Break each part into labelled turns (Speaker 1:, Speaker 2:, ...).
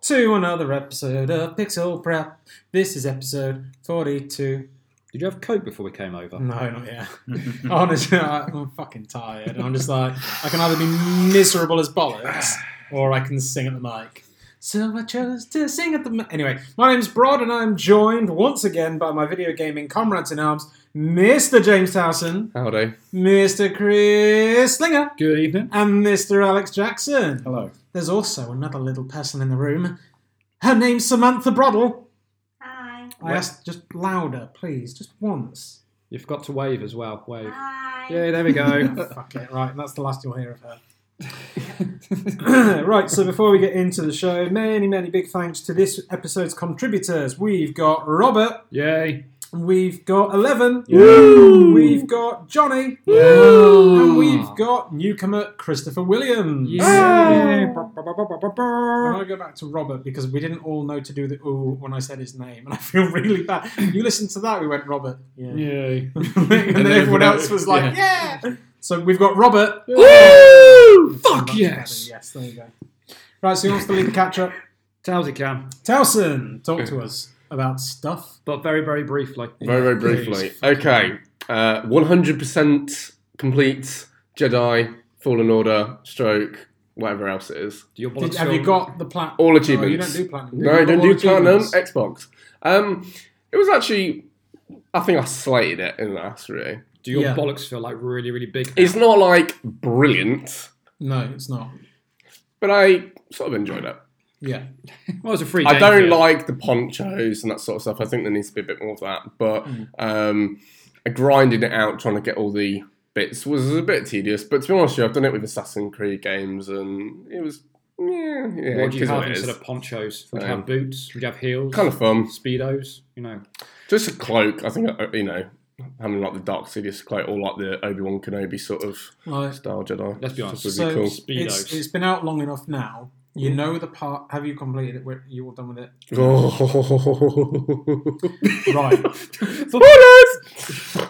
Speaker 1: to another episode of Pixel Prep. This is episode 42.
Speaker 2: Did you have Coke before we came over?
Speaker 1: No, not yet. Honestly, I, I'm fucking tired. I'm just like, I can either be miserable as bollocks or I can sing at the mic. So I chose to sing at the mic. Anyway, my name's Brod and I'm joined once again by my video gaming comrades in arms, Mr. James Towson,
Speaker 2: Howdy.
Speaker 1: Mr. Chris Slinger,
Speaker 2: Good evening.
Speaker 1: and Mr. Alex Jackson.
Speaker 2: Hello.
Speaker 1: There's also another little person in the room. Her name's Samantha Broddle.
Speaker 3: Hi.
Speaker 1: I asked just louder, please, just once.
Speaker 2: You forgot to wave as well. Wave.
Speaker 3: Hi.
Speaker 2: Yeah, there we go.
Speaker 1: Fuck it, right, that's the last you'll hear of her. right, so before we get into the show, many, many big thanks to this episode's contributors. We've got Robert,
Speaker 2: Yay.
Speaker 1: we've got Eleven,
Speaker 2: Woo!
Speaker 1: we've got Johnny,
Speaker 2: Woo!
Speaker 1: and we've got newcomer Christopher Williams.
Speaker 2: Yay.
Speaker 1: I want to go back to Robert because we didn't all know to do the ooh when I said his name, and I feel really bad. You listened to that, we went Robert, yeah,
Speaker 2: Yay.
Speaker 1: and then everyone else was like, yeah. So we've got Robert.
Speaker 2: Woo!
Speaker 1: Much better, Yes, there you go. Right, so who wants to lead the catch up?
Speaker 2: Towsy can,
Speaker 1: Towson, talk to us about stuff.
Speaker 2: but very, very briefly.
Speaker 4: Very, very briefly. Okay. Uh, 100% complete Jedi, Fallen Order, Stroke, whatever else it is.
Speaker 2: Do your
Speaker 1: Did,
Speaker 2: bollocks
Speaker 1: have you
Speaker 2: feel-
Speaker 1: got the platinum?
Speaker 4: All
Speaker 1: No, you
Speaker 4: achievements.
Speaker 1: don't do platinum.
Speaker 4: No,
Speaker 1: You
Speaker 4: I don't
Speaker 1: all
Speaker 4: do platinum.
Speaker 1: achievements.
Speaker 4: Xbox. Um, it was actually. I think I slated it in the last really.
Speaker 2: Do your
Speaker 1: Yeah.
Speaker 2: bollocks feel like really, really big?
Speaker 4: It's not like brilliant,
Speaker 1: No, it's not.
Speaker 4: but I sort of enjoyed it.
Speaker 1: Yeah.
Speaker 2: well, it's a free.
Speaker 4: I
Speaker 2: game
Speaker 4: don't
Speaker 2: for you.
Speaker 4: like the ponchos and that sort of stuff. I think there needs to be a bit more of that. But
Speaker 2: Mm.
Speaker 4: um, grinding it out, trying to get all the bits was a bit tedious. But to be honest with you, I've done it with Assassin's Creed games, and it was yeah, yeah,
Speaker 2: What do you
Speaker 4: 'cause
Speaker 2: have
Speaker 4: it is.
Speaker 2: instead of ponchos? Would you
Speaker 4: Um,
Speaker 2: have boots? Would you have heels?
Speaker 4: kind of fun.
Speaker 2: speedos. You know.
Speaker 4: Just a cloak. I think uh, you know. Having like the Dark Sidious cloak or like the Obi Wan Kenobi sort of
Speaker 1: Right.
Speaker 4: style Jedi.
Speaker 2: Let's be honest.
Speaker 4: Just
Speaker 1: So
Speaker 4: would be cool.
Speaker 1: it's,
Speaker 2: Speedos.
Speaker 1: it's been out long enough now. You know the part. Have you completed it? Where you all done with it? Right.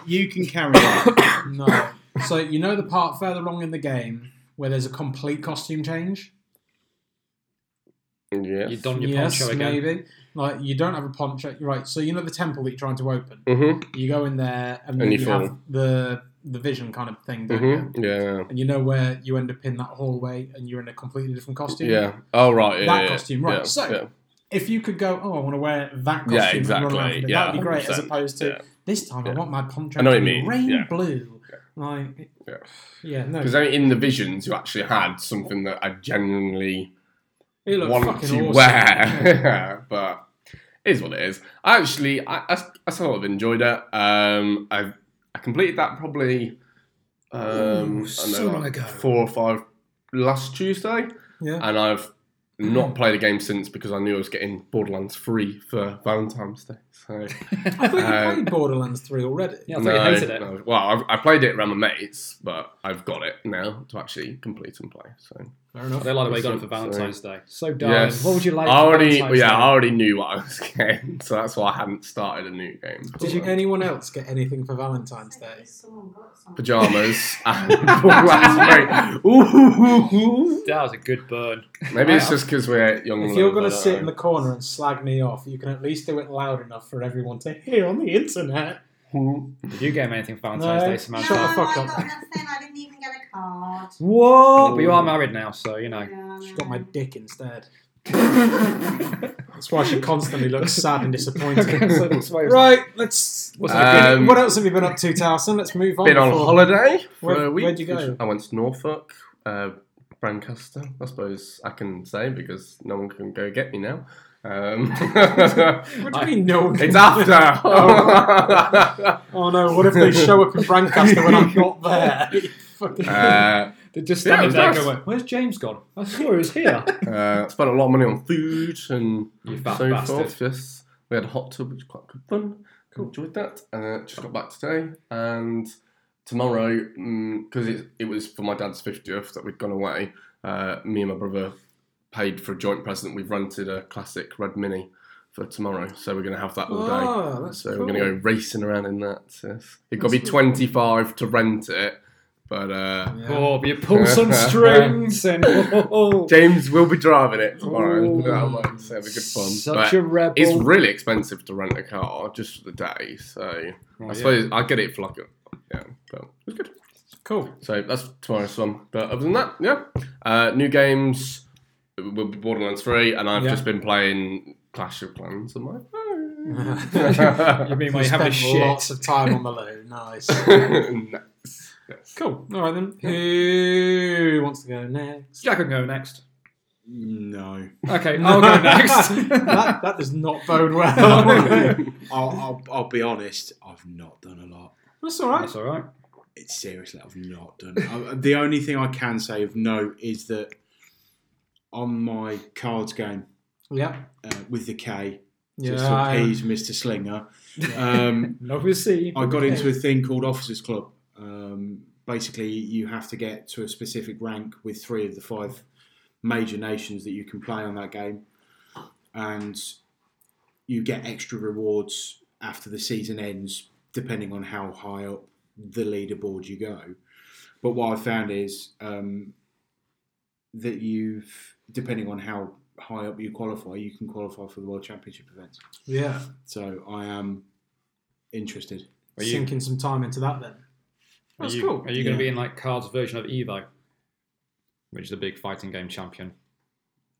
Speaker 5: You can carry on.
Speaker 1: No. So you know the part further along in the game where there's a complete costume change.
Speaker 4: yeah.
Speaker 2: You don your
Speaker 1: yes,
Speaker 2: poncho again.
Speaker 1: maybe. Like you don't have a poncho, right? So you know the temple that you're trying to open.
Speaker 4: Mhm.
Speaker 1: You go in there and, then
Speaker 4: And
Speaker 1: you,
Speaker 4: you
Speaker 1: have
Speaker 4: fall.
Speaker 1: the the vision kind of thing, don't you?
Speaker 4: Mhm. Yeah.
Speaker 1: And you know where you end up in that hallway, and you're in a completely different costume.
Speaker 4: Yeah. Oh right. Yeah,
Speaker 1: That
Speaker 4: yeah,
Speaker 1: costume, right,
Speaker 4: yeah,
Speaker 1: so-
Speaker 4: yeah.
Speaker 1: If you could go, oh, I want to wear that costume.
Speaker 4: Yeah,
Speaker 1: And run around in it,
Speaker 4: exactly,
Speaker 1: That'd be
Speaker 4: yeah,
Speaker 1: great, as
Speaker 4: 100%,
Speaker 1: opposed to
Speaker 4: yeah.
Speaker 1: this time. I
Speaker 4: Yeah.
Speaker 1: want my poncho
Speaker 4: I know
Speaker 1: to
Speaker 4: what you
Speaker 1: be
Speaker 4: mean,
Speaker 1: rain
Speaker 4: yeah.
Speaker 1: blue. Like, it-
Speaker 4: Yeah.
Speaker 1: yeah, no,
Speaker 4: Because in the visions, you actually had something that I genuinely
Speaker 1: it looked
Speaker 4: wanted
Speaker 1: fucking
Speaker 4: to
Speaker 1: awesome.
Speaker 4: wear. but it is what it is. I actually, I, I, I sort of enjoyed it. Um, I, I completed that probably um, I
Speaker 2: so
Speaker 4: don't know,
Speaker 2: long
Speaker 4: like
Speaker 2: ago.
Speaker 4: four or five last Tuesday,
Speaker 1: Yeah.
Speaker 4: and I've
Speaker 1: Mm-hmm.
Speaker 4: not played a game since because I knew I was getting Borderlands free for Valentine's Day. So.
Speaker 1: I thought you
Speaker 4: Uh,
Speaker 1: played Borderlands 3 already.
Speaker 2: Yeah, I thought you hated it.
Speaker 4: no. Well, I've, I played it around my mates, but I've got it now to actually complete and play. So
Speaker 1: Fair enough.
Speaker 2: I don't like the way you got it for
Speaker 4: Sorry.
Speaker 2: Valentine's Day. So darling,
Speaker 4: Yes.
Speaker 2: what would you like?
Speaker 4: I
Speaker 2: for
Speaker 4: already,
Speaker 2: Valentine's
Speaker 4: yeah,
Speaker 2: Day?
Speaker 4: I already knew what I was getting, so that's why I hadn't started a new game.
Speaker 1: Did you, anyone else get anything for Valentine's Day?
Speaker 3: Someone got something.
Speaker 4: pajamas? and Borderlands three. Ooh,
Speaker 2: That was a good burn.
Speaker 4: maybe it's just because we're young.
Speaker 1: If
Speaker 4: and
Speaker 1: you're
Speaker 4: love, I
Speaker 1: going to
Speaker 4: don't
Speaker 1: sit
Speaker 4: know.
Speaker 1: in the corner and slag me off, you can at least do it loud enough for everyone to hear on the internet.
Speaker 2: Did you get him anything for Valentine's
Speaker 1: No.
Speaker 2: Day,
Speaker 3: No,
Speaker 2: Samantha?
Speaker 1: Shut the fuck
Speaker 3: I
Speaker 1: up.
Speaker 3: got nothing. I didn't even get a card.
Speaker 2: What? But you are married now, so you know.
Speaker 3: No,
Speaker 1: She
Speaker 3: no.
Speaker 1: got my dick instead. That's why she constantly looks sad and disappointed. right, let's.
Speaker 2: What's
Speaker 4: that? Um,
Speaker 1: what else have you been up to, Towson? Let's move on.
Speaker 4: Been on
Speaker 1: before-
Speaker 4: holiday for
Speaker 1: Where-
Speaker 4: a week.
Speaker 1: where'd you go?
Speaker 4: I went to Norfolk, uh, Brancaster. I suppose I can say because no one can go get me now. Um,
Speaker 1: What do you mean, no?
Speaker 4: It's after.
Speaker 1: Oh no! What if they show up in Brancaster when I'm not there? Fucking-
Speaker 4: uh,
Speaker 2: They just
Speaker 4: Yeah,
Speaker 2: standing
Speaker 4: it was
Speaker 2: there and
Speaker 4: nice.
Speaker 2: going, "Where's James gone? I saw he was here."
Speaker 4: uh, spent a lot of money on food and
Speaker 2: You fat
Speaker 4: so
Speaker 2: bastard.
Speaker 4: forth. Yes, we had a hot tub, which was quite good fun. Enjoyed that. Uh, just got back today and tomorrow because it it was for my dad's fiftieth that we'd gone away. Uh, me and my brother paid for a joint present. We've rented a classic red mini for tomorrow, so we're going to have that all day.
Speaker 1: Ah, that's
Speaker 4: So
Speaker 1: cool.
Speaker 4: we're going to go racing around in that. Yes. It got to be
Speaker 1: That's
Speaker 4: 25 to rent it, But uh,
Speaker 1: Yeah.
Speaker 2: Oh, you pull some strings and oh,
Speaker 4: James will be driving it tomorrow.
Speaker 2: Ooh.
Speaker 4: That'll be that'll be good fun.
Speaker 2: Such
Speaker 4: But
Speaker 2: a rebel.
Speaker 4: it's really expensive to rent a car just for the day, so
Speaker 2: Oh,
Speaker 4: I
Speaker 2: yeah.
Speaker 4: suppose I get it for like a yeah. But it's good.
Speaker 1: Cool.
Speaker 4: So that's tomorrow's one. But other than that, yeah. Uh, new games will be Borderlands 3, and I've
Speaker 1: Yeah.
Speaker 4: just been playing Clash of Clans on my
Speaker 2: Uh, You
Speaker 4: phone.
Speaker 2: mean when you're having a
Speaker 1: spent lots
Speaker 2: shit?
Speaker 1: of time on the loo. Nice.
Speaker 4: nice. Yes.
Speaker 1: cool. All right then. Who wants to go next?
Speaker 2: Jack can go next.
Speaker 1: No.
Speaker 2: Okay, I'll go next.
Speaker 1: that, that does not bode well.
Speaker 5: I'll, I'll, I'll be honest, I've not done a lot.
Speaker 1: That's all right.
Speaker 2: That's all right.
Speaker 5: It's seriously, I've not done. I, the only thing I can say of note is that on my cards game
Speaker 1: Yeah.
Speaker 5: uh, with the K,
Speaker 1: Yeah.
Speaker 5: just to appease Mr. Slinger,
Speaker 2: Uh,
Speaker 5: um,
Speaker 2: No, we'll see.
Speaker 5: I got into a thing called Officers Club. Um, basically, you have to get to a specific rank with three of the five major nations that you can play on that game, and you get extra rewards after the season ends, depending on how high up the leaderboard you go. But what I found is um, that you've, depending on how high up you qualify, you can qualify for the World Championship events.
Speaker 1: yeah.
Speaker 5: So I am interested.
Speaker 2: Are you-
Speaker 1: Sinking some time into that then.
Speaker 2: Are
Speaker 1: That's
Speaker 2: you,
Speaker 1: cool.
Speaker 2: Are you going
Speaker 5: Yeah.
Speaker 2: to be in like Card's version of Evo, which is the big fighting game champion?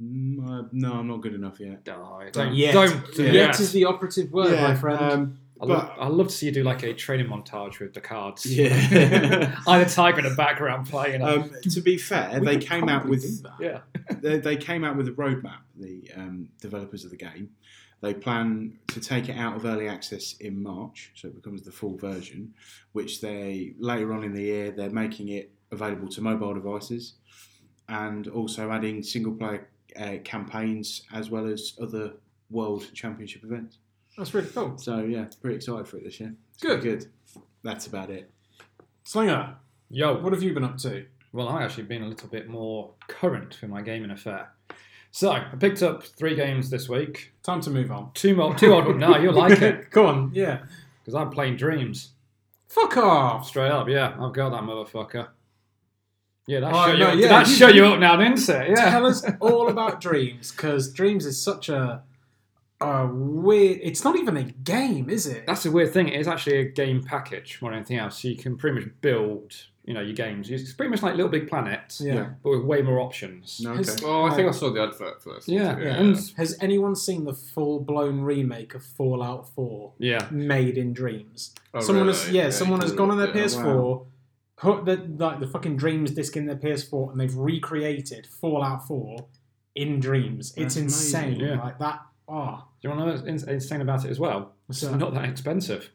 Speaker 5: Mm, uh, no, I'm not good enough yet.
Speaker 2: Don't,
Speaker 1: Don't
Speaker 2: don't,
Speaker 1: yet.
Speaker 2: don't do
Speaker 1: Yet
Speaker 2: that.
Speaker 1: is the operative word, my friend.
Speaker 5: Um,
Speaker 2: I love,
Speaker 5: but-
Speaker 2: I love to see you do like a training montage with the cards.
Speaker 5: yeah.
Speaker 2: Either tiger in the background playing. like,
Speaker 5: um, to be fair,
Speaker 1: We
Speaker 5: they
Speaker 1: could
Speaker 5: came out
Speaker 1: probably
Speaker 5: with
Speaker 1: do that.
Speaker 2: yeah.
Speaker 5: they, they came out with a roadmap. The um, developers of the game, they plan to take it out of early access in March, so it becomes the full version. Which they later on in the year they're making it available to mobile devices, and also adding single player uh, campaigns as well as other world championship events.
Speaker 1: That's really cool.
Speaker 5: So yeah, pretty excited for it this year. It's
Speaker 1: Good.
Speaker 5: good. That's about it.
Speaker 1: Slinger,
Speaker 2: Yo.
Speaker 1: what have you been up to?
Speaker 2: Well, I've actually been a little bit more current with my gaming affair. So I picked up three games this week.
Speaker 1: Time to move on.
Speaker 2: Two more. Two old. No, you'll like it
Speaker 1: Go on. Yeah.
Speaker 2: because I'm playing Dreams.
Speaker 1: Fuck off.
Speaker 2: Straight up, yeah. I've got that motherfucker. Yeah, that
Speaker 1: Oh,
Speaker 2: show you.
Speaker 1: no,
Speaker 2: up.
Speaker 1: yeah,
Speaker 2: that
Speaker 1: you-
Speaker 2: show you up now, didn't it? Yeah.
Speaker 1: Tell us all about Dreams, because Dreams is such a, a weird. It's not even a game, is it?
Speaker 2: That's the weird thing. It's actually a game package more than anything else. So you can pretty much build, you know, your games. It's pretty much like Little Big Planet,
Speaker 1: yeah.
Speaker 5: yeah.
Speaker 2: but with way more options.
Speaker 5: No,
Speaker 1: Has-
Speaker 5: okay.
Speaker 4: Oh, I think I saw the advert first.
Speaker 2: Yeah,
Speaker 1: Yeah.
Speaker 2: and-
Speaker 1: Has anyone seen the full blown remake of Fallout 4
Speaker 2: Yeah.
Speaker 1: made in Dreams?
Speaker 4: Oh,
Speaker 1: someone
Speaker 4: really?
Speaker 1: has, yeah, someone has
Speaker 4: cool.
Speaker 1: gone on their
Speaker 4: Yeah.
Speaker 1: PS4, put the, like the fucking Dreams disc in their PS4, and they've recreated Fallout 4 in Dreams. It's
Speaker 5: That's
Speaker 1: insane.
Speaker 5: amazing.
Speaker 2: Yeah.
Speaker 1: Like that. Ah,
Speaker 2: Do you want to know what's ins- insane about it as well? It's
Speaker 1: So-
Speaker 2: not that expensive.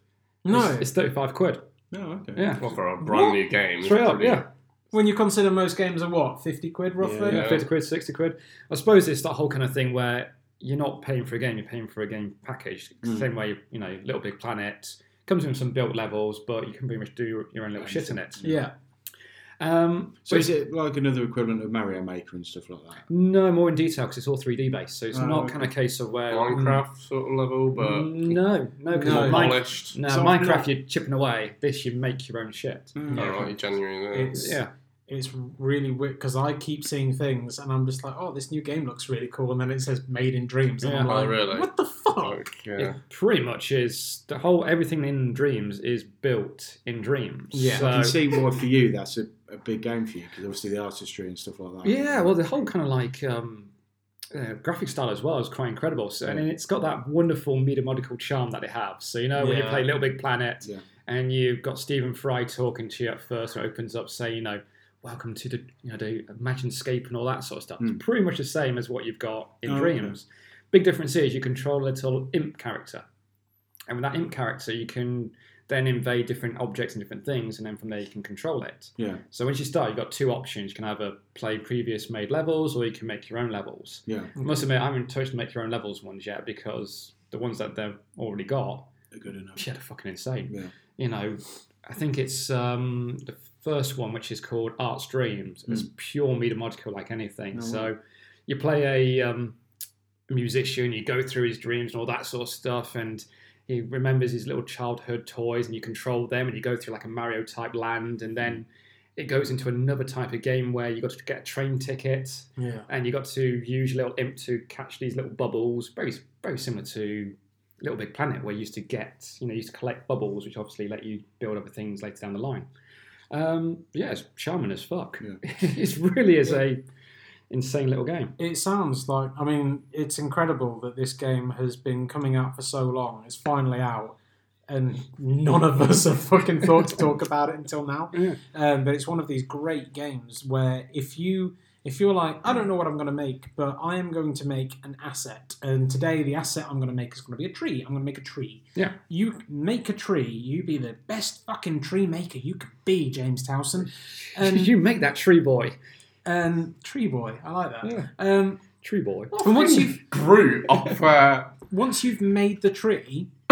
Speaker 1: no.
Speaker 2: It's, it's 35 quid.
Speaker 5: No, Oh, okay.
Speaker 2: Yeah.
Speaker 4: Well, for a brand
Speaker 1: What?
Speaker 4: new game.
Speaker 2: Straight up,
Speaker 4: pretty-
Speaker 2: yeah.
Speaker 1: when you consider most games are what fifty quid roughly.
Speaker 5: Yeah.
Speaker 2: yeah. 50 quid, 60 quid. I suppose it's that whole kind of thing where you're not paying for a game, you're paying for a game package. It's the
Speaker 5: Mm.
Speaker 2: Same way, you know, Little Big Planet comes in some built levels, but you can pretty much do your, your own little shit in it.
Speaker 1: Yeah.
Speaker 2: Um,
Speaker 5: So
Speaker 2: but
Speaker 5: is it like another equivalent of Mario Maker and stuff like that?
Speaker 2: No, more in detail because it's all 3D based, so it's
Speaker 5: Oh,
Speaker 2: not
Speaker 5: okay.
Speaker 2: kind of case of where Mm,
Speaker 4: Minecraft sort of level, but
Speaker 1: Mm.
Speaker 2: no, no, because
Speaker 1: No.
Speaker 2: no,
Speaker 4: polished.
Speaker 2: no,
Speaker 5: So
Speaker 2: Minecraft
Speaker 5: not-
Speaker 2: you're chipping away. This you make your own shit.
Speaker 5: Mm.
Speaker 4: All Oh, right, January.
Speaker 1: It's-
Speaker 2: Yeah,
Speaker 1: It's really weird because I keep seeing things and I'm just like, oh, this new game looks really cool, and then it says Made in Dreams, and I'm
Speaker 2: Yeah.
Speaker 1: like,
Speaker 4: Oh, really?
Speaker 1: what the fuck?
Speaker 4: yeah.
Speaker 2: it pretty much is the whole everything in dreams is built in dreams.
Speaker 1: Yeah.
Speaker 5: I
Speaker 2: So-
Speaker 5: can see why for you that's a, a big game for you because obviously the artistry and stuff like that.
Speaker 2: yeah. Well, the whole kind of like um, uh, graphic style as well is quite incredible. So, and then it's got that wonderful melodical charm that it has. So you know when you
Speaker 1: Yeah.
Speaker 2: play Little Big Planet,
Speaker 5: Yeah.
Speaker 2: and you've got Stephen Fry talking to you at first, and it opens up saying, you know, welcome to the you know the Imaginescape and all that sort of stuff.
Speaker 5: Hmm.
Speaker 2: It's pretty much the same as what you've got in
Speaker 5: Oh, okay.
Speaker 2: Dreams. Big difference is you control a little imp character, and with that imp character, you can then invade different objects and different things, and then from there you can control it.
Speaker 5: Yeah.
Speaker 2: So once you start, you've got two options. You can either play previous made levels, or you can make your own levels.
Speaker 5: Yeah.
Speaker 2: I must admit, I haven't touched make your own levels ones yet because the ones that they've already got,
Speaker 5: They're Good enough.
Speaker 2: yeah, they're fucking insane.
Speaker 5: Yeah.
Speaker 2: You know, I think it's um, the first one which is called Art's Dreams. It's pure meter modical like anything.
Speaker 5: Oh,
Speaker 2: so you play a um, musician, you go through his dreams and all that sort of stuff, and he remembers his little childhood toys, and you control them, and you go through like a Mario type land, and then it goes into another type of game where you got to get a train ticket
Speaker 1: Yeah.
Speaker 2: and you got to use your little imp to catch these little bubbles. Very very similar to Little Big Planet, where you used to get you know you used to collect bubbles, which obviously let you build other things later down the line. Um, yeah, it's charming as fuck.
Speaker 5: Yeah.
Speaker 2: it really is a insane little game.
Speaker 1: It sounds like I mean it's incredible that this game has been coming out for so long. It's finally out, and none of us have fucking thought to talk about it until now.
Speaker 2: Yeah.
Speaker 1: Um, but it's one of these great games where if you if you're like I don't know what I'm going to make, but I am going to make an asset, and today the asset I'm going to make is going to be a tree. I'm going to make a tree.
Speaker 2: Yeah.
Speaker 1: You make a tree. You be the best fucking tree maker you could be, James Towson. And
Speaker 2: you make that tree boy,
Speaker 1: um, tree boy, I like that.
Speaker 2: Yeah.
Speaker 1: Um,
Speaker 2: tree boy.
Speaker 1: and once you've
Speaker 4: Grew off. Uh,
Speaker 1: once you've made the tree,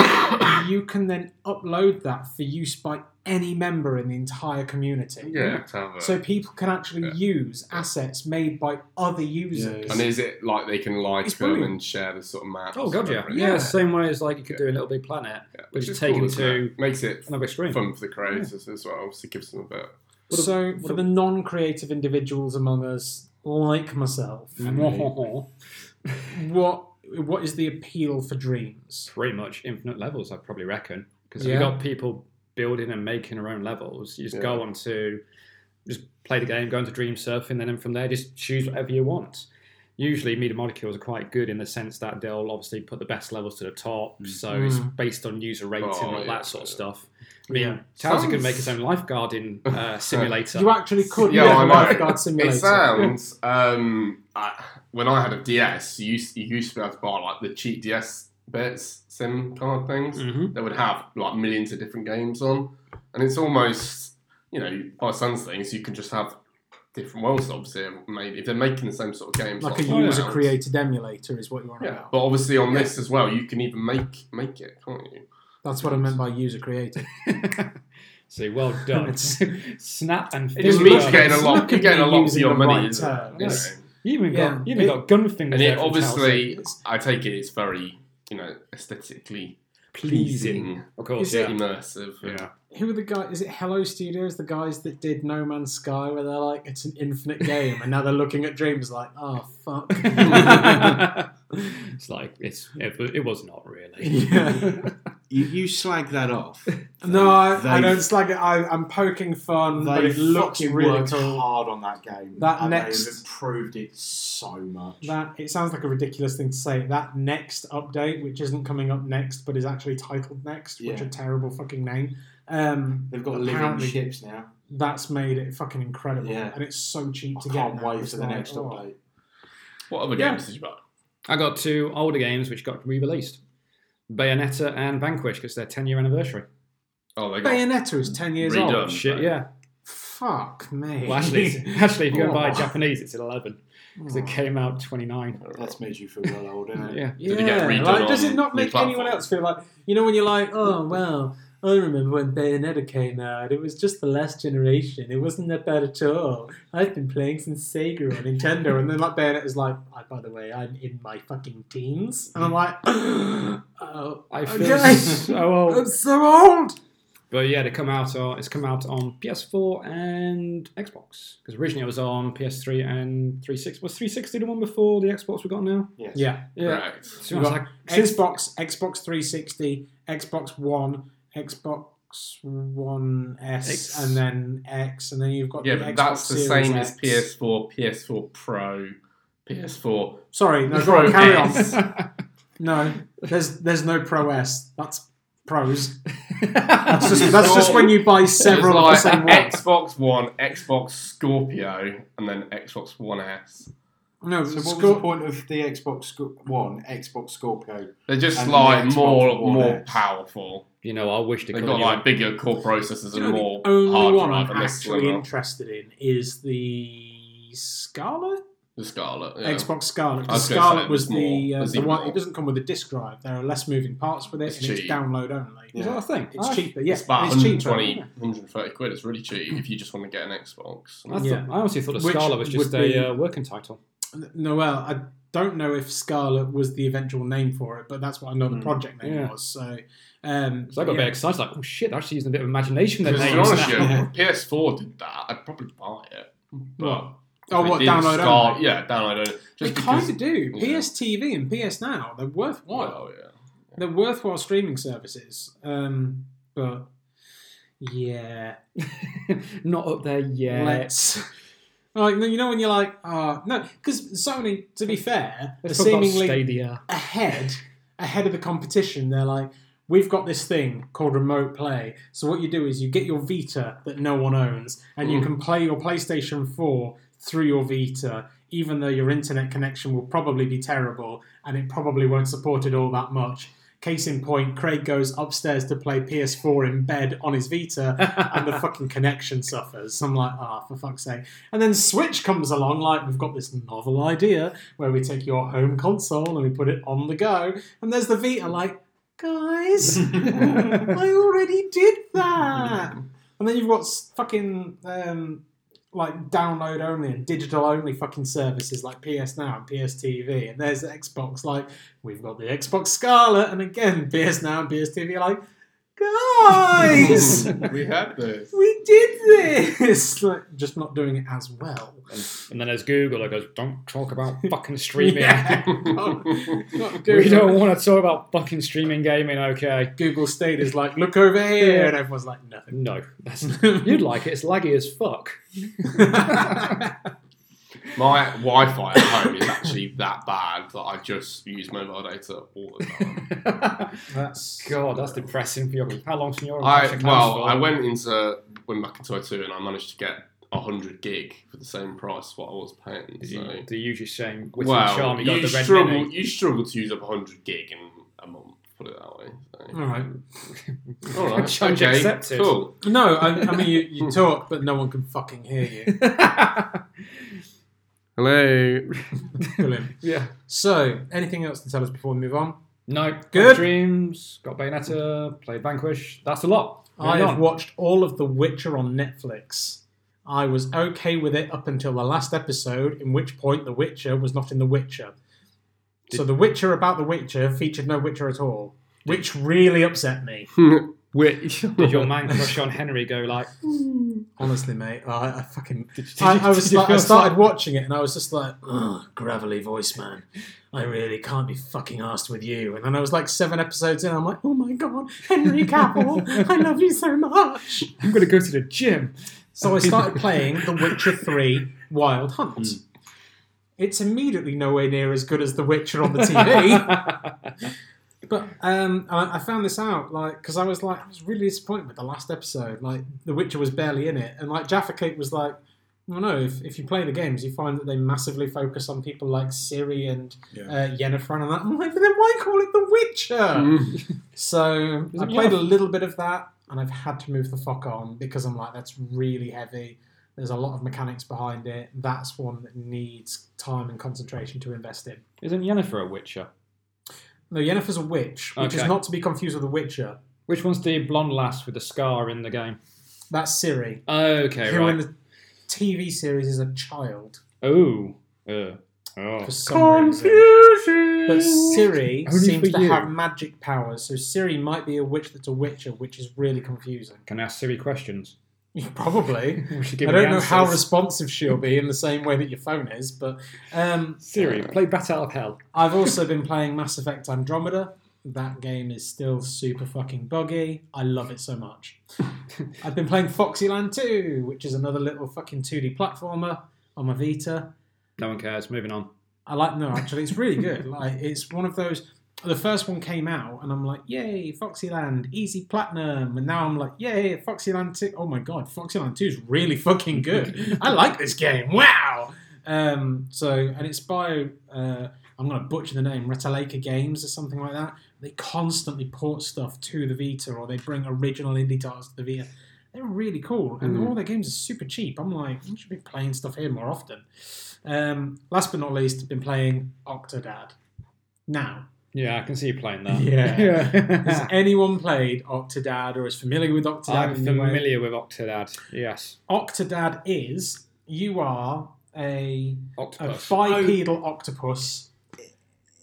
Speaker 1: you can then upload that for use by any member in the entire community.
Speaker 4: yeah. to have a-
Speaker 1: So people can actually
Speaker 4: Yeah.
Speaker 1: use assets made by other users.
Speaker 5: Yeah,
Speaker 4: and is it like they can live
Speaker 1: It's
Speaker 4: to them
Speaker 1: brilliant.
Speaker 4: and share the sort of map?
Speaker 2: Oh god, yeah.
Speaker 1: Yeah.
Speaker 2: yeah, Same way as like you could do in Little Big Planet, which is taken
Speaker 4: isn't
Speaker 2: to
Speaker 4: it? makes it
Speaker 2: another extreme.
Speaker 4: fun for the creators as well. Obviously, gives them a bit.
Speaker 2: What a-
Speaker 1: so
Speaker 2: what
Speaker 1: for
Speaker 2: a-
Speaker 1: the non-creative individuals among us, like myself,
Speaker 2: Mm-hmm.
Speaker 1: what what is the appeal for dreams?
Speaker 2: pretty much infinite levels, I probably reckon. Because
Speaker 1: Yeah.
Speaker 2: you've got people building and making their own levels. You just go on to just play the game, go into Dream Surfing, and then from there, just choose whatever you want. Usually, Media Molecules are quite good in the sense that they'll obviously put the best levels to the top. So
Speaker 4: Hmm.
Speaker 2: it's
Speaker 1: Mm.
Speaker 2: based on user rating
Speaker 4: Oh,
Speaker 2: and all
Speaker 4: yeah,
Speaker 2: that sort of
Speaker 4: yeah.
Speaker 2: stuff. I mean,
Speaker 1: Yeah.
Speaker 2: Towser could
Speaker 4: Sounds-
Speaker 2: make his own lifeguarding uh, simulator.
Speaker 1: You actually could
Speaker 4: Yeah,
Speaker 1: make
Speaker 4: I
Speaker 1: a
Speaker 4: know.
Speaker 1: lifeguard simulator.
Speaker 4: It sounds. Um, I, when I had a DS, you used, you used to be able to buy like the cheap DS bits, sim kind of things
Speaker 2: Mhm.
Speaker 4: that would have like millions of different games on, and it's almost you know by Sun's things you can just have different worlds. Obviously, maybe if they're making the same sort of games,
Speaker 1: like a
Speaker 2: Yeah.
Speaker 1: user
Speaker 4: Fallout.
Speaker 1: created emulator is what you're on
Speaker 4: Yeah,
Speaker 1: about.
Speaker 4: but obviously on this as well, you can even make make it, can't you?
Speaker 1: That's what I meant by user created.
Speaker 2: See, Mm-hmm. well done.
Speaker 1: It's-
Speaker 2: Snap and
Speaker 4: It just
Speaker 2: finger.
Speaker 4: means you're getting a lot,
Speaker 1: Look at
Speaker 4: you're getting a
Speaker 1: me
Speaker 4: lot for
Speaker 1: using
Speaker 4: your
Speaker 1: the
Speaker 4: money.
Speaker 1: right
Speaker 4: isn't it?
Speaker 1: term.
Speaker 4: You know?
Speaker 2: Yes. You even
Speaker 1: Yeah.
Speaker 2: got you even got gun fingers.
Speaker 4: And
Speaker 2: there
Speaker 4: it
Speaker 2: from Chelsea.
Speaker 4: obviously, I take it, it's very you know aesthetically pleasing,
Speaker 2: of course.
Speaker 1: Is it-
Speaker 2: Yeah.
Speaker 4: immersive.
Speaker 5: Yeah.
Speaker 1: who are the guys? Is it Hello Studios, the guys that did No Man's Sky, where they're like, it's an infinite game, and now they're looking at dreams like, oh fuck.
Speaker 2: it's like it's it, it was not really.
Speaker 1: yeah.
Speaker 5: You, you slag that off.
Speaker 1: No, I, I
Speaker 5: They-
Speaker 1: don't slag it. I, I'm poking fun, but
Speaker 5: They
Speaker 1: it looks
Speaker 5: fucking
Speaker 1: really
Speaker 5: worked
Speaker 1: cool.
Speaker 5: hard on that game.
Speaker 1: That
Speaker 5: and
Speaker 1: next-
Speaker 5: they've improved it so much.
Speaker 1: That it sounds like a ridiculous thing to say. That next update, which isn't coming up next, but is actually titled next, which
Speaker 5: Yeah.
Speaker 1: a terrible fucking name. Um,
Speaker 5: they've got
Speaker 1: apparently
Speaker 5: living ships now.
Speaker 1: That's made it fucking incredible,
Speaker 5: Yeah.
Speaker 1: and it's so cheap
Speaker 5: I
Speaker 1: to get.
Speaker 5: can't
Speaker 1: now.
Speaker 5: wait
Speaker 1: It's
Speaker 5: for the
Speaker 1: like,
Speaker 5: next
Speaker 1: oh.
Speaker 5: update.
Speaker 4: What other
Speaker 1: Yeah.
Speaker 4: games did you buy?
Speaker 2: I got two older games which got re-released, Bayonetta and Vanquish, because they're ten year anniversary. Oh,
Speaker 4: Oh, they got
Speaker 1: Bayonetta is ten years
Speaker 4: Redone.
Speaker 1: old.
Speaker 2: Shit, yeah.
Speaker 1: Fuck me.
Speaker 2: Well, actually, it's- actually, if you go and buy
Speaker 1: Oh.
Speaker 2: Japanese, it's at eleven because it came out twenty nine.
Speaker 5: That's made you feel well old, isn't it?
Speaker 2: Yeah.
Speaker 1: Yeah,
Speaker 4: Did it get redone
Speaker 1: like, does it
Speaker 4: on
Speaker 1: not
Speaker 4: new
Speaker 1: make anyone
Speaker 4: platforms?
Speaker 1: else feel like you know when you're like, oh well, I remember when Bayonetta came out. It was just the last generation. It wasn't that bad at all. I've been playing since Sega on Nintendo, and then like Bayonetta's like, oh, by the way, I'm in my fucking teens, and I'm like, oh,
Speaker 2: I feel
Speaker 1: Okay.
Speaker 2: so old.
Speaker 1: I'm so old.
Speaker 2: But yeah, they come out on it's come out on PS4 and Xbox because originally it was on PS3 and 360. Was 360 the one before the Xbox we got now?
Speaker 5: Yes.
Speaker 1: Yeah,
Speaker 2: Yeah.
Speaker 4: Right.
Speaker 2: So it's
Speaker 1: Right.
Speaker 2: like- since
Speaker 1: Xbox, Xbox 360, Xbox One, Xbox. One S
Speaker 2: X.
Speaker 1: and then X and then you've got
Speaker 4: Yeah,
Speaker 1: the
Speaker 4: but
Speaker 1: Xbox
Speaker 4: that's the
Speaker 1: Series
Speaker 4: same
Speaker 1: X.
Speaker 4: as PS4, PS4 Pro, PS4.
Speaker 1: Sorry, no, go
Speaker 4: Pro
Speaker 1: on, carry on.
Speaker 4: S.
Speaker 1: No, there's there's no Pro S. That's pros. That's
Speaker 2: that's
Speaker 1: just, that's just when you buy several of the
Speaker 4: It's like
Speaker 1: same ones.
Speaker 4: Xbox One, Xbox Scorpio, and then Xbox One S.
Speaker 1: No,
Speaker 5: So what was
Speaker 1: Scor-
Speaker 5: the point of the Xbox Sc- One, Xbox Scorpio?
Speaker 4: They're just
Speaker 5: And the
Speaker 4: like
Speaker 5: Xbox
Speaker 4: more
Speaker 5: One
Speaker 4: more
Speaker 5: X.
Speaker 4: powerful.
Speaker 2: you know, I wish they
Speaker 4: They've
Speaker 2: could
Speaker 4: got like bigger core processors
Speaker 1: you
Speaker 4: and
Speaker 1: know,
Speaker 4: more
Speaker 1: the only
Speaker 4: hard
Speaker 1: one
Speaker 4: drive
Speaker 1: I'm
Speaker 4: and this
Speaker 1: actually
Speaker 4: one.
Speaker 1: interested in is the Scarlet
Speaker 4: The Scarlet. Yeah.
Speaker 1: Xbox Scarlet. 'cause
Speaker 4: I was gonna
Speaker 1: Scarlet
Speaker 4: say,
Speaker 1: was
Speaker 4: there's
Speaker 1: the,
Speaker 4: more-
Speaker 1: uh,
Speaker 4: there's
Speaker 1: the
Speaker 4: even
Speaker 1: one.
Speaker 4: more.
Speaker 1: It doesn't come with a disc drive. There are less moving parts with it,
Speaker 4: It's
Speaker 1: and it's
Speaker 4: cheap.
Speaker 1: download only.
Speaker 2: Is that a thing?
Speaker 1: It's
Speaker 2: I-
Speaker 1: cheaper, yeah.
Speaker 4: It's about
Speaker 1: it's cheaper.
Speaker 4: 120, 130 quid. It's really cheap if you just want to get an Xbox.
Speaker 2: I, thought,
Speaker 1: Yeah.
Speaker 2: I honestly thought the
Speaker 1: Which
Speaker 2: Scarlet was just
Speaker 1: would be-
Speaker 2: a uh, working title.
Speaker 1: Noel, I don't know if Scarlet was the eventual name for it, but that's what I know the
Speaker 5: Hmm.
Speaker 1: project name
Speaker 2: Yeah.
Speaker 1: was. So Um,
Speaker 2: So I got a
Speaker 1: yeah.
Speaker 2: bit excited, like, oh shit, they're actually using a bit of imagination. They're
Speaker 4: Because to be
Speaker 1: names
Speaker 4: honest,
Speaker 1: now.
Speaker 4: yeah, if PS4 did that, I'd probably buy it. But
Speaker 1: What?
Speaker 4: if
Speaker 1: Oh,
Speaker 4: it
Speaker 1: what,
Speaker 4: did
Speaker 1: download
Speaker 4: Scar-
Speaker 1: only?
Speaker 4: Yeah, download it.
Speaker 1: They
Speaker 4: Just
Speaker 1: kind
Speaker 4: because.
Speaker 1: of do.
Speaker 4: yeah.
Speaker 1: PSTV and PS Now, they're worthwhile.
Speaker 2: Oh,
Speaker 4: Well, yeah.
Speaker 1: They're worthwhile streaming services. Um, but yeah,
Speaker 2: Not up there yet.
Speaker 1: let's. Like you know when you're like, oh no, because Sony, to be fair, are
Speaker 2: Let's talk about
Speaker 1: seemingly
Speaker 2: Stadia.
Speaker 1: ahead ahead of the competition. They're like, we've got this thing called remote play. So what you do is you get your Vita that no one owns, and you
Speaker 4: Mm.
Speaker 1: can play your PlayStation 4 through your Vita, even though your internet connection will probably be terrible and it probably won't support it all that much. Case in point, Craig goes upstairs to play PS4 in bed on his Vita, and the fucking connection suffers. I'm like, ah, for fuck's sake. And then Switch comes along, like, we've got this novel idea where we take your home console and we put it on the go. And there's the Vita, like, guys, I already did that. And then you've got s- fucking, um, like, download only and digital only fucking services like PS Now and PS TV. And there's Xbox, like, we've got the Xbox Scarlet. And again, PS Now and PS TV, like, guys.
Speaker 4: we had this.
Speaker 1: We did this! like, just not doing it as well.
Speaker 2: And, and then there's Google that goes, don't talk about fucking streaming.
Speaker 1: Yeah. Not- not Google.
Speaker 2: We don't want to talk about fucking streaming gaming, okay?
Speaker 1: Google State is like, look over here, and everyone's like, nothing.
Speaker 2: No. That's, you'd like it. It's laggy as fuck.
Speaker 4: My Wi-Fi at home is actually that bad that I just use mobile data all the time.
Speaker 1: That's
Speaker 2: God, that's depressing for your. How long's your
Speaker 4: I
Speaker 2: account
Speaker 4: well,
Speaker 2: for?
Speaker 4: I went into went back into two and I managed to get hundred gig for the same price what I was paying.
Speaker 2: Is
Speaker 4: So
Speaker 2: you- The usual saying, with
Speaker 4: well,
Speaker 2: charm, you got
Speaker 4: you
Speaker 2: the red
Speaker 4: struggle
Speaker 2: mini.
Speaker 4: you struggle to use up hundred gig in a month. Put it that way. So.
Speaker 1: all right.
Speaker 4: All right,
Speaker 2: Challenge
Speaker 4: okay,
Speaker 2: accepted.
Speaker 4: Cool.
Speaker 1: No, I, I mean, you, you talk, but no one can fucking hear you.
Speaker 4: Hello.
Speaker 1: Brilliant.
Speaker 2: yeah.
Speaker 1: So, anything else to tell us before we move on?
Speaker 2: No.
Speaker 1: Good.
Speaker 2: Got Dreams, got Bayonetta, played Vanquish. That's a lot.
Speaker 1: I
Speaker 2: Moving
Speaker 1: have
Speaker 2: on.
Speaker 1: watched all of The Witcher on Netflix. I was okay with it up until the last episode, in which point The Witcher was not in The Witcher. So The Witcher about The Witcher featured no Witcher at all, which really upset me.
Speaker 4: Wait.
Speaker 2: Did your man crush on Henry go like,
Speaker 1: Honestly, mate, I, I fucking.
Speaker 2: did, did,
Speaker 1: I,
Speaker 2: you-
Speaker 1: I was
Speaker 2: did you
Speaker 1: like,
Speaker 2: feel
Speaker 1: I started watching it and I was just like, Ugh, gravelly voice man. I really can't be fucking asked with you. And then I was like seven episodes in, I'm like, oh my god, Henry Cavill, I love you so much.
Speaker 2: slight? I'm going to go to the gym.
Speaker 1: So I started playing The Witcher 3 Wild Hunt.
Speaker 2: Hmm.
Speaker 1: It's immediately nowhere near as good as The Witcher on the TV. But um, I, I found this out like because I was like I was really disappointed with the last episode. Like The Witcher was barely in it, and like Jaffa Cake was like, well, no, if, if you play the games, you find that they massively focus on people like Siri and
Speaker 5: Yeah.
Speaker 1: uh, Yennefer and all that. I'm like, but then why call it The Witcher?
Speaker 4: Mm.
Speaker 2: Uh,
Speaker 1: So
Speaker 2: Is
Speaker 1: I
Speaker 2: it
Speaker 1: played
Speaker 2: Yennefer?
Speaker 1: a little bit of that, and I've had to move the fuck on because I'm like that's really heavy. There's a lot of mechanics behind it. That's one that needs time and concentration to invest in.
Speaker 2: Isn't Yennefer a witcher?
Speaker 1: No, Yennefer's a witch, which is
Speaker 2: Okay.
Speaker 1: not to be confused with The Witcher.
Speaker 2: Which one's the blonde lass with the scar in the game?
Speaker 1: That's Siri,
Speaker 2: Okay,
Speaker 1: who in
Speaker 2: Oh, right.
Speaker 1: the TV series is a child
Speaker 2: Oh. Uh, oh.
Speaker 1: for some reason. But Siri
Speaker 2: Only
Speaker 1: seems
Speaker 2: for
Speaker 1: to
Speaker 2: you.
Speaker 1: have magic powers, so Siri might be a witch that's a witcher, which is really confusing.
Speaker 2: Can I ask Siri questions?
Speaker 1: Probably.
Speaker 2: We should
Speaker 1: I
Speaker 2: give her
Speaker 1: don't
Speaker 2: the
Speaker 1: know how
Speaker 2: answers.
Speaker 1: responsive she'll be in the same way that your phone is, but um,
Speaker 2: Siri, play Bat Out of Hell.
Speaker 1: I've also been playing Mass Effect Andromeda. That game is still super fucking buggy. I love it so much. I've been playing Foxyland 2, which is another little fucking 2D platformer on my Vita.
Speaker 2: No one cares. Moving on.
Speaker 1: I like no, actually, it's really good. Like it's one of those. The first one came out, and I'm like, yay, Foxyland, easy platinum, and now I'm like, yay, Foxyland two. Oh my god, Foxyland two is really fucking good. I like this game. Wow. Um, so and it's by uh, I'm gonna butcher the name Retaleka Games or something like that. They constantly port stuff to the Vita, or they bring original indie titles to the Vita. They're really cool, and
Speaker 4: Mm.
Speaker 1: all their games are super cheap. I'm like, I should be playing stuff here more often. Um, last but not least, I've been playing Octodad. Now,
Speaker 2: Yeah, I can see you playing that.
Speaker 1: Yeah. has
Speaker 2: yeah.
Speaker 1: anyone played Octodad or is familiar with Octodad?
Speaker 2: I'm
Speaker 1: in any way?
Speaker 2: familiar with Octodad. Yes.
Speaker 1: Octodad is you are a, a
Speaker 2: Octopus.
Speaker 1: bipedal octopus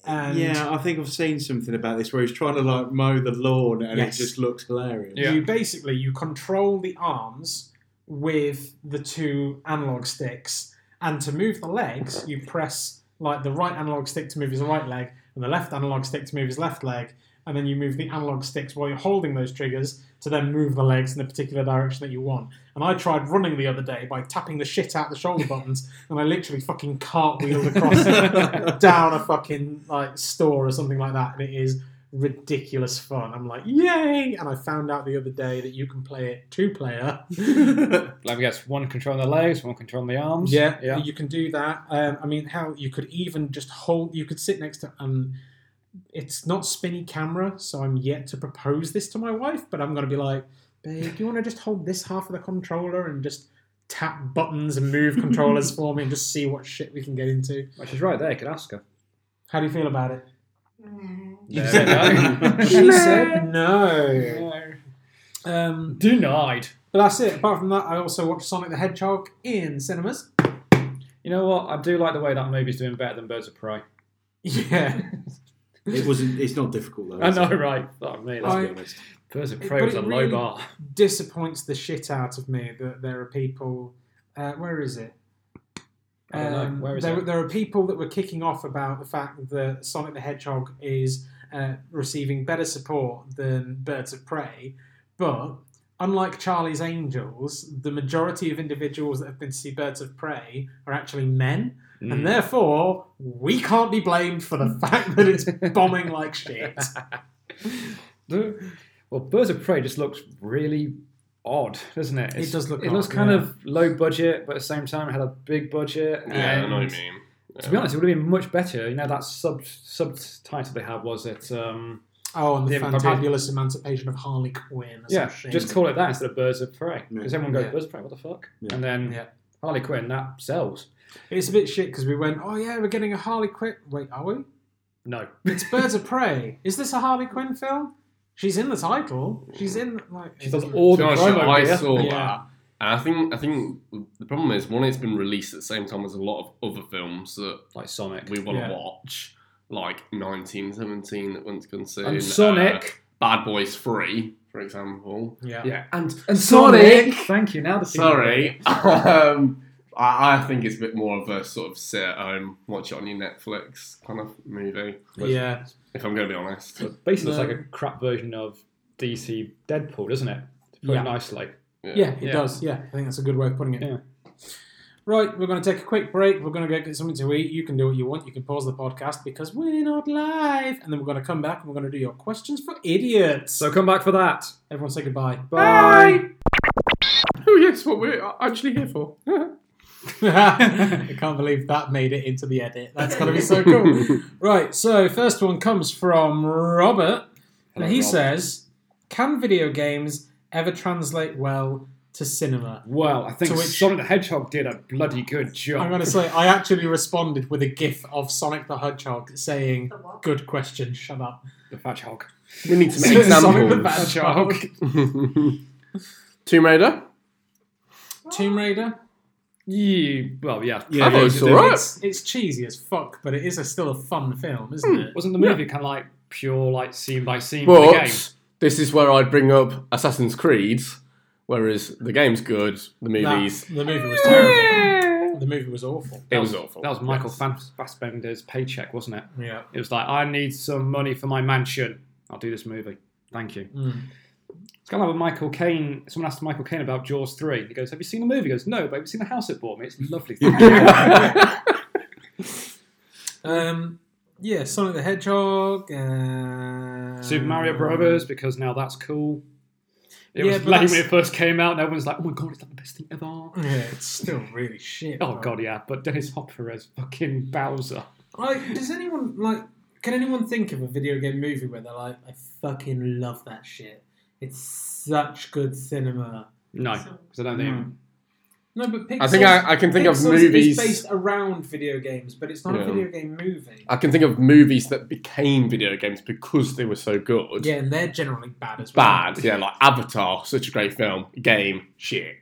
Speaker 1: And
Speaker 5: yeah, I think I've seen something about this where he's trying to like mow the lawn and
Speaker 1: Yes.
Speaker 5: it just looks hilarious.
Speaker 2: Yeah.
Speaker 1: you basically you control the arms with the two analog sticks, and to move the legs, you press like the right analog stick to move his right leg, and the left analog stick to move his left leg, and then you move the analog sticks while you're holding those triggers to then move the legs in the particular direction that you want. And I tried running the other day by tapping the shit out the shoulder buttons, and I literally fucking cartwheeled across down a fucking like store or something like that, and it is ridiculous fun. I'm like, yay! And I found out the other day that you can play it two player.
Speaker 2: Like, I guess one controlling the legs, one controlling the arms.
Speaker 1: yeah,
Speaker 2: yeah.
Speaker 1: you can do that. Um, I mean, how you could even just hold, you could sit next to, um, it's not spinny camera, so I'm yet to propose this to my wife, but I'm going to be like, babe, do you want to just hold this half of the controller and just tap buttons and move controllers for me and just see what shit we can get into?
Speaker 2: Well, she's right there. You could ask her.
Speaker 1: How do you feel about it?
Speaker 3: No.
Speaker 2: You
Speaker 4: There
Speaker 2: said
Speaker 4: we
Speaker 2: no.
Speaker 4: go.
Speaker 1: She said no.
Speaker 2: no.
Speaker 1: Um,
Speaker 2: Denied.
Speaker 1: But that's it. Apart from that, I also watched Sonic the Hedgehog in cinemas.
Speaker 2: You know what? I do like the way that movie's doing better than Birds of Prey.
Speaker 1: Yeah,
Speaker 5: It wasn't. It's not difficult though.
Speaker 2: I
Speaker 5: is
Speaker 2: know,
Speaker 5: it?
Speaker 2: right? Oh, me,
Speaker 5: Let's
Speaker 2: that's
Speaker 1: I-
Speaker 5: be
Speaker 2: good.
Speaker 5: honest.
Speaker 2: Birds of
Speaker 1: It-
Speaker 2: Prey
Speaker 1: but
Speaker 2: was a
Speaker 1: it
Speaker 2: low
Speaker 1: really-
Speaker 2: bar.
Speaker 1: disappoints the shit out of me that there are people. Uh, where is it?
Speaker 2: I don't know. Where is
Speaker 1: there,
Speaker 2: it?
Speaker 1: there are people that were kicking off about the fact that Sonic the Hedgehog is uh, receiving better support than Birds of Prey, but unlike Charlie's Angels, the majority of individuals that have been to see Birds of Prey are actually men,
Speaker 4: Mm.
Speaker 2: Hmm.
Speaker 1: and therefore we can't be blamed for the fact that it's bombing like shit.
Speaker 2: Do- well, Birds of Prey just looks really odd, doesn't it? It's-
Speaker 1: does look
Speaker 2: It looks
Speaker 1: odd,
Speaker 2: kind
Speaker 1: yeah.
Speaker 2: of low budget, but at the same time, it had a big budget.
Speaker 4: Yeah, I know
Speaker 2: and
Speaker 4: what you mean.
Speaker 2: To be honest, it would have been much better. You know, that sub subtitle they had was it. Um,
Speaker 1: Oh, and the
Speaker 2: Yeah, but-
Speaker 1: fantabulous emancipation of Harley Quinn. or
Speaker 2: yeah,
Speaker 1: some shit.
Speaker 2: just call it that instead of Birds of Prey, because everyone goes
Speaker 1: Yeah.
Speaker 2: Birds of Prey. What the fuck?
Speaker 5: Yeah.
Speaker 2: And then
Speaker 1: Yeah.
Speaker 2: Harley Quinn that sells.
Speaker 1: It's a bit shit because we went, oh yeah, we're getting a Harley Quinn. Wait, are we?
Speaker 2: No,
Speaker 1: It's Birds of Prey. Is this a Harley Quinn film? She's in the title. She's in like.
Speaker 2: she does all
Speaker 4: To
Speaker 2: the
Speaker 4: be honest,
Speaker 2: promo.
Speaker 4: I
Speaker 2: dear.
Speaker 4: saw
Speaker 1: Yeah.
Speaker 4: that. And I think I think the problem is one, it's been released at the same time as a lot of other films that
Speaker 2: like Sonic.
Speaker 4: we want to
Speaker 1: Yeah.
Speaker 4: watch, like 1917 that went to go and see,
Speaker 2: and
Speaker 4: uh,
Speaker 2: Sonic.
Speaker 4: Bad Boys 3, for example,
Speaker 1: Yeah.
Speaker 2: Yeah.
Speaker 4: and
Speaker 2: Thank you. Now the people-
Speaker 4: Sorry, um, I, I think it's a bit more of a sort of sit at home, watch it on your Netflix kind of movie.
Speaker 1: Yeah.
Speaker 4: If I'm going to be honest,
Speaker 2: It basically, it's
Speaker 1: No.
Speaker 2: like a crap version of DC Deadpool, doesn't it? To put
Speaker 1: Yeah.
Speaker 2: it nicely.
Speaker 1: Yeah, it
Speaker 2: Yeah.
Speaker 1: does. Yeah, I think that's a good way of putting it.
Speaker 2: Yeah.
Speaker 1: Right, we're going to take a quick break. We're going to go get something to eat. You can do what you want. You can pause the podcast because we're not live. And then we're going to come back and we're going to do your questions for idiots.
Speaker 2: So come back for that.
Speaker 1: everyone say goodbye.
Speaker 2: Bye.
Speaker 4: Oh yes, what we're actually here for.
Speaker 1: I can't believe that made it into the edit. That's going to be so cool. Right, so first one comes from Robert,
Speaker 2: Hello,
Speaker 1: and he
Speaker 2: Rob.
Speaker 1: says, "Can video games ever translate well to cinema?"
Speaker 2: Well, I think
Speaker 1: To which-
Speaker 2: Sonic the Hedgehog did a bloody good job.
Speaker 1: I'm going to say I actually responded with a GIF of Sonic the Hedgehog saying,
Speaker 3: The what?
Speaker 1: "Good question, shut up."
Speaker 2: the Hedgehog.
Speaker 4: we need some
Speaker 1: Sonic the
Speaker 4: examples.
Speaker 1: Hedgehog,
Speaker 4: Tomb Raider.
Speaker 1: Tomb Raider.
Speaker 2: You well, yeah.
Speaker 5: Yeah,
Speaker 4: I thought it was all right.
Speaker 1: It's, it's cheesy as fuck, but it is a, still a fun film, isn't it?
Speaker 2: Wasn't the movie kind of like pure, like scene by scene for the game?
Speaker 4: But this is where I'd bring up Assassin's Creed, whereas the game's good, the
Speaker 1: That,
Speaker 4: movies.
Speaker 1: the movie was terrible. The movie was awful.
Speaker 4: It was awful.
Speaker 2: That was Michael Fass Fassbender's paycheck, wasn't it?
Speaker 1: Yeah.
Speaker 2: It was like, I need some money for my mansion. I'll do this movie. Thank you.
Speaker 1: Mm.
Speaker 2: It's kind of like when Michael Caine. Someone asked Michael Caine about Jaws three. He goes, "Have you seen the movie?" He goes, "No, but have you seen the house it bought me? It's lovely." Thank you."
Speaker 1: Um, yeah, Sonic the Hedgehog. Uh,
Speaker 2: Super Mario Brothers because now that's cool. It
Speaker 1: Yeah,
Speaker 2: was
Speaker 1: but
Speaker 2: lame
Speaker 1: that's-
Speaker 2: when it first came out. And everyone's like, "Oh my god, is that the best thing ever?" Oh
Speaker 1: Yeah, it's still really shit. bro.
Speaker 2: god, yeah. But Dennis Hopper as fucking Bowser.
Speaker 1: Like, does anyone like? Can anyone think of a video game movie where they're like, "I fucking love that shit. It's such good cinema."
Speaker 2: No, because I don't think.
Speaker 1: Hmm. No, but Pixels,
Speaker 4: I think I, I can think of
Speaker 1: Pixels is
Speaker 4: movies.
Speaker 1: based around video games, but it's not a
Speaker 4: Yeah.
Speaker 1: video game movie.
Speaker 4: I can think of movies that became video games because they were so good.
Speaker 1: Yeah, and they're generally bad as well.
Speaker 4: Bad, yeah, like Avatar, such a great film, game, shit.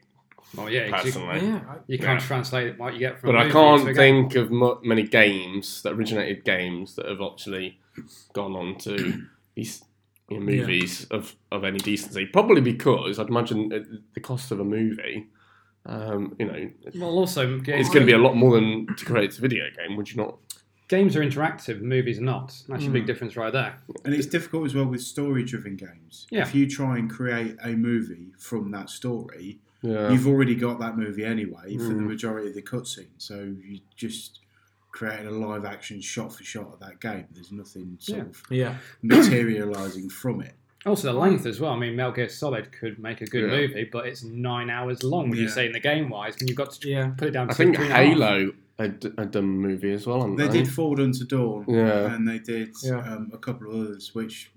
Speaker 2: Well, yeah, 'cause you,
Speaker 4: personally.
Speaker 1: Yeah, I-
Speaker 2: you can't
Speaker 4: Yeah.
Speaker 2: translate what you get from.
Speaker 4: But
Speaker 2: a
Speaker 4: I
Speaker 2: movie to a
Speaker 4: can't
Speaker 2: game.
Speaker 4: think of mu- many games that originated games that have actually gone on to be s- you know,
Speaker 1: Yeah.
Speaker 4: movies of, of any decency. Probably because I'd imagine uh, the cost of a movie, um, you know,
Speaker 2: Well, also, games,
Speaker 4: it's going to be a lot more than to create a video game. Would you not?
Speaker 2: games are interactive, movies not. That's a
Speaker 1: Mm.
Speaker 2: big difference right there.
Speaker 5: And it's difficult as well with story driven games.
Speaker 2: Yeah.
Speaker 5: If you try and create a movie from that story,
Speaker 4: Yeah.
Speaker 5: you've already got that movie anyway for the
Speaker 4: Mm.
Speaker 5: majority of the cutscene. So you just creating a live action shot for shot of that game. There's nothing sort
Speaker 2: Yeah.
Speaker 5: of
Speaker 1: yeah.
Speaker 5: materializing from it.
Speaker 2: Also, the length as well. I mean, Metal Gear Solid could make a good
Speaker 4: Yeah.
Speaker 2: movie, but it's nine hours long. Would you
Speaker 5: Yeah.
Speaker 2: say in the game wise? And you've got to
Speaker 1: Yeah.
Speaker 2: put it down.
Speaker 4: I
Speaker 2: to
Speaker 4: think
Speaker 2: three and a half.
Speaker 4: Halo had, had done a movie as well. hadn't
Speaker 5: They did Forward Unto Dawn
Speaker 4: Mm. Yeah.
Speaker 5: and they did
Speaker 1: Yeah.
Speaker 5: um, a couple of others, which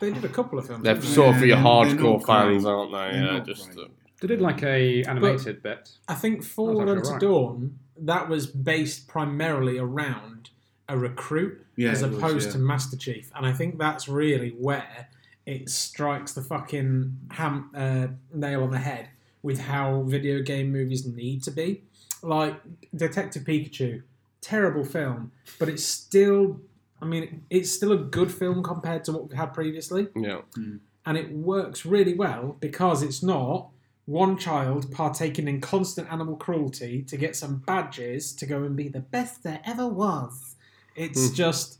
Speaker 1: They did a couple of films.
Speaker 4: They're
Speaker 1: didn't they?
Speaker 4: sort of for your
Speaker 5: Yeah, they're not
Speaker 4: hardcore fans,
Speaker 5: great.
Speaker 4: aren't they?
Speaker 5: They're
Speaker 4: yeah,
Speaker 5: not
Speaker 4: just
Speaker 5: great.
Speaker 4: uh,
Speaker 2: They did like a animated bit.
Speaker 1: I think Forward
Speaker 2: actually
Speaker 1: Unto
Speaker 2: right.
Speaker 1: Dawn, that was based primarily around a recruit
Speaker 5: yeah,
Speaker 1: as
Speaker 5: it was,
Speaker 1: opposed
Speaker 5: yeah.
Speaker 1: to Master Chief. And I think that's really where it strikes the fucking ham, uh, nail on the head with how video game movies need to be. Like Detective Pikachu, terrible film, but it's still, I mean, it's still a good film compared to what we had previously
Speaker 4: yeah.
Speaker 1: and it works really well because it's not one child partaking in constant animal cruelty to get some badges to go and be the best there ever was. It's
Speaker 4: Hmm.
Speaker 1: just,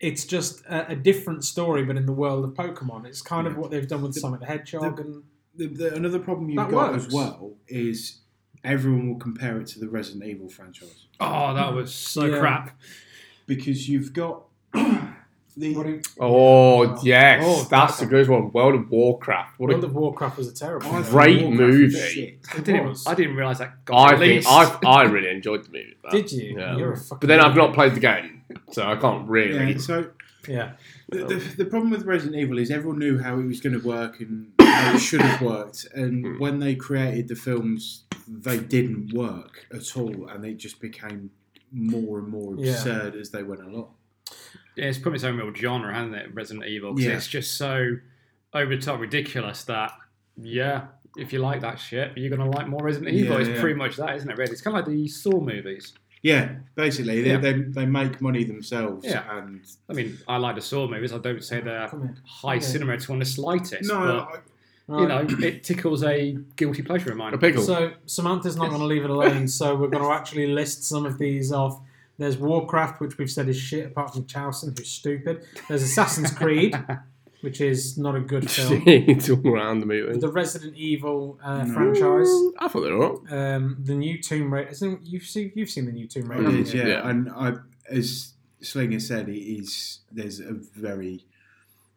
Speaker 1: it's just a, a different story, but in the world of Pokemon, it's kind of
Speaker 5: Yeah.
Speaker 1: what they've done with Sonic the Hedgehog, and
Speaker 5: the, the, another problem you've
Speaker 1: That
Speaker 5: got as
Speaker 1: works.
Speaker 5: well is everyone will compare it to the Resident Evil franchise
Speaker 2: Oh, that was so
Speaker 1: Yeah.
Speaker 2: crap.
Speaker 5: because you've got the
Speaker 1: what do you-
Speaker 4: Oh yes,
Speaker 2: Oh,
Speaker 4: that's a good one. World of Warcraft. What
Speaker 1: World
Speaker 4: a
Speaker 1: of Warcraft was a terrible.
Speaker 5: I
Speaker 1: one.
Speaker 5: think
Speaker 4: great
Speaker 5: Warcraft
Speaker 4: movie.
Speaker 5: is shit.
Speaker 2: I
Speaker 1: It
Speaker 2: didn't,
Speaker 1: was.
Speaker 2: I didn't realize that. Got
Speaker 4: I think
Speaker 2: released.
Speaker 4: I I really enjoyed the movie. but-
Speaker 1: Did you?
Speaker 4: Yeah.
Speaker 1: You're a fucking
Speaker 4: But then I've not
Speaker 1: idiot.
Speaker 4: played the game, so I can't really.
Speaker 5: Yeah, so
Speaker 1: Yeah,
Speaker 5: the, the, the problem with Resident Evil is everyone knew how it was going to work and how it should have worked, and
Speaker 4: Hmm.
Speaker 5: when they created the films, they didn't work at all, and they just became more and more
Speaker 1: Yeah.
Speaker 5: absurd as they went along.
Speaker 2: Yeah, it's put its own real genre, hasn't it? Resident Evil. 'cause
Speaker 5: Yeah.
Speaker 2: It's just so over the top ridiculous that, yeah, if you like that shit, you're going to like more Resident Evil.
Speaker 5: Yeah,
Speaker 2: it's
Speaker 5: yeah.
Speaker 2: pretty much that, isn't it, really? It's kind of like the Saw movies.
Speaker 5: Yeah, basically, they,
Speaker 2: Yeah.
Speaker 5: They, they make money themselves,
Speaker 2: Yeah.
Speaker 5: and
Speaker 2: I mean, I like the Saw movies. I don't say
Speaker 4: uh,
Speaker 2: they're
Speaker 1: come here.
Speaker 2: high
Speaker 1: Yeah.
Speaker 2: cinema to on the slightest.
Speaker 5: no,
Speaker 2: but,
Speaker 5: I,
Speaker 2: you know, it tickles a guilty pleasure of mine.
Speaker 4: A pickle.
Speaker 1: So Samantha's not going to leave it alone. So we're going to actually list some of these off. There's Warcraft, which we've said is shit, apart from Chowson, who's stupid. There's Assassin's Creed, which is not a good film.
Speaker 4: it's all around the movie.
Speaker 1: The Resident Evil uh,
Speaker 5: No.
Speaker 1: franchise.
Speaker 4: I thought they were. all right.
Speaker 1: Um, the new Tomb Raider. Isn't, you've seen you've seen the new Tomb Raider.
Speaker 5: It is,
Speaker 1: haven't you?
Speaker 5: Oh, yeah.
Speaker 4: Yeah.
Speaker 5: Um, And I, as Slinger said, it is. There's a very,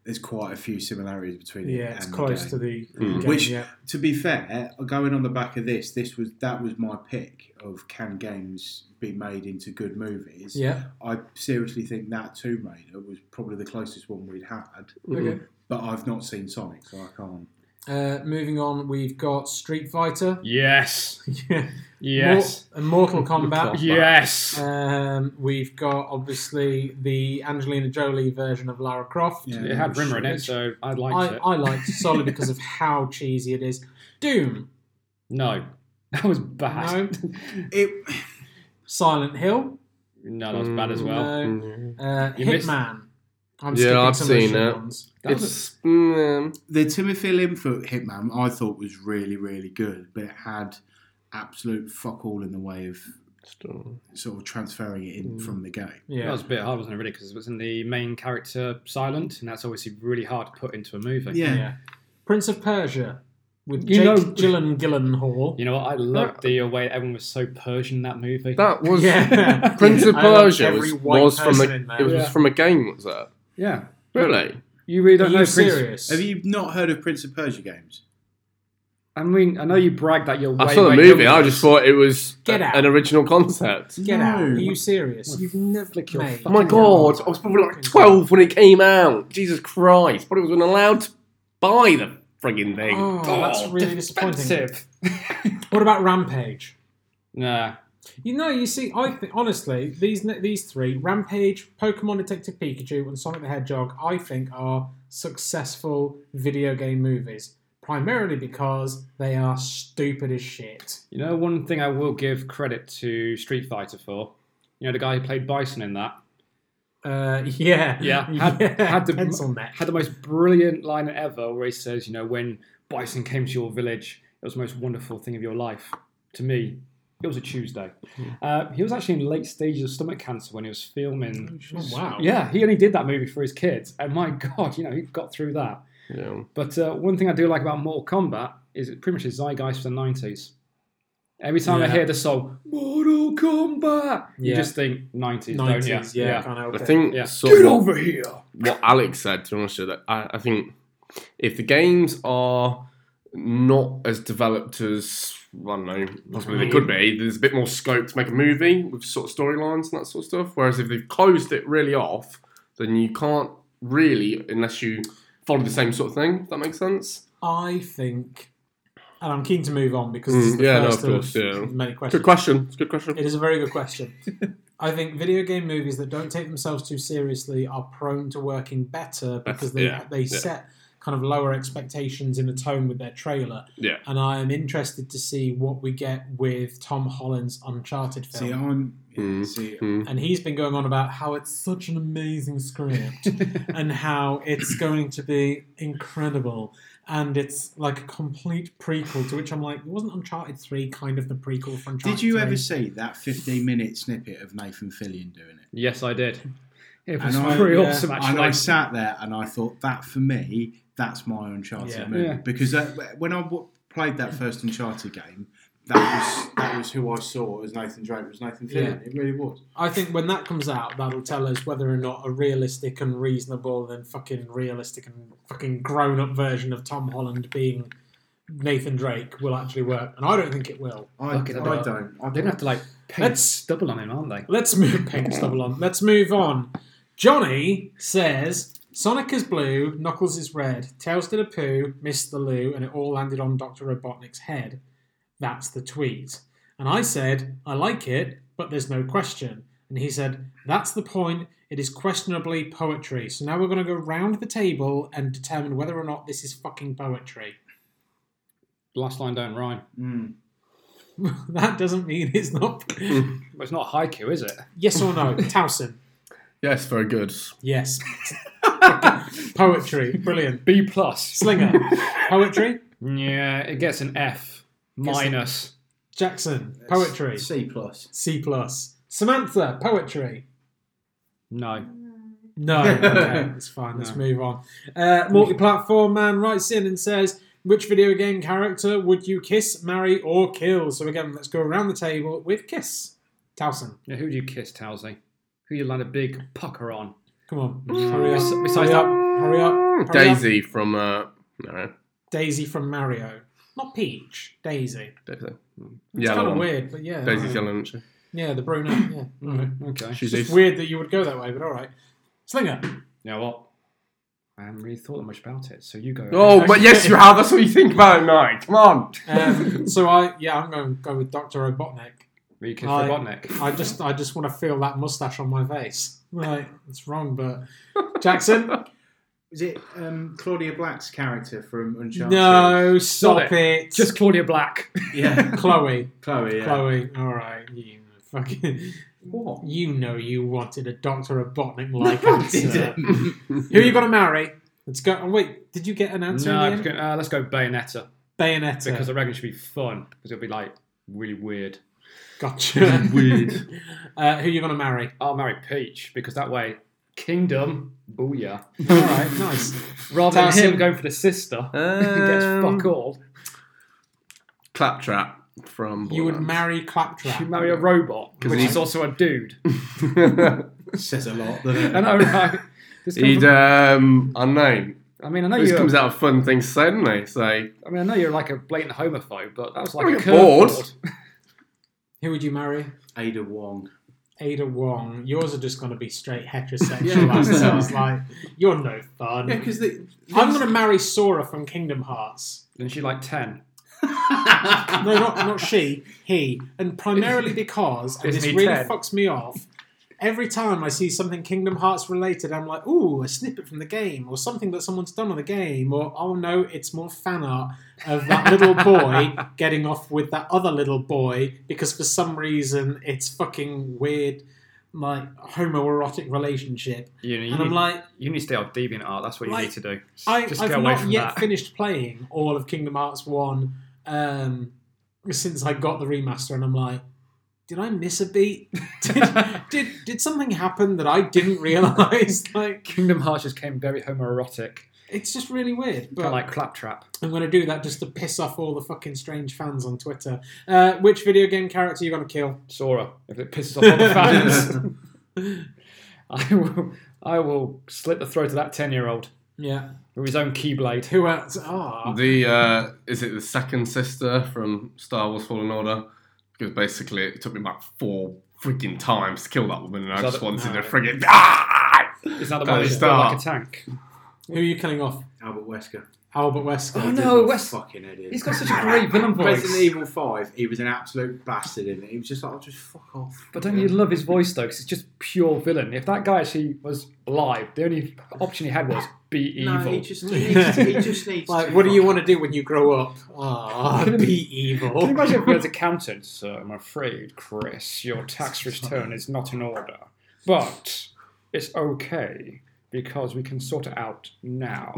Speaker 5: there's quite a few similarities between it.
Speaker 1: Yeah, it's
Speaker 5: and
Speaker 1: close
Speaker 5: the
Speaker 1: to
Speaker 5: game.
Speaker 1: the
Speaker 4: Mm.
Speaker 1: game,
Speaker 5: Hmm. Which-
Speaker 1: yeah.
Speaker 5: To be fair, going on the back of this, this was that was my pick of can games be made into good movies.
Speaker 1: yeah.
Speaker 5: I seriously think that Tomb Raider was probably the closest one we'd had.
Speaker 1: Okay.
Speaker 5: But I've not seen Sonic, so I can't.
Speaker 1: Uh, moving on, we've got Street Fighter.
Speaker 2: Yes.
Speaker 1: yeah.
Speaker 2: Yes.
Speaker 1: Mor- Mortal Kombat.
Speaker 2: Yes.
Speaker 1: Um, we've got obviously the Angelina Jolie version of Lara Croft.
Speaker 5: Yeah.
Speaker 2: it had Rimmer in it, so I liked
Speaker 1: I,
Speaker 2: it.
Speaker 1: I liked it solely because of how cheesy it is. Doom,
Speaker 2: No. That was bad. No,
Speaker 5: It.
Speaker 1: Silent Hill,
Speaker 2: that was bad as well.
Speaker 1: no,
Speaker 4: Mm.
Speaker 1: uh,
Speaker 2: You missed-
Speaker 1: Hitman. I'm
Speaker 4: Yeah,
Speaker 1: skipping
Speaker 4: I've
Speaker 1: some of the
Speaker 4: seen
Speaker 1: shit
Speaker 4: it.
Speaker 1: ones.
Speaker 2: That was
Speaker 4: It's mm,
Speaker 5: the Timothy Linfoot Hitman I thought was really, really good, but it had absolute fuck all in the way of
Speaker 4: still-
Speaker 5: sort of transferring it in
Speaker 4: Mm.
Speaker 5: from the game.
Speaker 2: That
Speaker 1: Yeah,
Speaker 2: was a bit hard, wasn't it, really? Because it was in the main character silent, and that's obviously really hard to put into a movie.
Speaker 5: Yeah.
Speaker 1: Prince of Persia with
Speaker 2: You
Speaker 1: Jake
Speaker 2: know-
Speaker 1: Gyllen Gyllenhaal.
Speaker 2: You know what? I loved the way everyone was so Persian in that movie.
Speaker 4: That was
Speaker 1: Yeah.
Speaker 4: Prince of
Speaker 1: I love
Speaker 4: Persia
Speaker 1: every
Speaker 4: was,
Speaker 1: white
Speaker 4: was from a
Speaker 1: person in
Speaker 4: it
Speaker 1: there.
Speaker 4: was
Speaker 2: Yeah.
Speaker 4: from a game. Was that
Speaker 2: yeah.
Speaker 4: really?
Speaker 2: You really
Speaker 1: Are
Speaker 2: don't know
Speaker 1: you
Speaker 2: Prince.
Speaker 1: serious?
Speaker 5: Have you not heard of Prince of Persia games?
Speaker 2: I mean, I know you brag that you're way,
Speaker 4: I saw the
Speaker 2: way
Speaker 4: movie.
Speaker 2: younger.
Speaker 4: I just thought it was
Speaker 1: Get
Speaker 4: a-
Speaker 1: out.
Speaker 4: an original concept.
Speaker 1: Get out!
Speaker 5: No.
Speaker 1: Are you serious?
Speaker 2: Well,
Speaker 1: You've never
Speaker 2: flick your
Speaker 1: made.
Speaker 4: Oh my
Speaker 2: Fucking
Speaker 4: god, I was probably like 12 when it came out. Jesus Christ, probably wasn't allowed to buy the frigging thing.
Speaker 1: Oh, that's really disappointing.
Speaker 2: Expensive.
Speaker 1: What about Rampage?
Speaker 2: Nah.
Speaker 1: You know, you see, I think honestly, these ne- these three Rampage, Pokemon Detective Pikachu, and Sonic the Hedgehog, I think are successful video game movies. primarily because they are stupid as shit.
Speaker 2: You know, one thing I will give credit to Street Fighter for. You know, the guy who played Bison in that
Speaker 1: Uh, yeah,
Speaker 2: Yeah, had- had to-
Speaker 1: pencil neck.
Speaker 2: had the most brilliant line ever, where he says, "You know, when Bison came to your village, it was the most wonderful thing of your life. To me, it was a Tuesday."
Speaker 1: Hmm.
Speaker 2: Uh, he was actually in late stages of stomach cancer when he was filming.
Speaker 1: Oh, wow.
Speaker 2: Yeah, he only did that movie for his kids, and my God, you know, he got through that.
Speaker 4: Yeah.
Speaker 2: But uh, one thing I do like about Mortal Kombat is it pretty much is zeitgeist for the 90s. Every time I
Speaker 1: Yeah.
Speaker 2: hear the song Mortal Kombat, you
Speaker 1: Yeah.
Speaker 2: just think 90s, don't you?
Speaker 1: 90s, yeah, can't help
Speaker 4: I
Speaker 1: it.
Speaker 4: think
Speaker 2: Yeah.
Speaker 4: sort of
Speaker 2: over here!
Speaker 4: what Alex said, to be honest with you, that I, I think if the games are not as developed as I don't know, possibly they could
Speaker 1: Mm-hmm.
Speaker 4: be, there's a bit more scope to make a movie with sort of storylines and that sort of stuff. Whereas if they've closed it really off, then you can't really unless you follow the same sort of thing, if that makes sense.
Speaker 1: I think, and I'm keen to move on because this
Speaker 4: Mm,
Speaker 1: is the
Speaker 4: yeah, no,
Speaker 1: first
Speaker 4: of course, yeah.
Speaker 1: many questions.
Speaker 4: Good question. It's a good question.
Speaker 1: It is a very good question. I think video game movies that don't take themselves too seriously are prone to working better because they
Speaker 4: yeah,
Speaker 1: they
Speaker 4: yeah.
Speaker 1: set kind of lower expectations in the tone with their trailer.
Speaker 4: Yeah.
Speaker 1: And I am interested to see what we get with Tom Holland's Uncharted film.
Speaker 5: See, I'm. yeah,
Speaker 4: Mm.
Speaker 5: See,
Speaker 4: Mm.
Speaker 1: and he's been going on about how it's such an amazing script and how it's going to be incredible and it's like a complete prequel to which I'm like, wasn't Uncharted three kind of the prequel for Uncharted?
Speaker 5: Did you
Speaker 1: 3?
Speaker 5: ever see that 15 minute snippet of Nathan Fillion doing it?
Speaker 2: Yes, I did. It was
Speaker 5: And I-
Speaker 2: pretty
Speaker 1: yeah,
Speaker 2: awesome,
Speaker 5: And I
Speaker 2: actually.
Speaker 5: sat there and I thought, that for me, that's my Uncharted
Speaker 1: Yeah.
Speaker 5: movie.
Speaker 2: Yeah.
Speaker 5: Because that, when I w- played that first Uncharted game, that was that was who I saw as Nathan Drake was Nathan Fillion. It really was.
Speaker 1: I think when that comes out, that'll tell us whether or not a realistic and reasonable and fucking realistic and fucking grown up version of Tom Holland being Nathan Drake will actually work. And I don't think it will.
Speaker 5: I,
Speaker 2: Fucking
Speaker 5: I
Speaker 2: hell.
Speaker 5: don't. I
Speaker 2: They're going to have to, like, paint
Speaker 1: Let's-
Speaker 2: stubble on him, aren't they?
Speaker 1: Let's move paint stubble on. Let's move on. Johnny says Sonic is blue, Knuckles is red, Tails did a poo, missed the loo, and it all landed on Dr. Robotnik's head. That's the tweet. And I said, I like it, but there's no question. And he said, That's the point. It is questionably poetry. So now we're going to go round the table and determine whether or not this is fucking poetry.
Speaker 2: Last line don't rhyme.
Speaker 5: Mm.
Speaker 1: that doesn't mean it's not.
Speaker 2: But it's not haiku, is it?
Speaker 1: yes or no? Towson.
Speaker 4: Yes, very good.
Speaker 1: Yes. poetry. Brilliant.
Speaker 2: B plus.
Speaker 1: Slinger. Poetry.
Speaker 2: Yeah, it gets an F minus.
Speaker 1: Jackson. Poetry.
Speaker 5: C plus.
Speaker 1: C plus. Samantha. Poetry.
Speaker 2: No.
Speaker 1: No. Okay, it's fine. Let's move on. Uh, multi-platform man writes in and says, "Which video game character would you kiss, marry, or kill?" So again, let's go around the table with kiss. Towson.
Speaker 2: Yeah, who do you kiss, Towsy? Who do you land a big pucker on?
Speaker 1: Come on. Hurry up.
Speaker 2: Bes- besides
Speaker 1: Hurry up. Hurry up. Hurry up.
Speaker 4: Daisy from uh no,
Speaker 1: Daisy from Mario. Not Peach. Daisy.
Speaker 4: Daisy.
Speaker 1: It's
Speaker 4: Yeah,
Speaker 1: kind of weird, but yeah.
Speaker 4: Daisy's
Speaker 1: yeah.
Speaker 4: yellow, isn't she?
Speaker 1: yeah, the brunette. Yeah.
Speaker 4: Mm-hmm.
Speaker 1: Alright.
Speaker 2: Okay.
Speaker 4: She's
Speaker 1: It's
Speaker 4: a
Speaker 1: weird that you would go that way, but all right. Slinger.
Speaker 2: You know what? I haven't really thought that much about it, so you go.
Speaker 4: Oh, but yes, you have. That's what you think about it, mate. Come on.
Speaker 1: Um, so I, yeah, I'm going to go with Doctor Robotnik.
Speaker 2: Were you kiss
Speaker 1: I-
Speaker 2: Robotnik?
Speaker 1: I just, I just want to feel that mustache on my face. Like it's wrong, but Jackson.
Speaker 5: Is it um, Claudia Black's character from Uncharted?
Speaker 1: no, stop
Speaker 2: it.
Speaker 1: it.
Speaker 2: Just Claudia Black.
Speaker 5: Yeah.
Speaker 1: Chloe.
Speaker 5: Chloe. Yeah.
Speaker 1: Chloe. All right, you fucking.
Speaker 5: What?
Speaker 1: You know you wanted a Doctor Robotnik like
Speaker 5: I
Speaker 1: answer.
Speaker 5: didn't.
Speaker 1: Who are you going to marry? Let's go. Oh, wait, did you get an answer?
Speaker 2: No,
Speaker 1: in
Speaker 2: I'm
Speaker 1: the
Speaker 2: just
Speaker 1: end?
Speaker 2: gonna, uh, let's go Bayonetta
Speaker 1: Bayonetta.
Speaker 2: because I reckon it should be fun because it'll be like really weird.
Speaker 1: gotcha.
Speaker 4: Weird.
Speaker 1: Uh, who are you going to marry?
Speaker 2: I'll marry Peach because that way, Kingdom, booyah.
Speaker 1: All right, nice.
Speaker 2: Rather than
Speaker 1: Towson.
Speaker 2: him going for the sister, and gets
Speaker 4: Um,
Speaker 2: fuck all.
Speaker 4: Claptrap from.
Speaker 1: You would
Speaker 4: Borderlands.
Speaker 1: marry
Speaker 2: You
Speaker 1: Claptrap.
Speaker 2: marry a robot
Speaker 4: 'Cause
Speaker 2: which
Speaker 4: he-
Speaker 2: is also a dude.
Speaker 5: Says a lot.
Speaker 2: I know, right? This comes
Speaker 4: He'd
Speaker 2: from-
Speaker 4: um unknown.
Speaker 2: I mean, I know
Speaker 4: This
Speaker 2: you're.
Speaker 4: comes out of fun things to say, doesn't it? So
Speaker 2: I mean, I know you're like a blatant homophobe, but that was like
Speaker 4: I'm
Speaker 2: a
Speaker 4: a bit bored.
Speaker 2: curveball.
Speaker 1: Who would you marry?
Speaker 5: Ada Wong.
Speaker 1: Ada Wong. Yours are just going to be straight heterosexual
Speaker 5: Yeah.
Speaker 1: assholes. like you're no fun.
Speaker 5: Yeah, because
Speaker 1: I'm going to marry Sora from Kingdom Hearts.
Speaker 2: And she's like ten.
Speaker 1: No, not not she, he, and primarily because, and
Speaker 2: Isn't
Speaker 1: this
Speaker 2: he
Speaker 1: really
Speaker 2: Ted?
Speaker 1: fucks me off. every time I see something Kingdom Hearts related, I'm like, ooh, a snippet from the game, or something that someone's done on the game, or oh no, it's more fan art of that little boy getting off with that other little boy because for some reason it's fucking weird, like homoerotic relationship.
Speaker 2: You, know, you,
Speaker 1: And I'm
Speaker 2: need,
Speaker 1: like,
Speaker 2: you need to stay off deviant art. That's what you
Speaker 1: Like,
Speaker 2: need to do.
Speaker 1: I,
Speaker 2: Just
Speaker 1: I've
Speaker 2: get away
Speaker 1: not
Speaker 2: from
Speaker 1: yet
Speaker 2: that.
Speaker 1: finished playing all of Kingdom Hearts 1 um, since I got the remaster, and I'm like, did I miss a beat? did, did, did something happen that I didn't realize? Like,
Speaker 2: Kingdom Hearts just came very homoerotic,
Speaker 1: it's just really weird.
Speaker 2: kind
Speaker 1: But
Speaker 2: of like claptrap.
Speaker 1: I'm going to do that just to piss off all the fucking strange fans on Twitter. Uh, which video game character you going to kill?
Speaker 2: Sora, if it pisses off all the fans, I will, I will slit the throat of that ten-year-old
Speaker 1: Yeah.
Speaker 2: with his own keyblade.
Speaker 1: Who else? Ah.
Speaker 4: The uh, is it the second sister from Star Wars Fallen Order? Because basically it took me about four freaking times to kill that woman, and I
Speaker 2: Is that
Speaker 4: just
Speaker 2: the-
Speaker 4: wanted
Speaker 1: no.
Speaker 4: to friggin' ah!
Speaker 2: Is that the
Speaker 4: That
Speaker 2: one that's
Speaker 4: is
Speaker 2: built like a
Speaker 4: dark.
Speaker 2: tank?
Speaker 1: who are you killing off?
Speaker 5: Albert Wesker.
Speaker 1: Albert Wesker.
Speaker 2: Oh,
Speaker 5: I did
Speaker 2: no,
Speaker 5: my
Speaker 2: Wes-
Speaker 5: Fucking idiot.
Speaker 2: He's got such a great villain
Speaker 5: Resident
Speaker 2: voice.
Speaker 5: Evil Five. He was an absolute bastard in it. He was just like, oh, just fuck off.
Speaker 2: But don't you love his voice though? Because it's just pure villain. If that guy actually was alive, the only option he had was be evil.
Speaker 5: No, he just he needs. He just needs
Speaker 1: Like,
Speaker 5: to
Speaker 1: what do you
Speaker 5: fuck
Speaker 1: want to do when you grow up? Ah,
Speaker 2: Can
Speaker 1: be
Speaker 2: you-
Speaker 1: evil.
Speaker 2: Can you imagine if we had accountant? So I'm afraid, Chris, your tax return is not in order, but it's okay because we can sort it out now.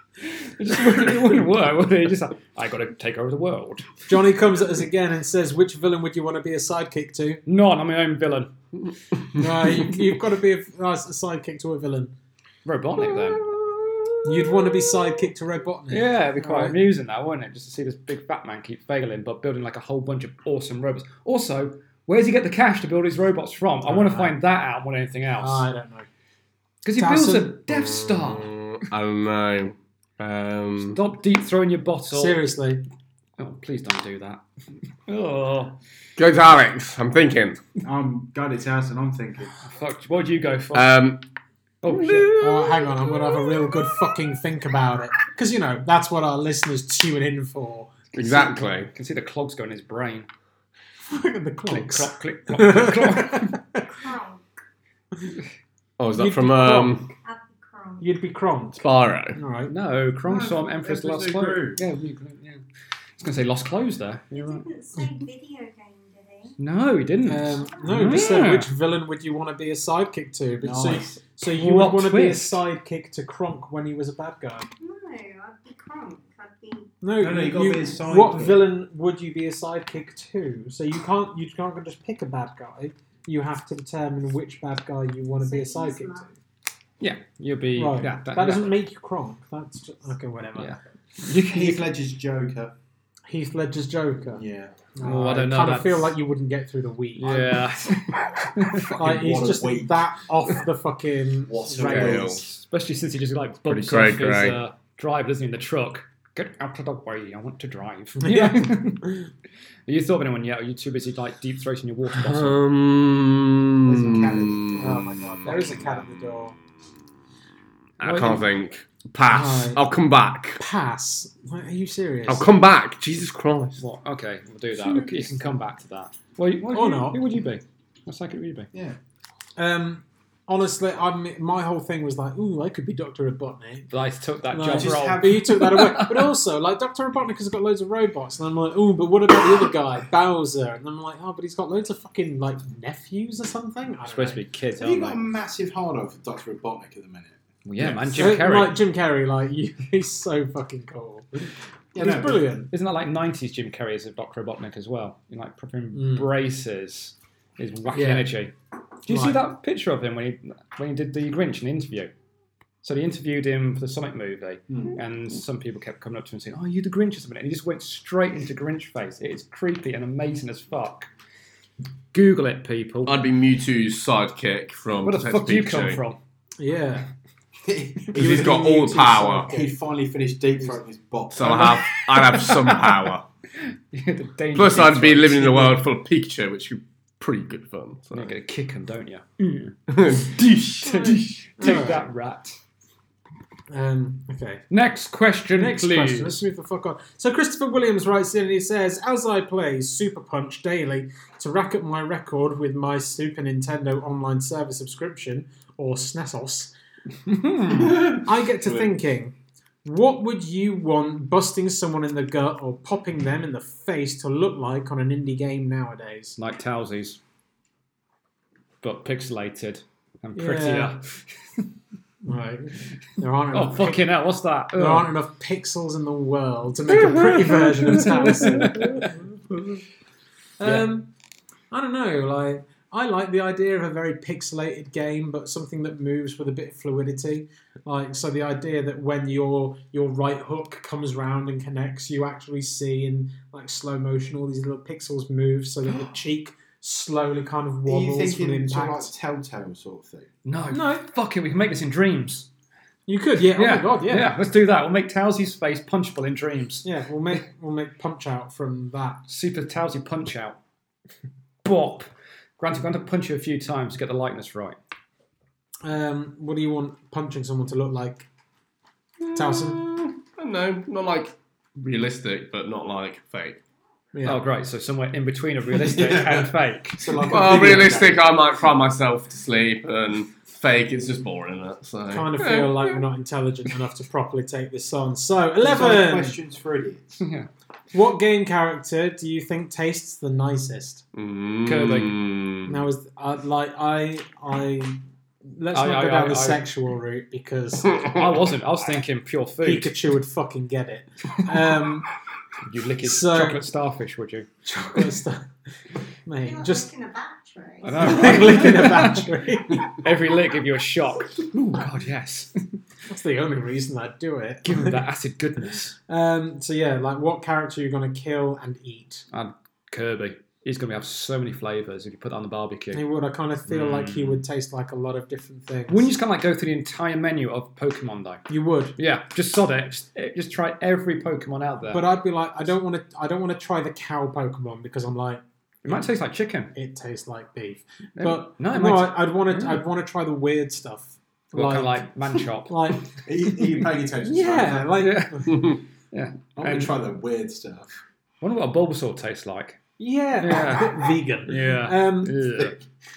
Speaker 2: it just wouldn't, it wouldn't work, would it? It's Just like, I got to take over the world.
Speaker 1: Johnny comes at us again and says, "Which villain would you want to be a sidekick to?"
Speaker 2: None. I'm my own villain.
Speaker 1: No, you, you've got to be a, a sidekick to a villain.
Speaker 2: Robotnik then.
Speaker 1: You'd want to be sidekick to Robotnik.
Speaker 2: Yeah, it'd be quite
Speaker 1: Alright.
Speaker 2: amusing that, wouldn't it? Just to see this big fat man keep failing, but building like a whole bunch of awesome robots. Also, where does he get the cash to build his robots from? I want to
Speaker 1: know.
Speaker 2: find that out more than anything
Speaker 1: I
Speaker 2: else.
Speaker 1: don't know.
Speaker 2: Because he builds a
Speaker 1: Dawson-
Speaker 2: Death Star.
Speaker 4: Mm, I don't know. Um,
Speaker 2: Stop deep throwing your bottle.
Speaker 1: Seriously,
Speaker 2: Oh, please don't do that. oh,
Speaker 4: go to Alex. I'm thinking.
Speaker 5: off. I'm glad it's out, and I'm thinking.
Speaker 2: fuck. What do you go for?
Speaker 4: Um,
Speaker 2: oh, shit.
Speaker 1: oh, hang on. I'm gonna have a real good fucking think about it because you know that's what our listeners tune in for.
Speaker 4: exactly.
Speaker 2: I can see the clogs going in his brain.
Speaker 1: Look at the
Speaker 2: Click,
Speaker 1: clocks.
Speaker 2: clock, click, clock, click, clock.
Speaker 3: Crunk.
Speaker 4: Oh, is that
Speaker 1: You'd
Speaker 4: from
Speaker 1: be
Speaker 4: um,
Speaker 3: I'd be crunk.
Speaker 1: You'd be cronked.
Speaker 4: Spyro?
Speaker 1: All right.
Speaker 2: No, Krong
Speaker 5: No,
Speaker 2: Storm, Empress
Speaker 5: Emperor's
Speaker 2: Lost
Speaker 5: New
Speaker 2: Clothes.
Speaker 5: Groove.
Speaker 2: Yeah, we- yeah. I was going to say Lost Clothes there. You're right.
Speaker 3: Didn't say video game, did he?
Speaker 2: No, he didn't.
Speaker 1: Um, no, just said
Speaker 2: Hmm. Yeah.
Speaker 1: which villain would you want to be a sidekick to? But so,
Speaker 5: Nice.
Speaker 1: so you would
Speaker 2: Plot
Speaker 1: want to be a
Speaker 2: twist.
Speaker 1: sidekick to Kronk when he was a bad guy.
Speaker 3: No, I'd be crunk. I'd be.
Speaker 1: No,
Speaker 5: No, no, you gotta be a sidekick.
Speaker 1: What villain would you be a sidekick to? So you can't you can't just pick a bad guy. You have to determine which bad guy you want to be a
Speaker 3: So he's
Speaker 1: sidekick
Speaker 3: not.
Speaker 1: to.
Speaker 2: yeah, you'll be.
Speaker 1: Right.
Speaker 2: Yeah,
Speaker 1: that, doesn't make you Kronk. That's just, okay. Whatever.
Speaker 2: Yeah.
Speaker 5: You can Heath Ledger's Joker.
Speaker 1: Heath Ledger's Joker.
Speaker 5: Yeah.
Speaker 2: Oh, I don't know,
Speaker 1: Kind of
Speaker 2: that's-
Speaker 1: feel like you wouldn't get through the week.
Speaker 2: Yeah.
Speaker 1: Like, he's
Speaker 5: What a
Speaker 1: just
Speaker 5: week.
Speaker 1: that off the fucking
Speaker 5: What a
Speaker 1: rails.
Speaker 2: Especially since he just like bumps
Speaker 4: great,
Speaker 2: off his
Speaker 4: great.
Speaker 2: uh, drive, doesn't he, in the truck? Get out of the way, I want to drive.
Speaker 1: Yeah.
Speaker 2: Are you thought of anyone yet? Are you too busy like deep throating your water bottle?
Speaker 4: Uh,
Speaker 1: There's a cat. at-
Speaker 4: Um,
Speaker 1: Oh my god, there is a cat at the door.
Speaker 4: I can't think. Pass.
Speaker 1: Right.
Speaker 4: I'll come back.
Speaker 1: Pass. Wait, Are you serious?
Speaker 2: Oh,
Speaker 4: I'll come back. Jesus Christ.
Speaker 2: What? Okay, we'll do that. Okay, you can come back to that. Well, you, what
Speaker 1: Or
Speaker 2: you,
Speaker 1: not.
Speaker 2: Who would you be? What psychic would you be?
Speaker 1: Um, honestly, I'm, my whole thing was like, ooh, I could be Doctor Robotnik.
Speaker 2: But I took that
Speaker 1: No,
Speaker 2: job
Speaker 1: just
Speaker 2: role.
Speaker 5: have-
Speaker 1: But you took that away. But also, like Doctor Robotnik has got loads of robots, and I'm like, ooh, but what about the other guy, Bowser? And I'm like, oh, but he's got loads of fucking like nephews or something. I
Speaker 2: It's
Speaker 1: don't
Speaker 2: supposed to
Speaker 1: know.
Speaker 2: be kids,
Speaker 5: Have you
Speaker 2: aren't
Speaker 5: got a
Speaker 2: they?
Speaker 5: massive hard on for Doctor Robotnik at the minute?
Speaker 2: Well, yeah,
Speaker 4: Yeah.
Speaker 2: man, Jim
Speaker 1: Uh,
Speaker 2: Carrey.
Speaker 1: Like Jim Carrey, like you, he's so fucking cool.
Speaker 5: Yeah,
Speaker 1: he's
Speaker 5: no, but-
Speaker 1: brilliant.
Speaker 2: Isn't that like '90s Jim Carrey as a Doctor Robotnik as well? He like proper
Speaker 1: Mm.
Speaker 2: embraces his wacky
Speaker 1: Yeah.
Speaker 2: energy. Do you see
Speaker 1: Right.
Speaker 2: that picture of him when he when he did the Grinch in the interview? So they interviewed him for the Sonic movie,
Speaker 5: Hmm.
Speaker 2: and some people kept coming up to him saying, "Oh, are you the Grinch or something?" And he just went straight into Grinch face. It is creepy and amazing as fuck. Google it, people.
Speaker 4: I'd be Mewtwo's sidekick from
Speaker 2: Where the
Speaker 4: Detective
Speaker 2: fuck do you
Speaker 4: Pikachu.
Speaker 2: come from?
Speaker 1: Yeah.
Speaker 5: Because
Speaker 4: he's got all power.
Speaker 5: He finally finished deep throating his bot.
Speaker 4: So I have, I'd have some power.
Speaker 2: You're the danger
Speaker 4: Plus, I'd be
Speaker 2: Pikachu.
Speaker 4: living in a world full of Pikachu, which would be pretty good fun. So.
Speaker 2: You're gonna kick him, don't you?
Speaker 4: Deesh.
Speaker 2: Take that, rat.
Speaker 1: Um, okay.
Speaker 2: Next question,
Speaker 1: Next
Speaker 2: please.
Speaker 1: question. Let's move the fuck on. So Christopher Williams writes in and he says, "As I play Super Punch daily to rack up my record with my Super Nintendo online service subscription or SNESOS,
Speaker 2: Hmm.
Speaker 1: I get to thinking." What would you want busting someone in the gut or popping them in the face to look like on an indie game nowadays?
Speaker 2: like Towsies, but pixelated and
Speaker 1: Yeah.
Speaker 2: prettier.
Speaker 1: Right. There aren't
Speaker 2: Oh
Speaker 1: enough
Speaker 2: fucking hell! What's that?
Speaker 1: There aren't enough pixels in the world to make a pretty version of Towson. um, I don't know. Like, I like the idea of a very pixelated game, but something that moves with a bit of fluidity. Like, so the idea that when your your right hook comes round and connects, you actually see in like slow motion all these little pixels move, so that the cheek slowly kind of
Speaker 5: Are you
Speaker 1: wobbles from
Speaker 5: thinking sort of like
Speaker 1: impact.
Speaker 5: telltale sort of thing?
Speaker 2: No,
Speaker 1: No.
Speaker 2: Fuck it. We can make this in dreams.
Speaker 1: You could, yeah. Oh
Speaker 2: yeah.
Speaker 1: my god, yeah.
Speaker 2: Let's do that. We'll make Towsie's face punchable in dreams.
Speaker 1: Yeah, we'll make we'll make punch out from that.
Speaker 2: Super Towsie punch out. Bop. Granted, I'm going to punch you a few times to get the likeness right.
Speaker 1: Um, what do you want punching someone to look like? Towson.
Speaker 4: I don't know, Mm, not like realistic, but not like fake.
Speaker 1: Yeah.
Speaker 2: Oh, great. So somewhere in between of realistic and fake.
Speaker 1: So like a
Speaker 4: Well,
Speaker 1: video
Speaker 4: realistic, I might cry myself to sleep, and fake, it's just boring. Isn't it? So
Speaker 1: game. Kind of feel like we're not intelligent enough to properly take this on. So,
Speaker 5: So
Speaker 1: eleven.
Speaker 5: questions for idiots.
Speaker 2: yeah.
Speaker 1: What game character do you think tastes the nicest?
Speaker 4: Mm.
Speaker 2: Curling.
Speaker 1: Now, is uh, like I I let's
Speaker 2: I-
Speaker 1: not
Speaker 2: I-
Speaker 1: go down
Speaker 2: I-
Speaker 1: the
Speaker 2: I-
Speaker 1: sexual route because
Speaker 2: I wasn't. I was thinking pure food.
Speaker 1: Pikachu would fucking get it. Um,
Speaker 2: You'd lick his
Speaker 1: So-
Speaker 2: chocolate starfish, would you?
Speaker 1: chocolate stuff, mate.
Speaker 3: You're
Speaker 1: Just
Speaker 3: just in a battery.
Speaker 2: I know.
Speaker 1: like licking a battery.
Speaker 2: Every lick give you a shock. Oh God, yes.
Speaker 1: That's the only reason I'd do it.
Speaker 2: Give him that acid goodness.
Speaker 1: Um, so yeah, like what character you're gonna kill and eat?
Speaker 2: Kirby. He's going to have so many flavours if you put that on the barbecue.
Speaker 1: He would. I kind of feel like he would taste like a lot of different things.
Speaker 2: Wouldn't you just kind of like go through the entire menu of Pokemon though?
Speaker 1: You would.
Speaker 2: Yeah, just sod it. Just, eh, just try every Pokemon out there.
Speaker 1: But I'd be like, I don't want to. I don't want to try the cow Pokemon because I'm like,
Speaker 2: it might taste like chicken.
Speaker 1: it tastes like beef.
Speaker 2: Eh,
Speaker 1: But
Speaker 2: no,
Speaker 1: no,
Speaker 2: it might.
Speaker 1: I, I'd want to.
Speaker 2: Yeah.
Speaker 1: I'd want to try the weird stuff.
Speaker 2: well, kind of like man chop.
Speaker 1: like,
Speaker 5: Are you, are you paying attention? to
Speaker 1: yeah,
Speaker 5: that?
Speaker 1: like, yeah.
Speaker 2: Yeah.
Speaker 5: I'm going
Speaker 2: And-
Speaker 5: to try the weird stuff.
Speaker 2: Wonder what a Bulbasaur tastes like.
Speaker 1: a bit vegan.
Speaker 2: Yeah.
Speaker 1: Um,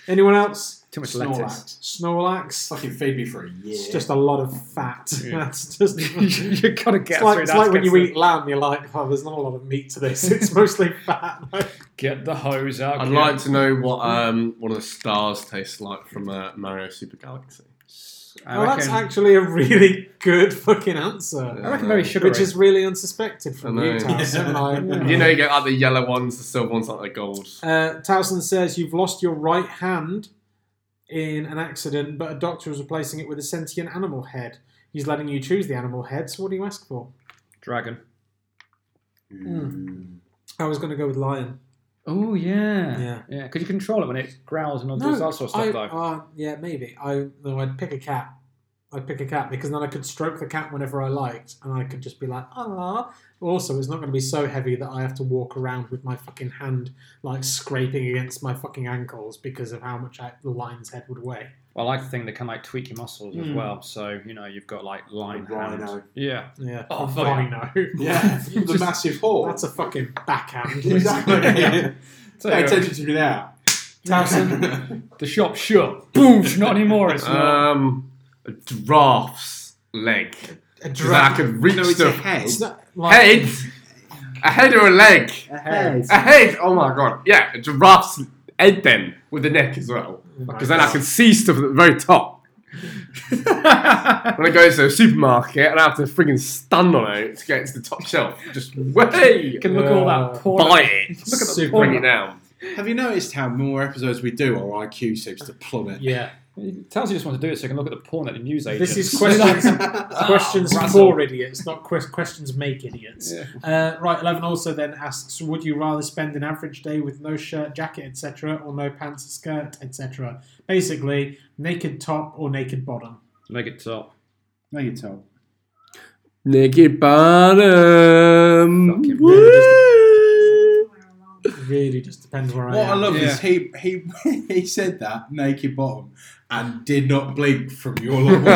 Speaker 1: anyone else?
Speaker 2: Too much lettuce.
Speaker 5: Snorlax.
Speaker 1: Snorlax.
Speaker 5: Fucking feed me for a year.
Speaker 1: It's just a lot of fat.
Speaker 2: Yeah.
Speaker 1: That's just.
Speaker 2: you gotta get
Speaker 1: it's like,
Speaker 2: through
Speaker 1: it's
Speaker 2: that.
Speaker 1: like
Speaker 2: to
Speaker 1: when
Speaker 2: get
Speaker 1: you
Speaker 2: to-
Speaker 1: eat lamb, you're like, oh, there's not a lot of meat to this. It's mostly fat.
Speaker 2: Get the hose out.
Speaker 4: I'd
Speaker 2: get-
Speaker 4: like to know what um, one of the stars tastes like from uh, Mario Super Galaxy.
Speaker 2: I
Speaker 1: well, Oh, that's
Speaker 2: reckon,
Speaker 1: actually a really good fucking answer,
Speaker 2: I
Speaker 4: Uh,
Speaker 2: reckon very sugary.
Speaker 1: which is really unsuspected from
Speaker 4: I know.
Speaker 1: you, Towson.
Speaker 5: Yeah.
Speaker 1: Like,
Speaker 4: You know, you get like the yellow ones, the silver ones, like the gold.
Speaker 1: uh, Towson says you've lost your right hand in an accident, but a doctor is replacing it with a sentient animal head. He's letting you choose the animal head, so what do you ask for?
Speaker 2: dragon.
Speaker 4: Hmm.
Speaker 5: Mm.
Speaker 1: I was going to go with lion.
Speaker 2: Oh yeah.
Speaker 1: Yeah.
Speaker 2: Yeah. Because you control it when it growls and all
Speaker 1: No,
Speaker 2: does that sort of stuff
Speaker 1: I,
Speaker 2: though.
Speaker 1: uh, yeah, maybe. I no, I'd pick a cat. I'd pick a cat because then I could stroke the cat whenever I liked, and I could just be like, ah. Also, it's not going to be so heavy that I have to walk around with my fucking hand like scraping against my fucking ankles because of how much I, the lion's head would weigh.
Speaker 2: Well, I like to think they can like tweak your muscles as
Speaker 1: Mm.
Speaker 2: well. So you know you've got Hmm. like line
Speaker 5: A rhino.
Speaker 2: hand. Yeah.
Speaker 1: Yeah,
Speaker 2: Oh,
Speaker 1: a
Speaker 2: fuck.
Speaker 1: rhino.
Speaker 5: Yeah, the
Speaker 1: Just-
Speaker 5: massive hole.
Speaker 1: That's a fucking backhand.
Speaker 5: exactly.
Speaker 1: Yeah.
Speaker 2: So
Speaker 5: Pay attention to me now.
Speaker 1: Towson,
Speaker 2: the shop shut. Boom. Not anymore. It's not.
Speaker 4: Um, a giraffe's leg.
Speaker 1: a
Speaker 4: So that I
Speaker 1: dragon.
Speaker 4: could reach
Speaker 5: no, it's a
Speaker 4: the
Speaker 5: head.
Speaker 1: It's not like-
Speaker 4: head. A head or a leg?
Speaker 5: A head.
Speaker 4: A head. Oh my god. Yeah, a giraffe's head then with the neck as well. Because then I can see stuff at the very top. when I go to a supermarket and I have to friggin' stand on it to get to the top shelf. Just way
Speaker 2: You can look at all
Speaker 1: Yeah.
Speaker 2: that porn.
Speaker 4: buy it.
Speaker 2: Look at the
Speaker 1: Super-
Speaker 4: Bring it
Speaker 2: porn.
Speaker 4: down.
Speaker 5: Have you noticed how more episodes we do, our IQ seems to plummet?
Speaker 1: Yeah.
Speaker 2: It tells you just want to do it so you can look at the porn at the news agent.
Speaker 1: This is questions. questions
Speaker 2: Russell.
Speaker 1: for idiots, not quest- questions make idiots.
Speaker 2: Yeah.
Speaker 1: Uh, right, eleven also then asks: Would you rather spend an average day with no shirt, jacket, etc., or no pants, or skirt, etc.? Basically, naked top or naked bottom.
Speaker 2: Make it top.
Speaker 5: no, you tell.
Speaker 4: Naked bottom.
Speaker 2: Fucking
Speaker 4: Woo!
Speaker 3: Somewhere along.
Speaker 1: It really just depends where I
Speaker 5: What
Speaker 1: am.
Speaker 5: I love
Speaker 2: Yeah.
Speaker 5: is he he he said that naked bottom and did not blink from your level.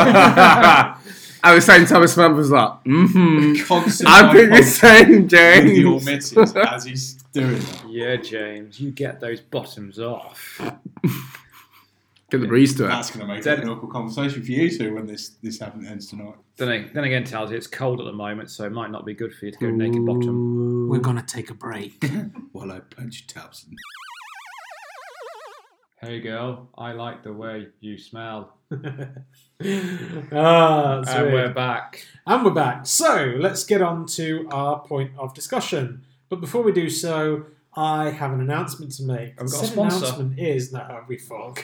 Speaker 4: I was saying Thomas Memphis like, mm-hmm.
Speaker 5: Constant
Speaker 4: I've been the
Speaker 5: eye
Speaker 4: same,
Speaker 5: contact with your
Speaker 4: James.
Speaker 5: missus as he's doing that.
Speaker 2: Yeah, James, you get those bottoms off.
Speaker 4: Get the breeze to it.
Speaker 5: That's going to make it an awkward conversation for you two when this this happens ends tonight.
Speaker 2: Then, I, then again, Talzy, it's cold at the moment, so it might not be good for you to go naked bottom.
Speaker 1: We're gonna take a break.
Speaker 5: While I punch tabs.
Speaker 2: Hey, girl, I like the way you smell.
Speaker 1: ah, that's
Speaker 2: and
Speaker 1: weird.
Speaker 2: we're back.
Speaker 1: And we're back. So let's get on to our point of discussion. But before we do so, I have an announcement to make.
Speaker 2: I've got a
Speaker 1: Said
Speaker 2: sponsor.
Speaker 1: announcement is no, we fuck.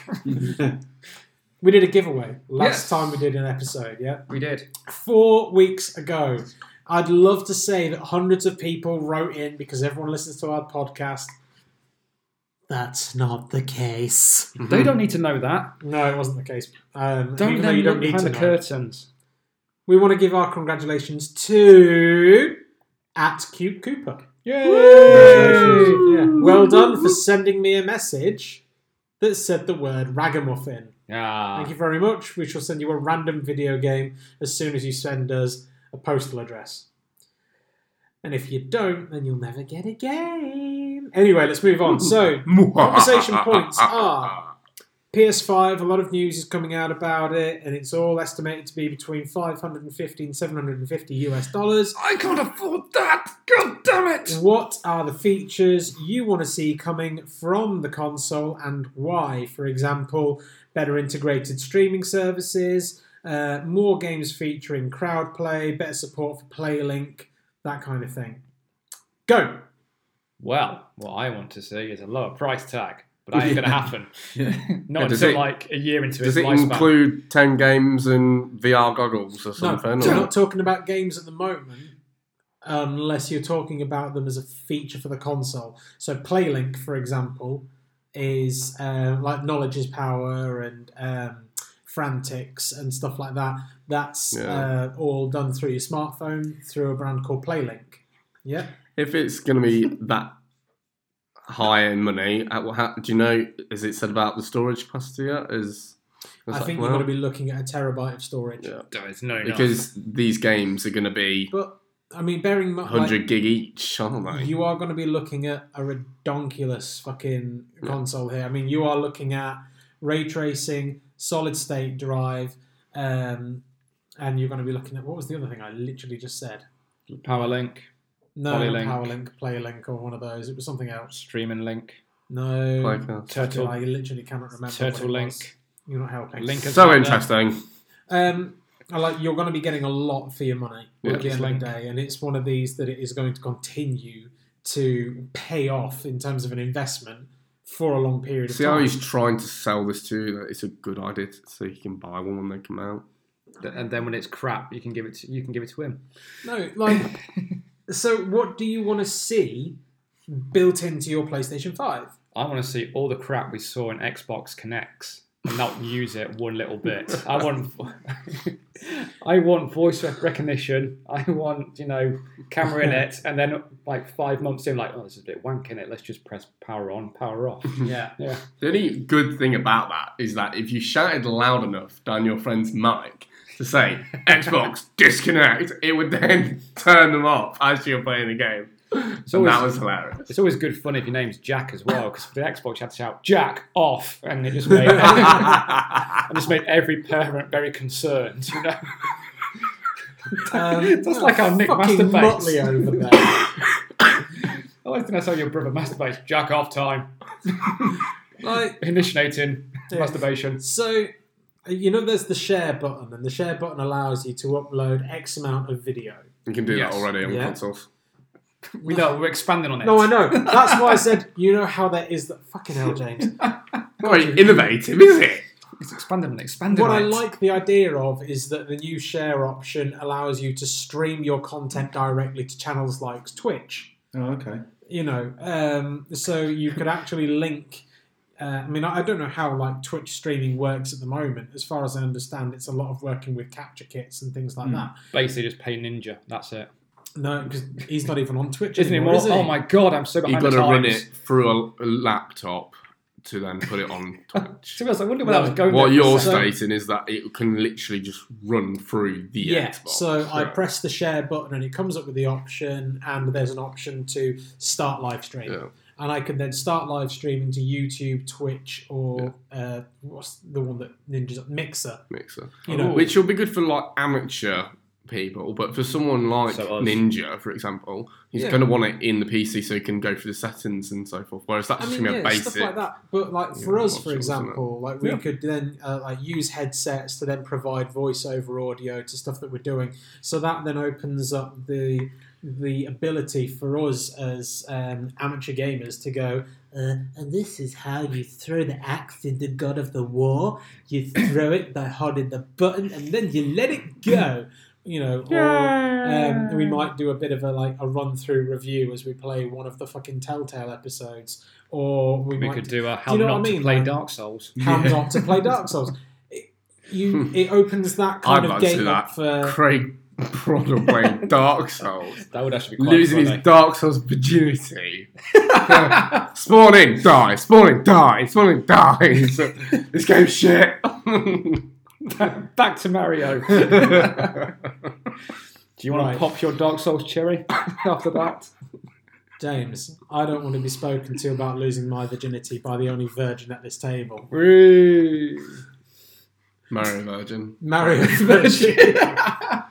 Speaker 1: we did a giveaway last
Speaker 2: Yes.
Speaker 1: time we did an episode. Yeah,
Speaker 2: We did.
Speaker 1: four weeks ago. I'd love to say that hundreds of people wrote in because everyone listens to our podcast. That's not the case.
Speaker 4: Mm-hmm.
Speaker 2: They don't need to know that.
Speaker 1: No, it wasn't the case. Um,
Speaker 2: Don't
Speaker 1: even though
Speaker 2: let
Speaker 1: you don't
Speaker 2: look
Speaker 1: need
Speaker 2: behind
Speaker 1: to
Speaker 2: the
Speaker 1: know.
Speaker 2: curtains.
Speaker 1: We want to give our congratulations to at Cube Cooper.
Speaker 2: Congratulations.
Speaker 1: Yeah. Well done for sending me a message that said the word ragamuffin.
Speaker 2: Ah,
Speaker 1: Thank you very much. We shall send you a random video game as soon as you send us a postal address. And if you don't, then you'll never get a game. Anyway, let's move on. So, Conversation points are- PS5, a lot of news is coming out about it, and it's all estimated to be between 550 and 750 US dollars.
Speaker 4: I can't afford that. God damn it.
Speaker 1: What are the features you want to see coming from the console and why? For example, better integrated streaming services, uh, more games featuring crowd play, better support for PlayLink, that kind of thing. Go!
Speaker 2: well, what I want to see is a lower price tag, but that ain't going to happen. Not
Speaker 4: Yeah, does
Speaker 2: until
Speaker 4: it-
Speaker 2: like a year into
Speaker 4: Does
Speaker 2: its
Speaker 4: it
Speaker 2: lifespan.
Speaker 4: include 10 games and VR goggles or
Speaker 1: No,
Speaker 4: something?
Speaker 1: we're
Speaker 4: or-
Speaker 1: not talking about games at the moment unless you're talking about them as a feature for the console. So PlayLink, for example, is uh, like Knowledge is Power and um, Frantics and stuff like that. That's
Speaker 4: Yeah.
Speaker 1: uh, all done through your smartphone through a brand called PlayLink. Yeah.
Speaker 4: If it's going to be that high in money, at what ha- do you know? Is it said about the storage capacity yet? Is, is
Speaker 1: I
Speaker 4: that
Speaker 1: think
Speaker 4: come
Speaker 1: you're going
Speaker 4: out?
Speaker 1: to be looking at a terabyte of storage.
Speaker 4: Yeah.
Speaker 2: There's no
Speaker 4: because these games are going to be
Speaker 1: But, I mean, bearing in mind.
Speaker 4: 100 gig each, aren't they?
Speaker 1: You are going to be looking at a redonkulous fucking
Speaker 4: Yeah.
Speaker 1: console here. I mean, you are looking at ray tracing, solid state drive, um, and you're going to be looking at what was the other thing I literally just said?
Speaker 2: power link,
Speaker 1: No,
Speaker 2: Polylink.
Speaker 1: PowerLink, PlayLink, or one of those. It was something else.
Speaker 2: streaming link,
Speaker 1: No,
Speaker 4: Podcast.
Speaker 1: turtle.
Speaker 2: Turtle-
Speaker 1: I literally cannot remember. what
Speaker 2: turtle
Speaker 1: it
Speaker 2: link.
Speaker 1: was. You're not helping.
Speaker 2: Link as
Speaker 4: so
Speaker 2: well,
Speaker 4: interesting.
Speaker 1: Um, I like you're going to be getting a lot for your money
Speaker 4: Yeah.
Speaker 1: at the end
Speaker 2: Link.
Speaker 1: of the day, and it's one of these that it is going to continue to pay off in terms of an investment for a long period of
Speaker 4: See how
Speaker 1: time.
Speaker 4: he's trying to sell this to you. That it's a good idea to, so you can buy one when they come out.
Speaker 2: Th- and then when it's crap, you can give it. To, you can give it to him.
Speaker 1: No, like, so what do you want to see built into your PlayStation Five?
Speaker 2: I want to see all the crap we saw in Xbox Connects and not use it one little bit. I want, I want voice rec- recognition. I want you know camera in it, and then like five months in, like oh, this is a bit wank in it. Let's just press power on, power off.
Speaker 1: Yeah,
Speaker 2: Yeah,
Speaker 4: The only good thing about that is that if you shouted loud enough down your friend's mic to say Xbox disconnect, it would then turn them off as you're playing the game. So
Speaker 2: always-
Speaker 4: that was hilarious.
Speaker 2: it's always good fun if your name's Jack as well, because for the Xbox you had to shout Jack off, and it just made, and just made every parent very concerned. You know.
Speaker 1: um,
Speaker 2: That's like our Nick
Speaker 1: fucking
Speaker 2: masturbates.
Speaker 1: Motley over there.
Speaker 2: I like to know how your brother masturbates. Jack off time.
Speaker 1: like,
Speaker 2: Initiating masturbation.
Speaker 1: So, you know, there's the share button, and the share button allows you to upload X amount of video.
Speaker 4: You can do
Speaker 2: Yes.
Speaker 4: that already on
Speaker 1: Yeah.
Speaker 4: consoles.
Speaker 2: We know we're expanding on it.
Speaker 1: No, I know. That's why I said, you know how that is. That fucking hell, James.
Speaker 4: Not very innovative, is it?
Speaker 2: It's expanding on it. Expanding
Speaker 1: What
Speaker 2: on
Speaker 1: I
Speaker 2: it.
Speaker 1: like the idea of is that the new share option allows you to stream your content directly to channels like Twitch.
Speaker 5: Oh, okay.
Speaker 1: You know, um, so you could actually link. Uh, I mean, I I don't know how like Twitch streaming works at the moment. As far as I understand, it's a lot of working with capture kits and things like
Speaker 5: Hmm.
Speaker 1: that.
Speaker 2: Basically, just pay Ninja. That's it.
Speaker 1: No, because he's not even on Twitch
Speaker 2: Isn't oh it
Speaker 1: anymore.
Speaker 2: more?
Speaker 1: is he?
Speaker 2: Oh my god, I'm so
Speaker 4: You've
Speaker 2: behind
Speaker 4: got
Speaker 2: the
Speaker 4: to run
Speaker 2: times.
Speaker 4: it through a, a laptop to then put it on Twitch.
Speaker 2: To be honest, I wonder where that was going.
Speaker 4: what
Speaker 2: there.
Speaker 4: you're
Speaker 2: So-
Speaker 4: stating is that it can literally just run through the
Speaker 1: yeah,
Speaker 4: Xbox.
Speaker 1: so I
Speaker 4: Right.
Speaker 1: press the share button and it comes up with the option, and there's an option to start live stream.
Speaker 4: Yeah.
Speaker 1: And I can then start live streaming to YouTube, Twitch, or uh, what's the one that Ninja's Mixer.
Speaker 4: mixer,
Speaker 1: You know,
Speaker 4: which will be good for like amateur people, but for someone like
Speaker 2: So us.
Speaker 4: Ninja, for example, he's
Speaker 1: Yeah.
Speaker 4: going to want it in the PC so he can go through the settings and so forth. Whereas that's
Speaker 1: I
Speaker 4: just
Speaker 1: mean,
Speaker 4: going to
Speaker 1: yeah,
Speaker 4: be a basic.
Speaker 1: stuff like that. But like
Speaker 4: you
Speaker 1: for
Speaker 4: know,
Speaker 1: us,
Speaker 4: options,
Speaker 1: for
Speaker 4: isn't
Speaker 1: example, like we
Speaker 2: Yeah.
Speaker 1: could then uh, like use headsets to then provide voiceover audio to stuff that we're doing. So that then opens up the the ability for us as um, amateur gamers to go. Uh, and this is how you throw the axe into God of the War. You throw it by holding the button, and then you let it go. You know, or um, we might do a bit of a like a run through review as we play one of the fucking Telltale episodes, or we,
Speaker 2: We
Speaker 1: might
Speaker 2: could do a how
Speaker 1: you know
Speaker 2: not
Speaker 1: what I mean?
Speaker 2: to play
Speaker 1: Like-
Speaker 2: Dark Souls.
Speaker 1: how
Speaker 4: Yeah.
Speaker 1: not to play Dark Souls. It, you, it opens that kind
Speaker 4: I'd
Speaker 1: of
Speaker 4: like to see
Speaker 1: game up
Speaker 4: that.
Speaker 1: for.
Speaker 4: Craig Brodder playing Dark Souls,
Speaker 2: That would actually be quite
Speaker 4: losing his Dark Souls virginity. spawning, die, spawning, die, spawning, die. So, this game's shit.
Speaker 2: Back to Mario. Do you want
Speaker 1: Right.
Speaker 2: to pop your Dark Souls cherry after that?
Speaker 1: James, I don't want to be spoken to about losing my virginity by the only virgin at this table.
Speaker 2: Woo.
Speaker 4: Mario Virgin.
Speaker 1: Mario virgin.
Speaker 2: I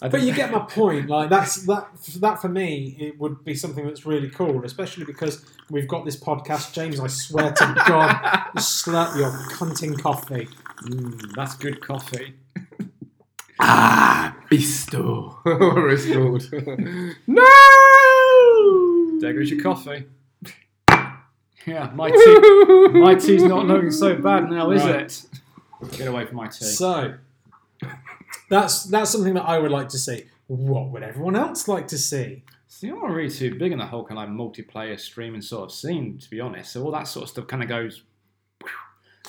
Speaker 1: But
Speaker 2: think-
Speaker 1: you get my point. Like that's that that for me, it would be something that's really cool, especially because we've got this podcast. James, I swear to God, you slap your cunting coffee.
Speaker 2: Mm, that's good coffee.
Speaker 4: Ah, Bisto. or it's called. no!
Speaker 2: There goes your coffee. Yeah, my tea. my tea's not looking so bad now, is
Speaker 1: Right.
Speaker 2: it? Get away from my tea.
Speaker 1: So that's that's something that I would like to see. What would everyone else like to see?
Speaker 2: See, I'm not really too big in the whole kind of multiplayer streaming sort of scene, to be honest. So all that sort of stuff kind of goes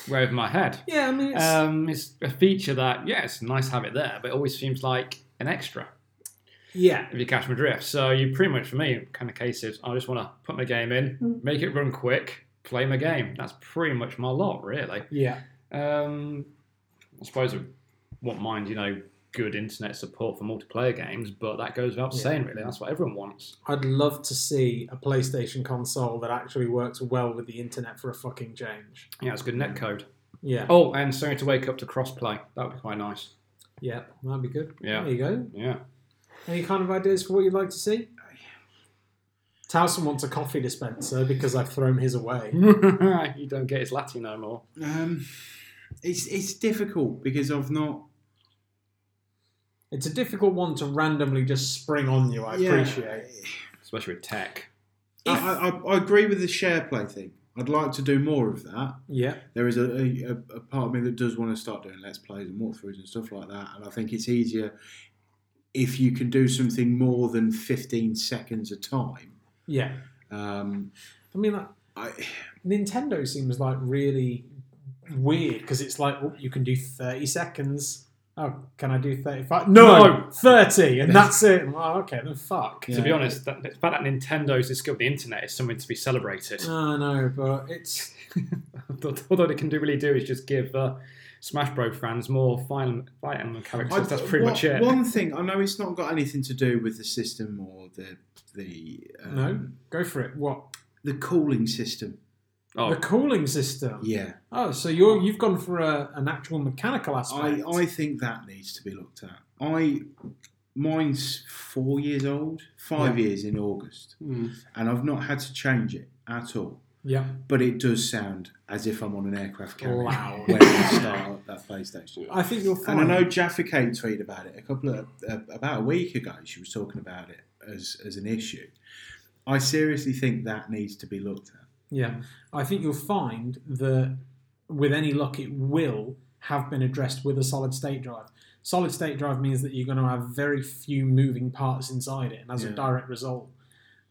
Speaker 2: way over my head.
Speaker 1: Yeah, I mean, it's,
Speaker 2: Um, it's a feature that, yeah, it's nice to have it there, but it always seems like an extra
Speaker 1: yeah,
Speaker 2: if you catch my drift. So you pretty much, for me, kind of cases, I just want to put my game in,
Speaker 1: Mm.
Speaker 2: make it run quick, play my game. That's pretty much my lot, really.
Speaker 1: yeah,
Speaker 2: Um, I suppose I won't mind, you know, good internet support for multiplayer games, but that goes without
Speaker 1: Yeah.
Speaker 2: saying, really. That's what everyone wants.
Speaker 1: I'd love to see a PlayStation console that actually works well with the internet for a fucking change.
Speaker 2: Yeah, it's good netcode.
Speaker 1: Yeah,
Speaker 2: Oh, and Sony to wake up to crossplay. That would be quite nice.
Speaker 1: yeah, that'd be good.
Speaker 2: Yeah.
Speaker 1: there you go.
Speaker 2: Yeah.
Speaker 1: Any kind of ideas for what you'd like to see? Towson wants a coffee dispenser because I've thrown his away.
Speaker 2: you don't get his latte no more.
Speaker 5: Um, it's it's difficult because I've not.
Speaker 1: It's a difficult one to randomly just spring on you. I
Speaker 5: Yeah.
Speaker 1: appreciate.
Speaker 2: Especially with tech.
Speaker 5: I, I, I- I agree with the share play thing. I'd like to do more of that.
Speaker 1: Yeah,
Speaker 5: There is a, a, a part of me that does want to start doing let's plays and walkthroughs and stuff like that. And I think it's easier if you can do something more than 15 seconds a time.
Speaker 1: yeah.
Speaker 5: Um,
Speaker 1: I mean, like,
Speaker 5: I,
Speaker 1: Nintendo seems like really weird because it's like oh, you can do thirty seconds. Oh, can I do thirty-five? No,
Speaker 2: No.
Speaker 1: thirty, and that's it. Well, okay, then fuck.
Speaker 5: Yeah.
Speaker 2: To be honest, that, the fact that Nintendo's discovered the internet is something to be celebrated.
Speaker 1: I know, but it's
Speaker 2: Although they can do really do is just give uh, Smash Bro fans more fighting fighting characters.
Speaker 5: I-
Speaker 2: That's pretty
Speaker 5: one-
Speaker 2: much it.
Speaker 5: One thing I know it's not got anything to do with the system or the the um,
Speaker 1: no. Go for it. What
Speaker 5: the cooling system.
Speaker 2: Oh,
Speaker 1: the cooling system?
Speaker 5: Yeah,
Speaker 1: Oh, so you're you've gone for a, an actual mechanical
Speaker 5: I,
Speaker 1: aspect.
Speaker 5: I think that needs to be looked at. I mine's four years old, five years in August,
Speaker 2: Hmm.
Speaker 5: and I've not had to change it at all.
Speaker 1: yeah.
Speaker 5: But it does sound as if I'm on an aircraft carrier
Speaker 1: Loud.
Speaker 5: when I start up that PlayStation.
Speaker 1: I think you're fine.
Speaker 5: And I know Jaffa Cake tweeted about it a couple of uh, about a week ago. She was talking about it as as an issue. I seriously think that needs to be looked at.
Speaker 1: Yeah, I think you'll find that with any luck, it will have been addressed with a solid state drive. Solid state drive means that you're going to have very few moving parts inside it, and as a
Speaker 5: Yeah.
Speaker 1: direct result,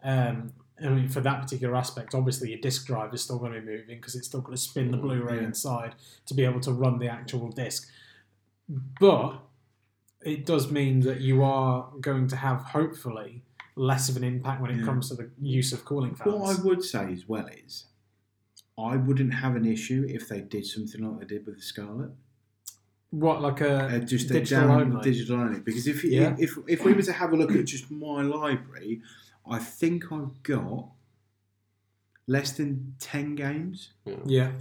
Speaker 1: um, I mean, for that particular aspect, obviously your disk drive is still going to be moving because it's still going to spin the Blu-ray
Speaker 5: Mm, Yeah.
Speaker 1: inside to be able to run the actual disc. But it does mean that you are going to have hopefully less of an impact when it
Speaker 5: Yeah.
Speaker 1: comes to the use of cooling fans.
Speaker 5: What I would say as well is I wouldn't have an issue if they did something like they did with the Scarlet.
Speaker 1: What like a
Speaker 5: Uh, just a
Speaker 1: digital
Speaker 5: down
Speaker 1: only?
Speaker 5: digital only because if,
Speaker 1: Yeah.
Speaker 5: if if we were to have a look at just my library, I think I've got less than ten games
Speaker 1: yeah.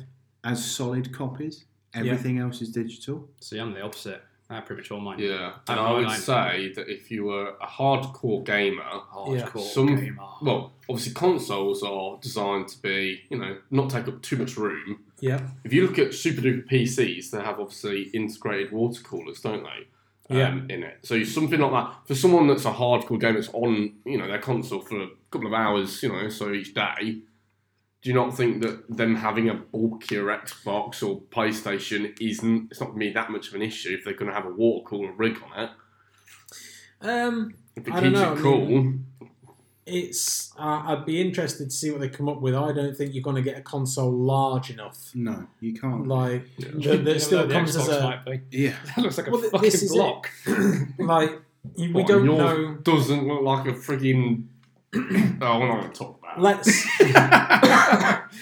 Speaker 5: as solid copies.
Speaker 1: Yeah.
Speaker 5: Everything else is digital.
Speaker 2: See, I'm the opposite. I have pretty much all mine.
Speaker 4: Yeah,
Speaker 2: I
Speaker 4: and
Speaker 2: don't
Speaker 4: I would
Speaker 2: mind.
Speaker 4: say that if you were a hardcore gamer,
Speaker 1: Yeah.
Speaker 2: Hardcore
Speaker 4: Some-
Speaker 2: gamer.
Speaker 4: well, obviously consoles are designed to be, you know, not take up too much room.
Speaker 1: Yeah.
Speaker 4: If you look at super duper PCs, they have obviously integrated water coolers, don't they? Um, In it, so something like that for someone that's a hardcore gamer that's on, you know, their console for a couple of hours, you know, so each day. Do you not think that them having a bulkier Xbox or PlayStation isn't? It's not going to be that much of an issue if they're going to have a water cooler rig on it.
Speaker 1: Um,
Speaker 4: If it
Speaker 1: I don't
Speaker 4: keeps
Speaker 1: know, I
Speaker 4: it cool,
Speaker 1: it's uh, I'd be interested to see what they come up with. I don't think you're going to get a console large enough.
Speaker 5: No, you can't.
Speaker 1: Like
Speaker 4: Yeah.
Speaker 1: that, that still
Speaker 2: the
Speaker 1: comes
Speaker 2: Xbox
Speaker 1: as a
Speaker 2: might be.
Speaker 5: yeah,
Speaker 2: That looks like a
Speaker 1: Well, th-
Speaker 2: fucking
Speaker 1: this is it.
Speaker 2: block.
Speaker 1: like you- we
Speaker 4: What,
Speaker 1: don't
Speaker 4: yours
Speaker 1: know.
Speaker 4: Doesn't look like a frigging. oh, we're not going to talk about. it.
Speaker 1: Let's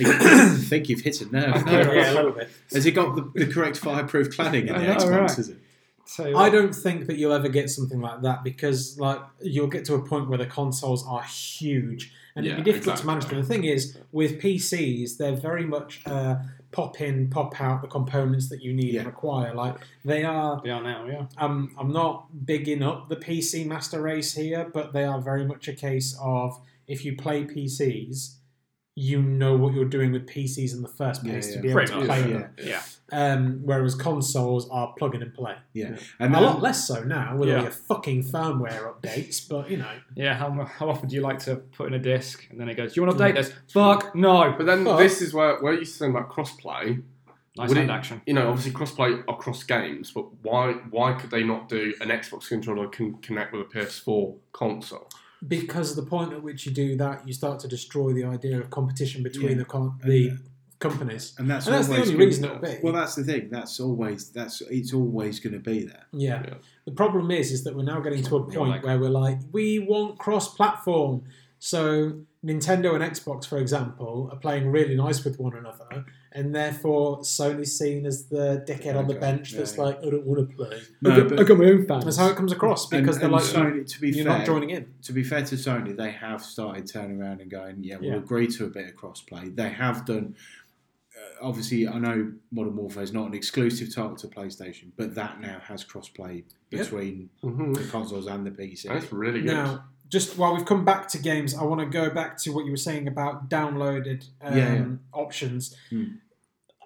Speaker 5: I think you've hit a nerve. there.
Speaker 1: yeah, a little bit.
Speaker 5: Has it got the, the correct fireproof cladding in the
Speaker 1: I know,
Speaker 5: Xbox?
Speaker 1: right.
Speaker 5: Is it?
Speaker 2: So,
Speaker 1: I don't think that you'll ever get something like that because like you'll get to a point where the consoles are huge and it'd be
Speaker 4: Yeah,
Speaker 1: difficult to manage
Speaker 4: exactly.
Speaker 1: them. The thing is, with PCs, they're very much uh, pop in, pop out the components that you need
Speaker 5: Yeah.
Speaker 1: and require. Like they are.
Speaker 2: Yeah, now, yeah.
Speaker 1: Um, I'm not bigging up the PC master race here, but they are very much a case of if you play PCs. You know what you're doing with PCs in the first
Speaker 5: Yeah,
Speaker 1: place
Speaker 5: yeah.
Speaker 1: to be able
Speaker 2: Pretty
Speaker 1: to
Speaker 2: much,
Speaker 1: play
Speaker 5: yeah.
Speaker 1: them.
Speaker 2: Yeah.
Speaker 1: Um, whereas consoles are plug in and play.
Speaker 5: And
Speaker 1: A
Speaker 5: then-
Speaker 1: lot less so now with all
Speaker 2: Yeah.
Speaker 1: your fucking firmware updates, but you know.
Speaker 2: Yeah, how, mu- how often do you like to put in a disc? And then it goes, Do you want to update this? Fuck, no.
Speaker 4: But then
Speaker 1: But-
Speaker 4: this is where where you saying about crossplay.
Speaker 2: Nice
Speaker 4: Would
Speaker 2: hand
Speaker 4: it-
Speaker 2: action.
Speaker 4: You know, obviously crossplay across games, but why why could they not do an Xbox controller can connect with a PS4 console?
Speaker 1: Because the point at which you do that, you start to destroy the idea of competition between
Speaker 5: Yeah.
Speaker 1: the com- the companies.
Speaker 5: and that's,
Speaker 1: And that's the
Speaker 5: always
Speaker 1: only
Speaker 5: gonna-
Speaker 1: reason it'll be.
Speaker 5: Well, that's the thing. That's always that's it's always going to be there.
Speaker 1: yeah.
Speaker 4: Yeah.
Speaker 1: The problem is is that we're now getting to a
Speaker 2: You're
Speaker 1: point
Speaker 2: like-
Speaker 1: where we're like, we want cross platform. So Nintendo and Xbox, for example, are playing really nice with one another, and therefore Sony's seen as the dickhead on the
Speaker 5: Okay.
Speaker 1: bench that's
Speaker 5: Yeah.
Speaker 1: like, I don't want to play.
Speaker 5: No,
Speaker 1: I, got,
Speaker 5: but-
Speaker 1: I got my own fans. That's how it comes across because
Speaker 5: and,
Speaker 1: they're
Speaker 5: and
Speaker 1: like,
Speaker 5: Sony, to be
Speaker 1: you're
Speaker 5: fair,
Speaker 1: not joining in.
Speaker 5: to be fair to Sony, they have started turning around and going, yeah, we'll
Speaker 1: Yeah.
Speaker 5: agree to a bit of crossplay. They have done. Uh, obviously, I know Modern Warfare is not an exclusive title to PlayStation, but that now has crossplay
Speaker 1: Yeah.
Speaker 5: between
Speaker 4: Mm-hmm.
Speaker 5: the consoles and the PC.
Speaker 4: That's really good.
Speaker 1: Now, just while we've come back to games, I want to go back to what you were saying about downloaded um,
Speaker 5: Yeah, yeah.
Speaker 1: options.
Speaker 5: Hmm.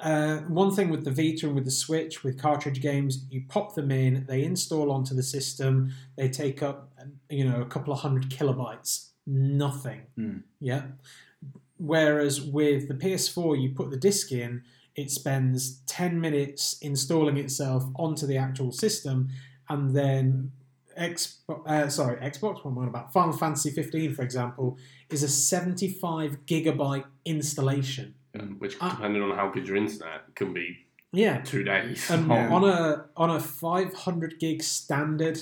Speaker 1: Uh, one thing with the Vita and with the Switch, with cartridge games, you pop them in, they install onto the system, they take up, um, you know, a couple of hundred kilobytes, nothing.
Speaker 5: Hmm.
Speaker 1: Yeah. Whereas with the PS4, you put the disc in, it spends 10 minutes installing itself onto the actual system and then X, uh, sorry, Xbox One, what about Final Fantasy 15, for example, is a 75 gigabyte installation.
Speaker 4: Um, Which,
Speaker 1: Ah.
Speaker 4: depending on how good your internet, can be
Speaker 1: Yeah,
Speaker 4: two days.
Speaker 1: and
Speaker 5: Yeah.
Speaker 1: Um, on a on a 500 gig standard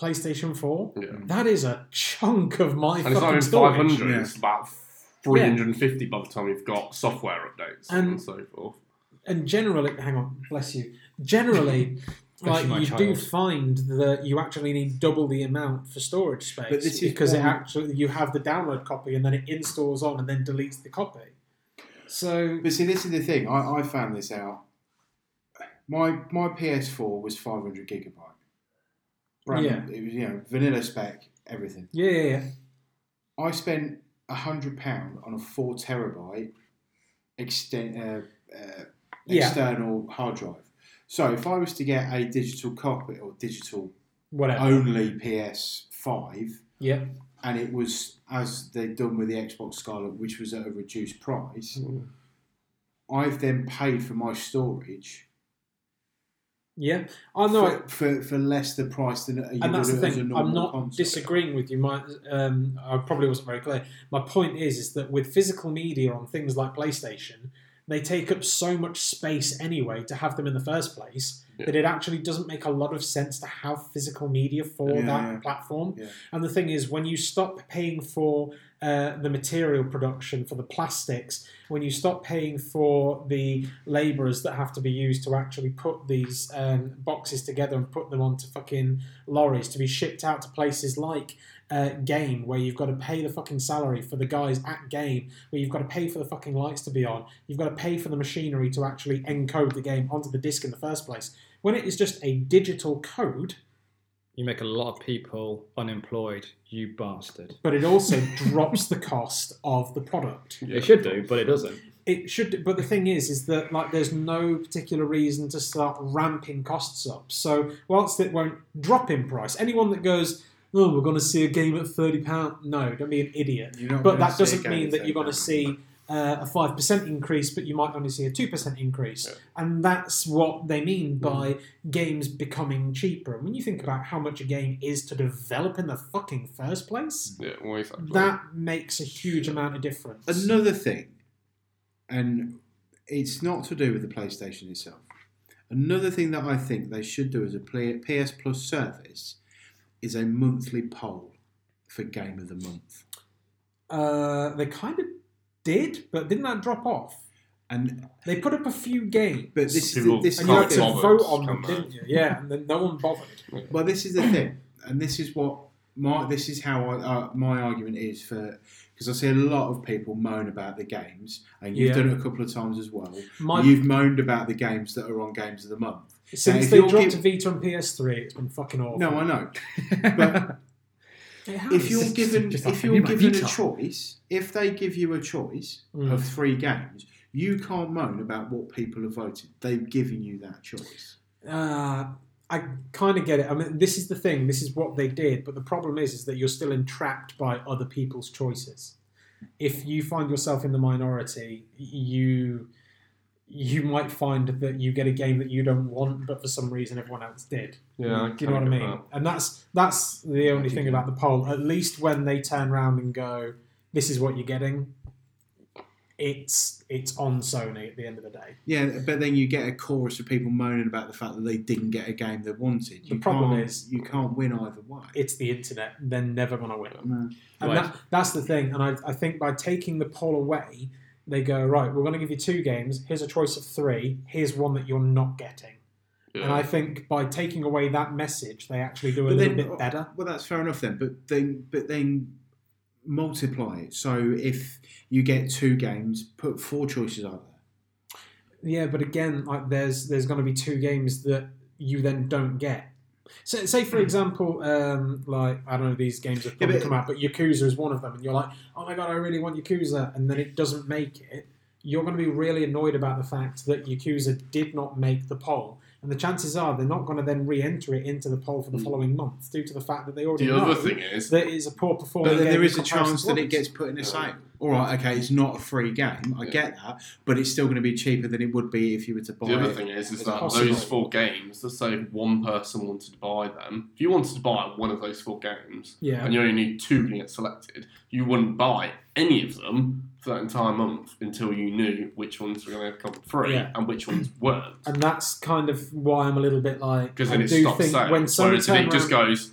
Speaker 1: PlayStation 4,
Speaker 4: Yeah.
Speaker 1: that is a chunk of my
Speaker 4: Mm. And
Speaker 1: fucking
Speaker 4: it's not even
Speaker 1: storage.
Speaker 4: 500;
Speaker 5: Yeah.
Speaker 4: it's about 350 by the time you've got software updates and,
Speaker 1: And-
Speaker 4: so forth.
Speaker 1: and generally, hang on, bless you. Generally, like
Speaker 2: Especially my
Speaker 1: you do
Speaker 2: child.
Speaker 1: find that you actually need double the amount for storage space
Speaker 5: But this is
Speaker 1: because it
Speaker 5: one-
Speaker 1: actually you have the download copy and then it installs on and then deletes the copy. So
Speaker 5: But see, this is the thing. I, I found this out. My my PS4 was 500 gigabyte. Brand,
Speaker 1: Yeah.
Speaker 5: It was you know vanilla spec, everything.
Speaker 1: yeah, yeah, yeah.
Speaker 5: I spent a hundred pound on a four terabyte exten- uh, uh,
Speaker 1: Yeah.
Speaker 5: external hard drive. So if I was to get a digital copy or digital
Speaker 1: whatever.
Speaker 5: only PS5,
Speaker 1: Yeah,
Speaker 5: and it was as they'd done with the Xbox Scarlet, which was at a reduced price.
Speaker 1: Hmm.
Speaker 4: Mm.
Speaker 5: I've then paid for my storage
Speaker 1: yeah. I know. it.
Speaker 5: for, for, for less the price than you
Speaker 1: and that's the
Speaker 5: would as a
Speaker 1: thing.
Speaker 5: normal
Speaker 1: I'm not
Speaker 5: console.
Speaker 1: disagreeing with you. My, um, I probably wasn't very clear. My point is, is that with physical media on things like PlayStation, they take up so much space anyway to have them in the first place that it actually doesn't make a lot of sense to have physical media for
Speaker 5: Yeah,
Speaker 1: that
Speaker 5: yeah.
Speaker 1: platform.
Speaker 5: Yeah.
Speaker 1: And the thing is, when you stop paying for uh, the material production for the plastics, when you stop paying for the labourers that have to be used to actually put these um, boxes together and put them onto fucking lorries to be shipped out to places like uh, game where you've got to pay the fucking salary for the guys at game where you've got to pay for the fucking lights to be on you've got to pay for the machinery to actually encode the game onto the disc in the first place when it is just a digital code
Speaker 2: You make a lot of people unemployed, you bastard.
Speaker 1: but it also drops the cost of the product
Speaker 4: Yeah.
Speaker 2: It should do, but it doesn't.
Speaker 1: it should but the thing is is that like there's no particular reason to start ramping costs up so whilst it won't drop in price anyone that goes oh we're going to see a game at 30 pound no don't be an idiot
Speaker 5: You're not
Speaker 1: But
Speaker 5: gonna
Speaker 1: that
Speaker 5: see
Speaker 1: doesn't
Speaker 5: a game
Speaker 1: mean that
Speaker 5: thing,
Speaker 1: you're going
Speaker 5: no.
Speaker 1: to see uh, a five percent increase, but you might only see a two percent increase,
Speaker 4: Yeah.
Speaker 1: and that's what they mean
Speaker 5: Mm.
Speaker 1: by games becoming cheaper. And when you think about how much a game is to develop in the fucking first place,
Speaker 4: Yeah, well, exactly.
Speaker 1: that makes a huge amount of difference.
Speaker 5: Another thing, and it's not to do with the PlayStation itself. Another thing that I think they should do as a play- PS Plus service is a monthly poll for Game of the Month.
Speaker 1: uh, they kind of did, but didn't that drop off?
Speaker 5: And
Speaker 1: They put up a few games,
Speaker 5: but this is the,
Speaker 4: People
Speaker 5: this is
Speaker 1: and
Speaker 4: can't
Speaker 1: you
Speaker 5: the
Speaker 1: had
Speaker 4: Cards
Speaker 1: to
Speaker 5: thing.
Speaker 4: bothered,
Speaker 1: vote on them,
Speaker 4: come on.
Speaker 1: didn't you? Yeah, and then no one bothered.
Speaker 5: Well, this is the thing, and this is what my this is how I, uh, my argument is for because I see a lot of people moan about the games, and you've
Speaker 1: Yeah.
Speaker 5: done it a couple of times as well.
Speaker 1: My,
Speaker 5: You've moaned about the games that are on Games of the Month.
Speaker 1: since
Speaker 5: if
Speaker 1: they
Speaker 5: you're
Speaker 1: dropped
Speaker 5: giv-
Speaker 1: Vita and PS3, it's been fucking awful.
Speaker 5: No, I know, but
Speaker 1: It has.
Speaker 5: if you're
Speaker 2: just-
Speaker 5: given
Speaker 2: just
Speaker 5: if
Speaker 2: like,
Speaker 5: you're
Speaker 2: "Give me my
Speaker 5: given a
Speaker 2: Vita."
Speaker 5: choice, if they give you a choice
Speaker 1: Mm.
Speaker 5: of three games, you can't moan about what people have voted. They've given you that choice.
Speaker 1: Uh, I kind of get it. I mean, this is the thing. This is what they did. But the problem is, is that you're still entrapped by other people's choices. If you find yourself in the minority, you you might find that you get a game that you don't want, but for some reason everyone else did. Do
Speaker 4: yeah,
Speaker 1: you know what I
Speaker 4: kinda get
Speaker 1: mean? And that's that's the only thing about the poll. At least when they turn around and go, "This is what you're getting," it's it's on Sony at the end of the day.
Speaker 5: Yeah, but then you get a chorus of people moaning about the fact that they didn't get a game they wanted.
Speaker 1: The
Speaker 5: You
Speaker 1: problem
Speaker 5: can't-
Speaker 1: is-
Speaker 5: you can't win either way.
Speaker 1: It's the internet. They're never going to win.
Speaker 5: No.
Speaker 1: And
Speaker 2: Right.
Speaker 1: that, that's the thing. And I, I think by taking the poll away, they go, right, we're going to give you two games. Here's a choice of three. Here's one that you're not getting.
Speaker 4: Yeah.
Speaker 1: And I think by taking away that message, they actually do a
Speaker 5: But
Speaker 1: little
Speaker 5: then-
Speaker 1: bit better.
Speaker 5: Well, that's fair enough then. But then, but then multiply it. So if you get two games, put four choices out there.
Speaker 1: Yeah, but again, like there's there's going to be two games that you then don't get. So, say
Speaker 4: Hmm.
Speaker 1: for example, um, like I don't know, these games have probably
Speaker 5: but-
Speaker 1: come out, but Yakuza is one of them, and you're like, oh my god, I really want Yakuza, and then it doesn't make it. You're going to be really annoyed about the fact that Yakuza did not make the poll, and the chances are they're not going to then re-enter it into the poll for the
Speaker 4: Mm.
Speaker 1: following month due to the fact that they already
Speaker 4: The
Speaker 1: know
Speaker 4: other thing is,
Speaker 1: that it's a poor performance.
Speaker 5: But then there is a chance that it gets put in a sale. All right, okay, it's not a free game. I
Speaker 4: Yeah.
Speaker 5: get that, but it's still going to be cheaper than it would be if you were to buy
Speaker 4: the other
Speaker 5: it.
Speaker 4: thing is, is
Speaker 1: It's
Speaker 4: that
Speaker 1: possible.
Speaker 4: those four games. Let's say one person wanted to buy them. If you wanted to buy one of those four games,
Speaker 1: yeah.
Speaker 4: and you only need two to get selected, you wouldn't buy any of them for that entire month until you knew which ones were going to come free
Speaker 1: Yeah.
Speaker 4: and which ones weren't.
Speaker 1: and that's kind of why I'm a little bit like
Speaker 4: Because
Speaker 1: I
Speaker 4: then it
Speaker 1: do
Speaker 4: stops
Speaker 1: think
Speaker 4: saying.
Speaker 1: when Sony
Speaker 4: Whereas if
Speaker 1: turn
Speaker 4: it just
Speaker 1: round-
Speaker 4: goes,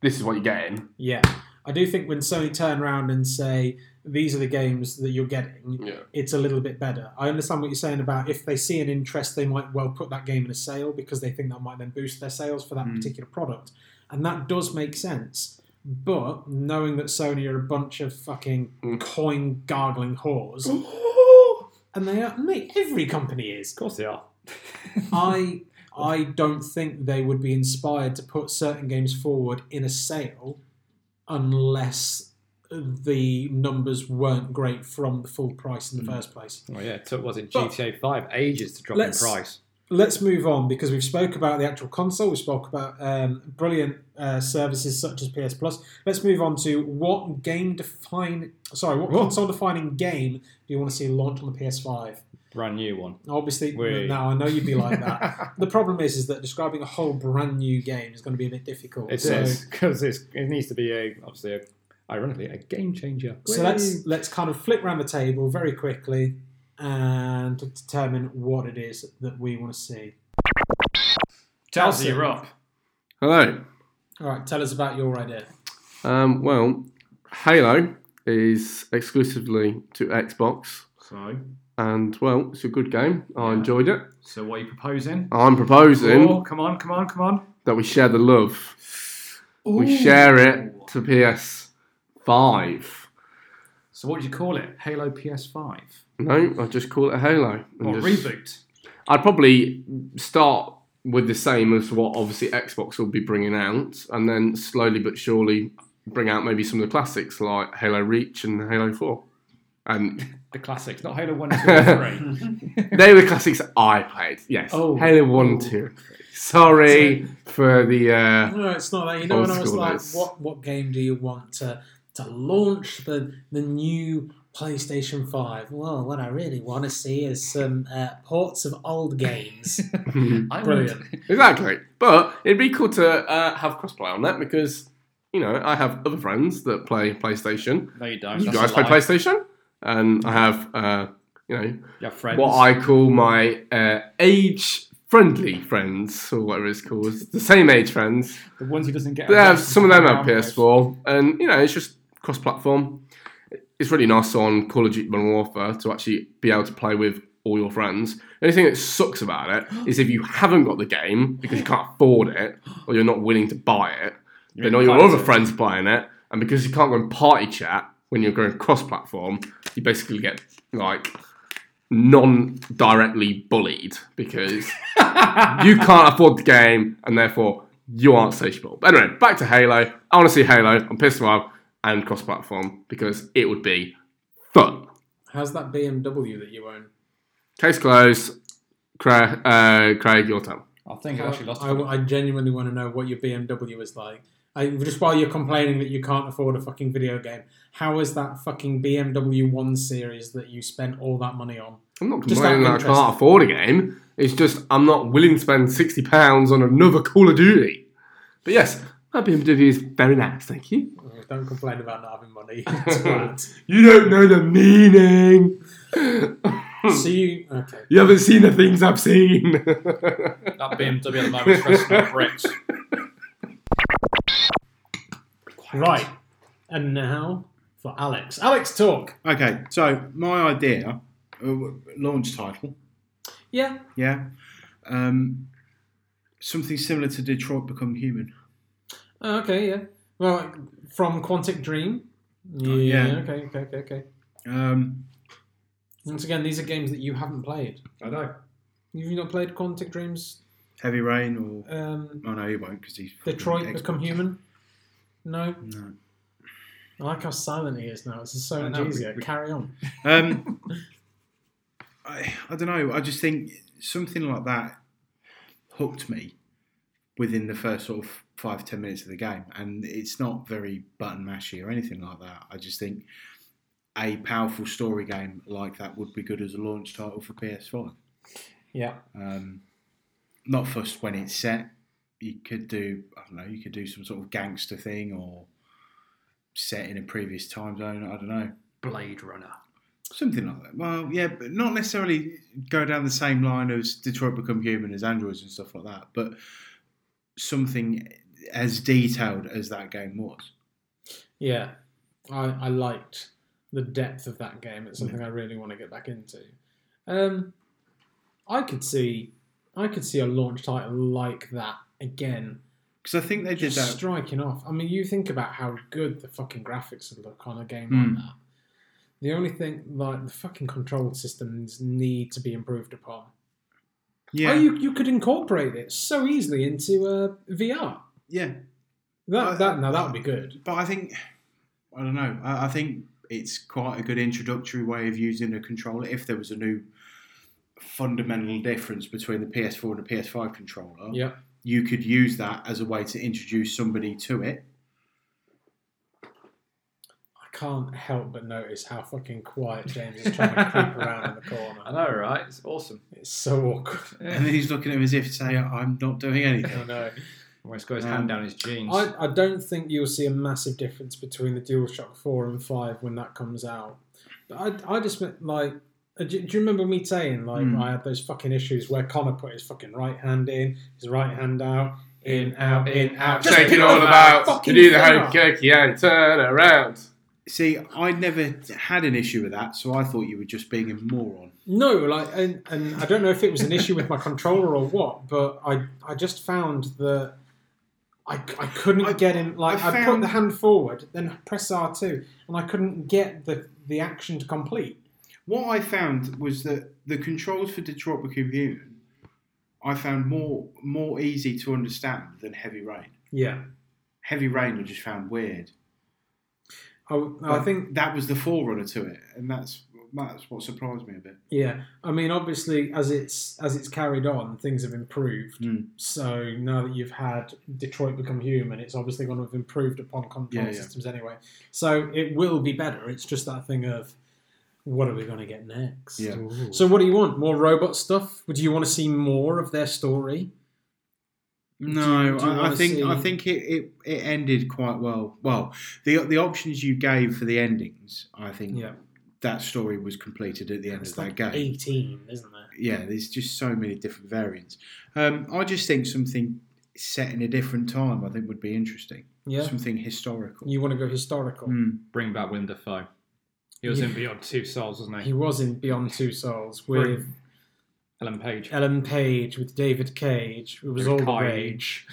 Speaker 4: this is what you're getting.
Speaker 1: yeah, I do think when Sony turn around and say these are the games that you're getting,
Speaker 4: Yeah.
Speaker 1: it's a little bit better. I understand what you're saying about if they see an interest, they might well put that game in a sale because they think that might then boost their sales for
Speaker 2: Hmm.
Speaker 1: that
Speaker 5: Mm.
Speaker 1: particular product, and that does make sense. But knowing that Sony are a bunch of fucking
Speaker 4: Mm.
Speaker 1: coin gargling whores, and they are mate, every company is.
Speaker 2: Of course they are.
Speaker 1: I I don't think they would be inspired to put certain games forward in a sale unless the numbers weren't great from the full price in the
Speaker 5: Mm.
Speaker 1: first place.
Speaker 2: Well, yeah, it took, was it
Speaker 1: But-
Speaker 2: GTA 5 ages to drop
Speaker 1: Let's-
Speaker 2: in price?
Speaker 1: Let's move on because we've spoke about the actual console, we spoke about um, brilliant uh, services such as PS Plus. Let's move on to what game define sorry, what
Speaker 2: Whoa.
Speaker 1: console defining game do you want to see launch on the PS5?
Speaker 2: Brand new one.
Speaker 1: Obviously,
Speaker 2: Wait.
Speaker 1: now I know you'd be like that. the problem is, is that describing a whole brand new game is going to be a bit difficult.
Speaker 2: It
Speaker 1: so,
Speaker 2: says because it needs to be a obviously a, ironically a game changer.
Speaker 1: so let's let's kind of flip around the table very quickly and determine what it is that we want to see.
Speaker 2: Chelsea, you're up.
Speaker 4: Hello.
Speaker 1: All right, tell us about your idea.
Speaker 4: Um, well, Halo is exclusively to Xbox,
Speaker 2: So,
Speaker 4: and well, it's a good game. I enjoyed it.
Speaker 2: so what are you proposing?
Speaker 4: I'm proposing
Speaker 2: Oh, come on, come on, come on.
Speaker 4: that we share the love. We share it to PS5.
Speaker 2: So what do you call it? Halo PS5
Speaker 4: No, I just call it Halo. and
Speaker 2: or
Speaker 4: just-
Speaker 2: reboot?
Speaker 4: I'd probably start with the same as what obviously Xbox will be bringing out, and then slowly but surely bring out maybe some of the classics like Halo Reach and Halo Four. And
Speaker 2: The classics, not Halo One, Two, and Three.
Speaker 4: they were the classics I played. Yes,
Speaker 1: Oh.
Speaker 4: Halo One, Two. and Three. Sorry for the. Uh,
Speaker 1: No, it's not that. You know,
Speaker 4: Old
Speaker 1: when I was
Speaker 4: school
Speaker 1: like,
Speaker 4: days.
Speaker 1: what what game do you want to to launch the the new PlayStation Five? Well, what I really want to see is some uh, ports of old games.
Speaker 4: uh,
Speaker 2: I
Speaker 1: Brilliant.
Speaker 2: would-
Speaker 4: Exactly. But it'd be cool to uh, have crossplay on that because, you know, I have other friends that play PlayStation.
Speaker 2: No, you don't.
Speaker 4: You
Speaker 2: That's a
Speaker 4: guys play
Speaker 2: lie.
Speaker 4: PlayStation? And I have, uh, you know,
Speaker 2: You have friends.
Speaker 4: what I call my uh, age friendly friends, or whatever it's called, the same age friends.
Speaker 2: the ones who doesn't get.
Speaker 4: They have,
Speaker 2: arrested
Speaker 4: some of
Speaker 2: for
Speaker 4: them have
Speaker 2: downloads.
Speaker 4: PS4, and, you know, it's just cross platform. It's really nice on Call of Duty Modern Warfare to actually be able to play with all your friends. The only thing that sucks about it is if you haven't got the game because you can't afford it or you're not willing to buy it, then all your other
Speaker 2: entitled.
Speaker 4: friends are buying it, and because you can't go and party chat when you're going cross platform, you basically get like non directly bullied because you can't afford the game and therefore you aren't sociable. But anyway, back to Halo. I want to see Halo. I'm pissed off and cross platform because it would be fun.
Speaker 1: How's that BMW that you own?
Speaker 4: Case closed. Craig, uh, Craig your turn.
Speaker 2: I think I actually lost.
Speaker 1: I, I genuinely want to know what your BMW is like. I, just while you're complaining that you can't afford a fucking video game, how is that fucking BMW One Series that you spent all that money on?
Speaker 4: I'm not
Speaker 1: Just
Speaker 4: complaining
Speaker 1: out
Speaker 4: that
Speaker 1: of
Speaker 4: I can't
Speaker 1: interest.
Speaker 4: afford a game. It's just I'm not willing to spend sixty pounds on another Call of Duty. But yes, that BMW is very nice. Thank you.
Speaker 1: Oh,
Speaker 2: Mm.
Speaker 1: Don't complain about not having money. Twat.
Speaker 4: You don't know the meaning.
Speaker 1: so you okay?
Speaker 4: You haven't seen the things I've seen.
Speaker 2: That BMW at the moment is resting on bricks.
Speaker 1: Right. And now for Alex. Alex, talk.
Speaker 5: Okay, so my idea, uh, launch title,
Speaker 1: Yeah.
Speaker 5: yeah, um, something similar to Detroit Become Human.
Speaker 1: Oh, okay, yeah. Well, like, from Quantic Dream. Oh, Yeah,
Speaker 5: yeah.
Speaker 1: Okay, okay, okay, okay.
Speaker 5: Um,
Speaker 1: Once again, these are games that you haven't played.
Speaker 2: I know.
Speaker 1: You've not played Quantic Dreams,
Speaker 5: Heavy Rain or
Speaker 1: um,
Speaker 5: oh no, you won't because he's fucking
Speaker 1: Detroit
Speaker 5: Xbox.
Speaker 1: Become Human. No.
Speaker 5: No.
Speaker 1: I like how silent he is now. This is so
Speaker 2: I
Speaker 1: much
Speaker 2: know, we-
Speaker 1: easier.
Speaker 2: we-
Speaker 1: Carry on.
Speaker 5: Um, I, I don't know. I just think something like that hooked me within the first sort of five ten minutes of the game, and it's not very button mashy or anything like that. I just think a powerful story game like that would be good as a launch title for PS5.
Speaker 1: Yeah.
Speaker 5: Um, not fussed when it's set. You could do I don't know. You could do some sort of gangster thing or set in a previous time zone. I don't know.
Speaker 2: Blade Runner.
Speaker 5: Something like that. Well, yeah, but not necessarily go down the same line as Detroit Become Human as androids and stuff like that, but something as detailed as that game was.
Speaker 1: Yeah, I, I liked the depth of that game. It's something I really want to get back into. Um, I could see, I could see a launch title like that again,
Speaker 5: Because I think they did
Speaker 1: just
Speaker 5: that.
Speaker 1: striking off. I mean, you think about how good the fucking graphics would look on a game
Speaker 5: Hmm.
Speaker 1: like that. The only thing, like the fucking control systems, need to be improved upon.
Speaker 5: yeah,
Speaker 1: Oh, you you could incorporate it so easily into uh, VR.
Speaker 5: yeah. Uh,
Speaker 1: That that now that would be good.
Speaker 5: But I think I don't know. I, I think it's quite a good introductory way of using a controller. If there was a new fundamental difference between the PS4 and the PS5 controller,
Speaker 1: Yeah.
Speaker 5: you could use that as a way to introduce somebody to it.
Speaker 1: I can't help but notice how fucking quiet James is trying to creep around in the
Speaker 2: I
Speaker 1: corner.
Speaker 2: know, right? It's awesome.
Speaker 1: It's so awkward.
Speaker 5: And then he's looking at him as if to say, "I'm not doing anything."
Speaker 1: I know.
Speaker 2: Always got his
Speaker 5: Um,
Speaker 2: hand down his jeans.
Speaker 1: I, I don't think you'll see a massive difference between the DualShock 4 and 5 when that comes out. But I, I just meant, like, Uh, Do, do you remember me saying like
Speaker 5: Hmm.
Speaker 1: I had those fucking issues where Connor put his fucking right hand in, his right hand out, in out, in out,
Speaker 2: Just
Speaker 4: Shaking
Speaker 1: Shaking
Speaker 4: all about.
Speaker 1: fucking
Speaker 4: You do the
Speaker 1: thing
Speaker 4: home
Speaker 1: up.
Speaker 4: cookie and turn around.
Speaker 5: See, I never had an issue with that, so I thought you were just being a moron.
Speaker 1: No, like, and, and I don't know if it was an issue with my controller or what, but I I just found that I, I couldn't
Speaker 5: I-
Speaker 1: get him. Like,
Speaker 5: I
Speaker 1: I, put
Speaker 5: found-
Speaker 1: the hand forward, then press R two, and I couldn't get the the action to complete.
Speaker 5: What I found was that the controls for Detroit Become Human, I found more more easy to understand than Heavy Rain.
Speaker 1: Yeah,
Speaker 5: Heavy Rain I just found weird.
Speaker 1: I, I
Speaker 5: But
Speaker 1: think
Speaker 5: that was the forerunner to it, and that's that's what surprised me a bit.
Speaker 1: yeah. I mean, obviously, as it's as it's carried on, things have improved.
Speaker 5: Hmm.
Speaker 1: So now that you've had Detroit become human, it's obviously going to have improved upon control
Speaker 5: Yeah, yeah.
Speaker 1: systems anyway. So it will be better. It's just that thing of what are we going to get next?
Speaker 5: Yeah.
Speaker 1: So what do you want? More robot stuff? Would you want to see more of their story?
Speaker 5: No,
Speaker 1: do you
Speaker 5: I, I
Speaker 1: wanna
Speaker 5: think I
Speaker 1: see-
Speaker 5: think it, it, it ended quite well. Well, the the options you gave for the endings, I think that story was completed at the end of
Speaker 1: It's
Speaker 5: that
Speaker 1: like
Speaker 5: game.
Speaker 1: eighteen, isn't it?
Speaker 5: Yeah, there's just so many different variants. Um, I just think something set in a different time, I think, would be interesting.
Speaker 1: Yeah.
Speaker 5: Something historical.
Speaker 1: You want to go historical?
Speaker 5: Mm.
Speaker 2: Bring back Willem Dafoe. He was
Speaker 1: Yeah.
Speaker 2: in Beyond Two Souls, wasn't
Speaker 1: He
Speaker 2: he?
Speaker 1: was in Beyond Two Souls with
Speaker 2: Ellen Page.
Speaker 4: Uh,
Speaker 1: Ellen Page, with David Cage. It was
Speaker 2: David
Speaker 1: all the
Speaker 2: Cage.
Speaker 1: rage.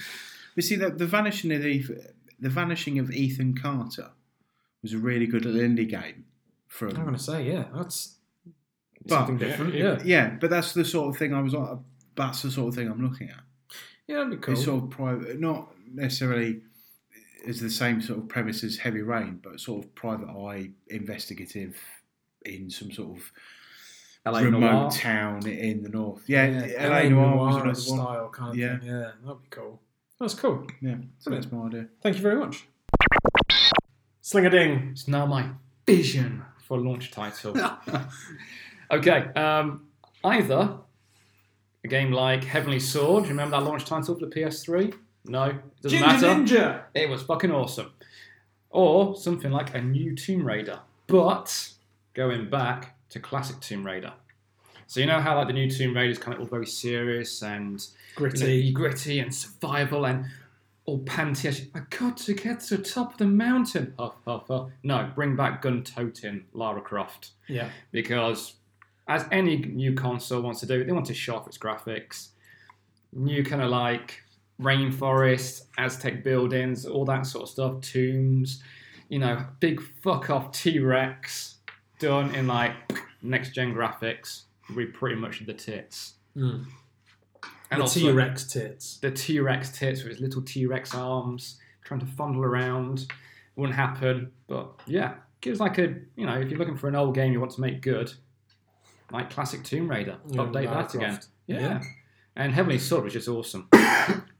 Speaker 5: But see, the, the vanishing of Eth- the vanishing of Ethan Carter was a really good little indie game. From
Speaker 1: I'm gonna say, yeah, that's
Speaker 5: But-
Speaker 1: something different. Yeah, yeah,
Speaker 5: yeah, but that's the sort of thing I was. like, That's the sort of thing I'm looking at.
Speaker 1: that'd be cool.
Speaker 5: It's sort of private, not necessarily is the same sort of premise as Heavy Rain, but sort of private eye investigative in some sort of
Speaker 2: LA
Speaker 5: remote
Speaker 2: Noir.
Speaker 5: town in the north. Yeah,
Speaker 1: Yeah,
Speaker 5: LA, Noir was another one.
Speaker 1: style kind of
Speaker 5: Yeah.
Speaker 1: thing. Yeah, that'd be cool. That's cool.
Speaker 5: Yeah, so that's my idea.
Speaker 1: Thank you very much. Slinger ding.
Speaker 2: It's now my vision for a launch title. okay, um, either a game like Heavenly Sword. Do you remember that launch title for the PS3? No, it doesn't
Speaker 1: Ginger
Speaker 2: matter.
Speaker 1: Ninja.
Speaker 2: It was fucking awesome. Or something like a new Tomb Raider, but going back to classic Tomb Raider. So you know how like the new Tomb Raider is kind of all very serious and you know,
Speaker 1: Gritty.
Speaker 2: gritty and survival and all panty. as you- I got to get to the top of the mountain. Huff, huff, huff. No, bring back gun toting Lara Croft
Speaker 1: Yeah.
Speaker 2: because as any new console wants to do, they want to show off its graphics, new kind of like rainforest, Aztec buildings, all that sort of stuff, tombs, you know, big fuck off T Rex done in like next gen graphics, we pretty much the tits.
Speaker 1: Mm.
Speaker 2: And
Speaker 1: the
Speaker 2: also-
Speaker 1: T Rex tits.
Speaker 2: the T Rex tits with his little T Rex arms trying to fondle around. Wouldn't happen, but yeah, gives like a you know if you're looking for an old game you want to make good, like classic Tomb Raider,
Speaker 1: Yeah,
Speaker 2: update
Speaker 1: Lara
Speaker 2: that again.
Speaker 1: Croft.
Speaker 2: Yeah.
Speaker 1: Yeah.
Speaker 2: and Heavenly Sword was just awesome,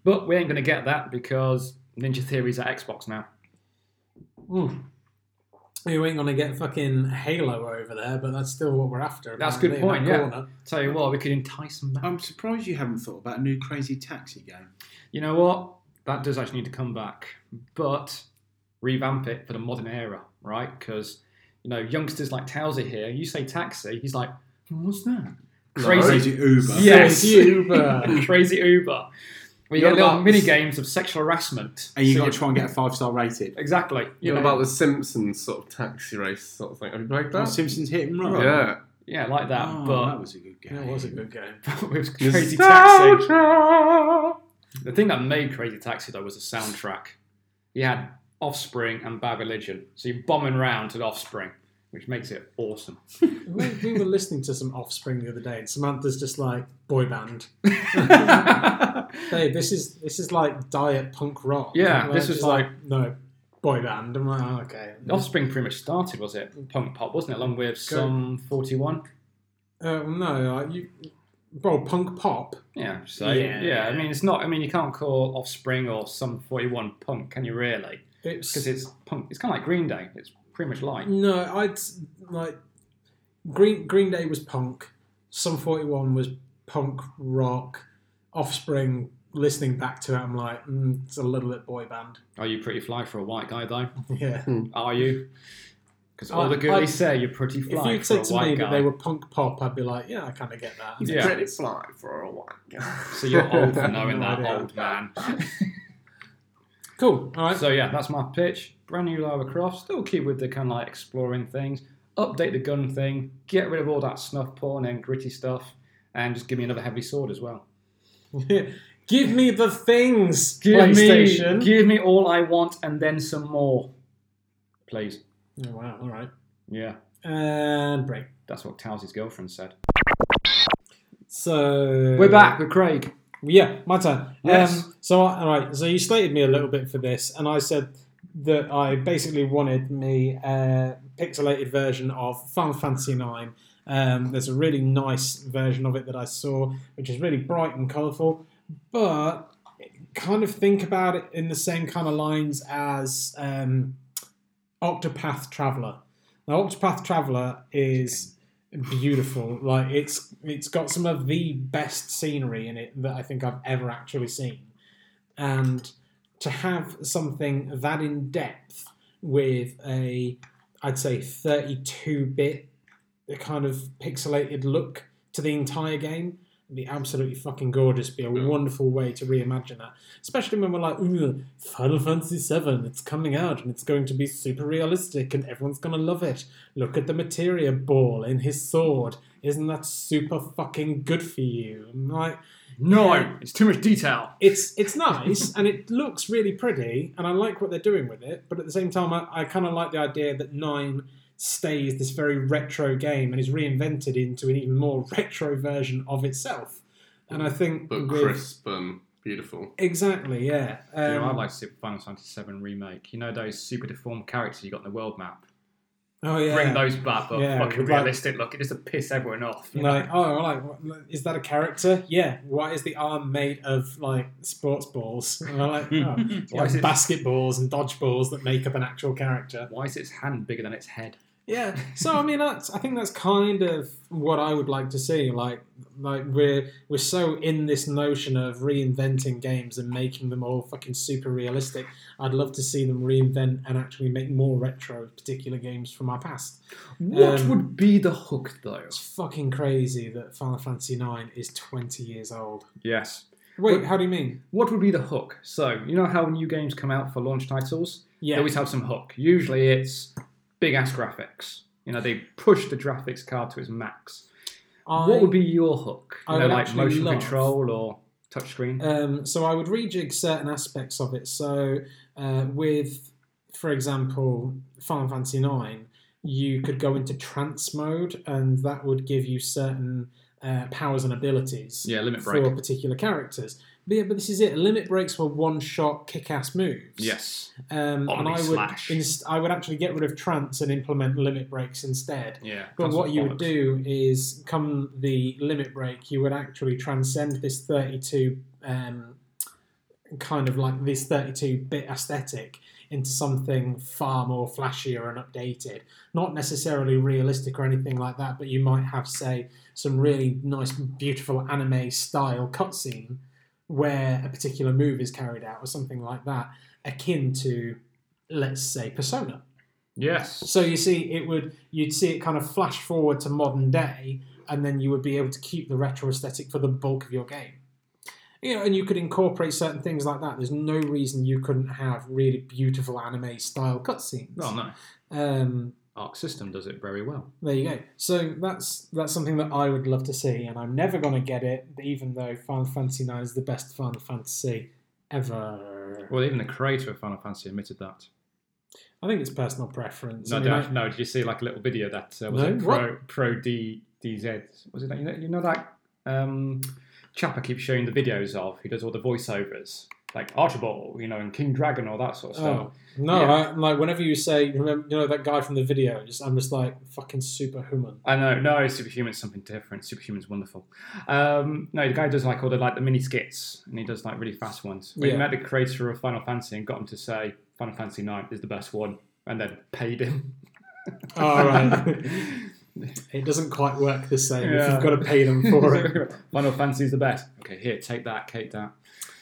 Speaker 2: but we ain't gonna get that because Ninja Theory's at Xbox now.
Speaker 1: Mm. You ain't gonna get fucking Halo over there, but that's still what we're after.
Speaker 2: That's a good
Speaker 1: apparently, in
Speaker 2: point,
Speaker 1: that
Speaker 2: yeah.
Speaker 1: corner.
Speaker 2: Tell you what, we could entice them. Back.
Speaker 5: I'm surprised you haven't thought about a new Crazy Taxi game.
Speaker 2: You know what? That does actually need to come back, but revamp it for the modern era, right? Because you know youngsters like Towsy here. You say taxi, he's like, what's that? Crazy,
Speaker 5: Crazy Uber.
Speaker 2: Yeah. Yes.
Speaker 1: Thank you, but-
Speaker 2: crazy Uber. Where you
Speaker 4: You're
Speaker 2: get little
Speaker 4: about-
Speaker 2: mini games of sexual harassment.
Speaker 5: And you
Speaker 2: So
Speaker 5: got to
Speaker 2: you-
Speaker 5: try and get a five star rated.
Speaker 2: exactly. You
Speaker 4: What
Speaker 2: know,
Speaker 4: about the Simpsons sort of taxi race sort of thing? Have you played
Speaker 5: Oh,
Speaker 4: that?
Speaker 5: Simpsons hit and run.
Speaker 4: Yeah.
Speaker 2: yeah, like that,
Speaker 5: Oh, that was a good game.
Speaker 1: That was a good game.
Speaker 2: but with crazy taxi.
Speaker 4: Nostalgia.
Speaker 2: The thing that made Crazy Taxi though was the soundtrack. You had Offspring and Bad Religion, so you're bombing round to the Offspring, which makes it awesome.
Speaker 1: We, we were listening to some Offspring the other day, and Samantha's just like boy band.
Speaker 2: yeah,
Speaker 1: Hey, this is this is like diet punk rock.
Speaker 2: Yeah,
Speaker 1: And
Speaker 2: this
Speaker 1: she's
Speaker 2: was
Speaker 1: no boy band. I'm like, oh, okay.
Speaker 2: Offspring pretty much started, was it? Punk pop, wasn't it? Along with some 41.
Speaker 1: Uh, no, like you, well, punk pop.
Speaker 2: Yeah, so yeah.
Speaker 1: Yeah.
Speaker 2: I mean, it's not. I mean, you can't call Offspring or some 41 punk, can you really?
Speaker 1: It's
Speaker 2: Because it's punk. It's kind of like Green Day. It's pretty much like
Speaker 1: No, I'd like Green Green Day was punk. Some Forty One was punk rock. Offspring. Listening back to it, I'm like, mm, it's a little bit boy band.
Speaker 2: Are you pretty fly for a white guy though?
Speaker 1: Yeah,
Speaker 2: Are you? Because all the
Speaker 1: I-
Speaker 2: girlies
Speaker 1: I-
Speaker 2: say you're pretty
Speaker 1: If
Speaker 2: fly
Speaker 1: you'd
Speaker 2: for
Speaker 1: said
Speaker 2: a
Speaker 1: to me
Speaker 2: white
Speaker 1: that
Speaker 2: guy.
Speaker 1: they were punk pop, I'd be like, yeah, I kind of get that.
Speaker 2: Yeah.
Speaker 4: Pretty fly for a white guy.
Speaker 2: So you're old for knowing
Speaker 1: No
Speaker 2: that,
Speaker 1: idea.
Speaker 2: old man.
Speaker 1: Cool. All right.
Speaker 2: So yeah, that's my pitch. Brand new Lara Croft. Still keep with the kind of like exploring things. Update the gun thing. Get rid of all that snuff porn and gritty stuff. And just give me another heavy sword as well.
Speaker 1: give me the things,
Speaker 2: Give me,
Speaker 1: PlayStation.
Speaker 2: give me all I want and then some more, please.
Speaker 1: oh, wow. All right.
Speaker 2: Yeah,
Speaker 1: And break.
Speaker 2: that's what Towsie's girlfriend said.
Speaker 1: So
Speaker 2: We're back with Craig.
Speaker 1: Yeah, my turn.
Speaker 2: Yes.
Speaker 1: Um, so I- all right. So you slated me a little bit for this, and I said that I basically wanted me a pixelated version of Final Fantasy IX. Um, there's a really nice version of it that I saw, which is really bright and colourful, but kind of think about it in the same kind of lines as um, Octopath Traveler. Now, Octopath Traveler is beautiful. Like it's it's got some of the best scenery in it that I think I've ever actually seen. And to have something that in depth with a I'd say 32 bit kind of pixelated look to the entire game would be absolutely fucking gorgeous. Be a wonderful way to reimagine that. Especially when we're like, ooh, Final Fantasy VII, it's coming out and it's going to be super realistic and everyone's gonna love it. Look at the materia ball in his sword. Isn't that super fucking good for you? I'm like,
Speaker 2: No, it's too much detail.
Speaker 1: it's it's nice and it looks really pretty and I like what they're doing with it, but at the same time I, I kind of like the idea that Nine stays this very retro game and is reinvented into an even more retro version of itself. And I think
Speaker 4: But
Speaker 1: with-
Speaker 4: crisp and beautiful.
Speaker 1: exactly, yeah. Um,
Speaker 2: you know, I'd like to see a Final Fantasy VII remake. You know those super deformed characters you got in the world map.
Speaker 1: oh yeah.
Speaker 2: Bring those back, but
Speaker 1: Yeah,
Speaker 2: fucking
Speaker 1: like-
Speaker 2: realistic looking, just to piss everyone off. you know?
Speaker 1: like oh like what- is that a character? Yeah. Why is the arm made of like sports balls? And I'm like oh, it's
Speaker 2: Why
Speaker 1: like
Speaker 2: is it-
Speaker 1: basketballs and dodgeballs that make up an actual character.
Speaker 2: Why is its hand bigger than its head?
Speaker 1: Yeah. So I mean, that's I think that's kind of what I would like to see. Like, like we're we're so in this notion of reinventing games and making them all fucking super realistic. I'd love to see them reinvent and actually make more retro particular games from our past.
Speaker 2: What
Speaker 1: Um,
Speaker 2: would be the hook, though?
Speaker 1: It's fucking crazy that Final Fantasy IX is twenty years old.
Speaker 2: Yes.
Speaker 1: Wait,
Speaker 2: But-
Speaker 1: how do you mean?
Speaker 2: What would be the hook? So, you know how new games come out for launch titles?
Speaker 1: Yeah.
Speaker 2: They always have some hook. Usually it's big ass graphics. You know, they push the graphics card to its max.
Speaker 1: I-
Speaker 2: what would be your hook? You
Speaker 1: I
Speaker 2: know,
Speaker 1: would
Speaker 2: like
Speaker 1: actually
Speaker 2: motion
Speaker 1: love-
Speaker 2: control or touchscreen?
Speaker 1: Um, so I would rejig certain aspects of it. So uh, with, for example, Final Fantasy IX, you could go into trance mode, and that would give you certain uh, powers and abilities
Speaker 2: yeah, limit
Speaker 1: for
Speaker 2: break.
Speaker 1: particular characters. But yeah, but this is it. Limit breaks were one-shot kick-ass moves.
Speaker 2: Yes.
Speaker 1: um, and
Speaker 2: Omni
Speaker 1: I would
Speaker 2: slash.
Speaker 1: inst- I would actually get rid of trance and implement limit breaks instead.
Speaker 2: Yeah.
Speaker 1: But
Speaker 2: that's
Speaker 1: what you would do
Speaker 2: bollocks.
Speaker 1: is, come the limit break, you would actually transcend this 32 um, kind of like this 32 bit aesthetic into something far more flashier and updated. Not necessarily realistic or anything like that, but you might have, say, some really nice, beautiful anime style cutscene where a particular move is carried out or something like that, akin to, let's say, Persona.
Speaker 2: Yes.
Speaker 1: So you see, it would you'd see it kind of flash forward to modern day, and then you would be able to keep the retro aesthetic for the bulk of your game. You know, and you could incorporate certain things like that. There's no reason you couldn't have really beautiful anime style cutscenes.
Speaker 2: Well, Oh, no.
Speaker 1: Um,
Speaker 2: Arc System does it very well.
Speaker 1: there you go. So that's that's something that I would love to see, and I'm never going to get it, even though Final Fantasy IX is the best Final Fantasy ever.
Speaker 2: Well, even the creator of Final Fantasy admitted that.
Speaker 1: I think it's personal preference.
Speaker 2: No,
Speaker 1: I mean, I-
Speaker 2: don't- no, did you see like a little video that uh, was
Speaker 1: No,
Speaker 2: it Pro, Pro D, DZ? Was it that? You know, you know that um, chap I keep showing the videos of who does all the voiceovers, like Archibald, you know, and King Dragon, all that sort of stuff.
Speaker 1: Oh no!
Speaker 2: Yeah.
Speaker 1: I, like whenever you say, you remember, you know that guy from the videos, I'm just like fucking superhuman.
Speaker 2: I know, no, Superhuman's something different. Superhuman's wonderful. Um, no, the guy does like all the like the mini skits, and he does like really fast ones. We
Speaker 1: Yeah.
Speaker 2: met the creator of Final Fantasy and got him to say Final Fantasy Nine is the best one, and then paid him. Oh,
Speaker 1: All Oh, right, it doesn't quite work the same if
Speaker 2: Yeah.
Speaker 1: you've got to pay them for it.
Speaker 2: Final Fantasy's the best. Okay, here, take that, take that.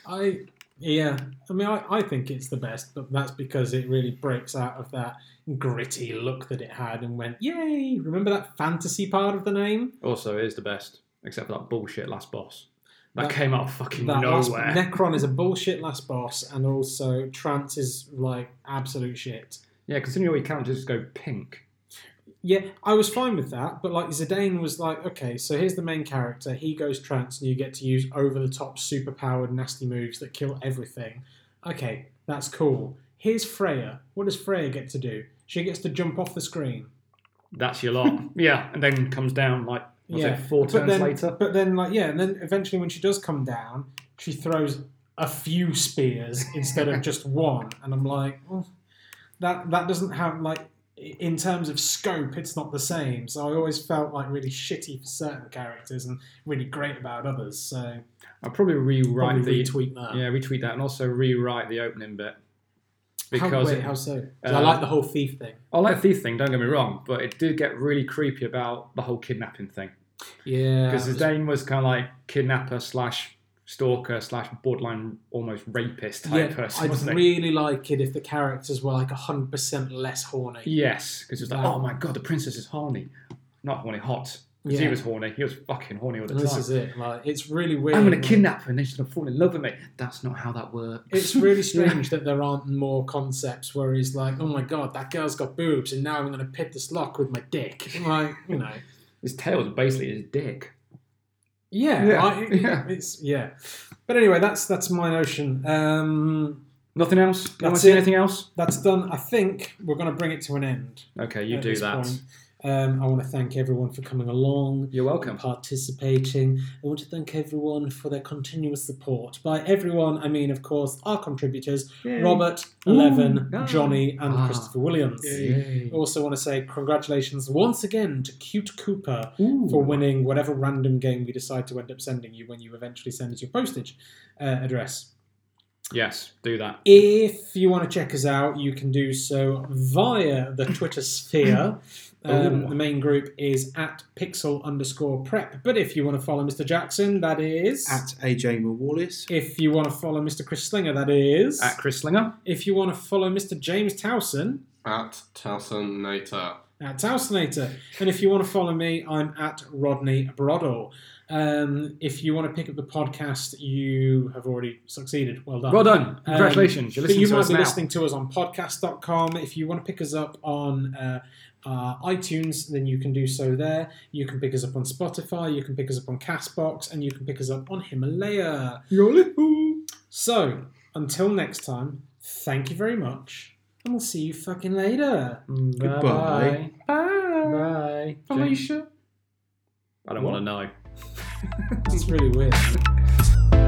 Speaker 1: I yeah, I mean, I, I think it's the best, but that's because it really breaks out of that gritty look that it had and went, yay! Remember that fantasy part of the name?
Speaker 2: Also, it is the best, except for that bullshit last boss. That,
Speaker 1: That-
Speaker 2: came out of fucking
Speaker 1: That last,
Speaker 2: nowhere.
Speaker 1: Necron is a bullshit last boss, and also Trance is like absolute shit.
Speaker 2: yeah, considering all your characters just go pink.
Speaker 1: Yeah, I was fine with that, but like Zidane was like, okay, so here's the main character. He goes trance, and you get to use over the top, super powered, nasty moves that kill everything. Okay, that's cool. Here's Freya. What does Freya get to do? She gets to jump off the screen.
Speaker 2: That's your lot. yeah, and then comes down like was
Speaker 1: Yeah,
Speaker 2: it four
Speaker 1: But
Speaker 2: turns
Speaker 1: then,
Speaker 2: later?
Speaker 1: but then, like, yeah, and then eventually when she does come down, she throws a few spears instead of just one, and I'm like, "Oh, that that doesn't have like i- in terms of scope, it's not the same. So I always felt like really shitty for certain characters and really great about others. So
Speaker 2: I'll probably rewrite
Speaker 1: probably
Speaker 2: the
Speaker 1: retweet that.
Speaker 2: yeah retweet that and also rewrite the opening bit because
Speaker 1: how, wait,
Speaker 2: it-
Speaker 1: how so? 'Cause I
Speaker 2: uh,
Speaker 1: like the whole thief thing.
Speaker 2: I like thief thing. Don't get me wrong, but it did get really creepy about the whole kidnapping thing.
Speaker 1: Yeah,
Speaker 2: Because Zidane was kind of like kidnapper slash stalker slash borderline almost rapist type
Speaker 1: yeah,
Speaker 2: person,
Speaker 1: I'd
Speaker 2: wasn't
Speaker 1: really like it if the characters were like hundred percent less horny.
Speaker 2: he? Yes, because it's like,
Speaker 1: Wow.
Speaker 2: oh my god, the princess is horny. Not horny, hot. Because he
Speaker 1: Yeah.
Speaker 2: was horny. He was fucking horny all the
Speaker 1: And this
Speaker 2: time.
Speaker 1: is it. Like, it's really weird.
Speaker 2: I'm going
Speaker 1: like-
Speaker 2: to kidnap her and then she's going to fall in love with me. That's not how that works.
Speaker 1: It's really strange that there aren't more concepts where he's like, "Oh my god, that girl's got boobs, and now I'm going to pit this lock with my dick." Like, you know,
Speaker 2: his tail was basically his dick.
Speaker 1: yeah,
Speaker 2: Yeah,
Speaker 1: like, it-
Speaker 2: yeah.
Speaker 1: it's yeah. But anyway, that's that's my notion. Um,
Speaker 2: Nothing else? You want
Speaker 1: That's
Speaker 2: to see
Speaker 1: it.
Speaker 2: anything else?
Speaker 1: that's done. I think we're going to bring it to an end.
Speaker 2: Okay, you
Speaker 1: at
Speaker 2: do
Speaker 1: this
Speaker 2: that.
Speaker 1: point. Um, I want to thank everyone for coming along.
Speaker 2: You're welcome.
Speaker 1: participating. I want to thank everyone for their continuous support. By everyone, I mean, of course, our contributors Robert,
Speaker 2: Ooh,
Speaker 1: Eleven,
Speaker 2: yeah.
Speaker 1: Johnny, and
Speaker 2: Ah.
Speaker 1: Christopher Williams. Also, want to say congratulations once again to Cute Cooper
Speaker 2: Ooh.
Speaker 1: for winning whatever random game we decide to end up sending you when you eventually send us your postage uh, address.
Speaker 2: Yes, do that.
Speaker 1: If you want to check us out, you can do so via the Twitter sphere. Um,
Speaker 2: Ooh.
Speaker 1: the main group is at pixel underscore prep. But if you want to follow Mr. Jackson, that is.
Speaker 5: At AJ Mawalis,
Speaker 1: if you want to follow Mr. Chris Slinger, that is.
Speaker 2: At Chris Slinger.
Speaker 1: If you want to follow Mr. James Towson,
Speaker 4: At Towson Nater.
Speaker 1: at Towsonator. And if you want to follow me, I'm at Rodney Broddle. Um, if you want to pick up the podcast, you have already succeeded. Well done.
Speaker 2: Well done.
Speaker 1: Um,
Speaker 2: Congratulations. You're
Speaker 1: but
Speaker 2: listening
Speaker 1: you
Speaker 2: to
Speaker 1: might
Speaker 2: us
Speaker 1: be
Speaker 2: now.
Speaker 1: listening to us on podcast.com. If you want to pick us up on uh, uh, iTunes, then you can do so there. You can pick us up on Spotify. You can pick us up on Castbox, and you can pick us up on Himalaya. So until next time, thank you very much, and we'll see you fucking later.
Speaker 5: Goodbye.
Speaker 2: Bye. Bye. Alicia. I don't want to know.
Speaker 1: It's really weird.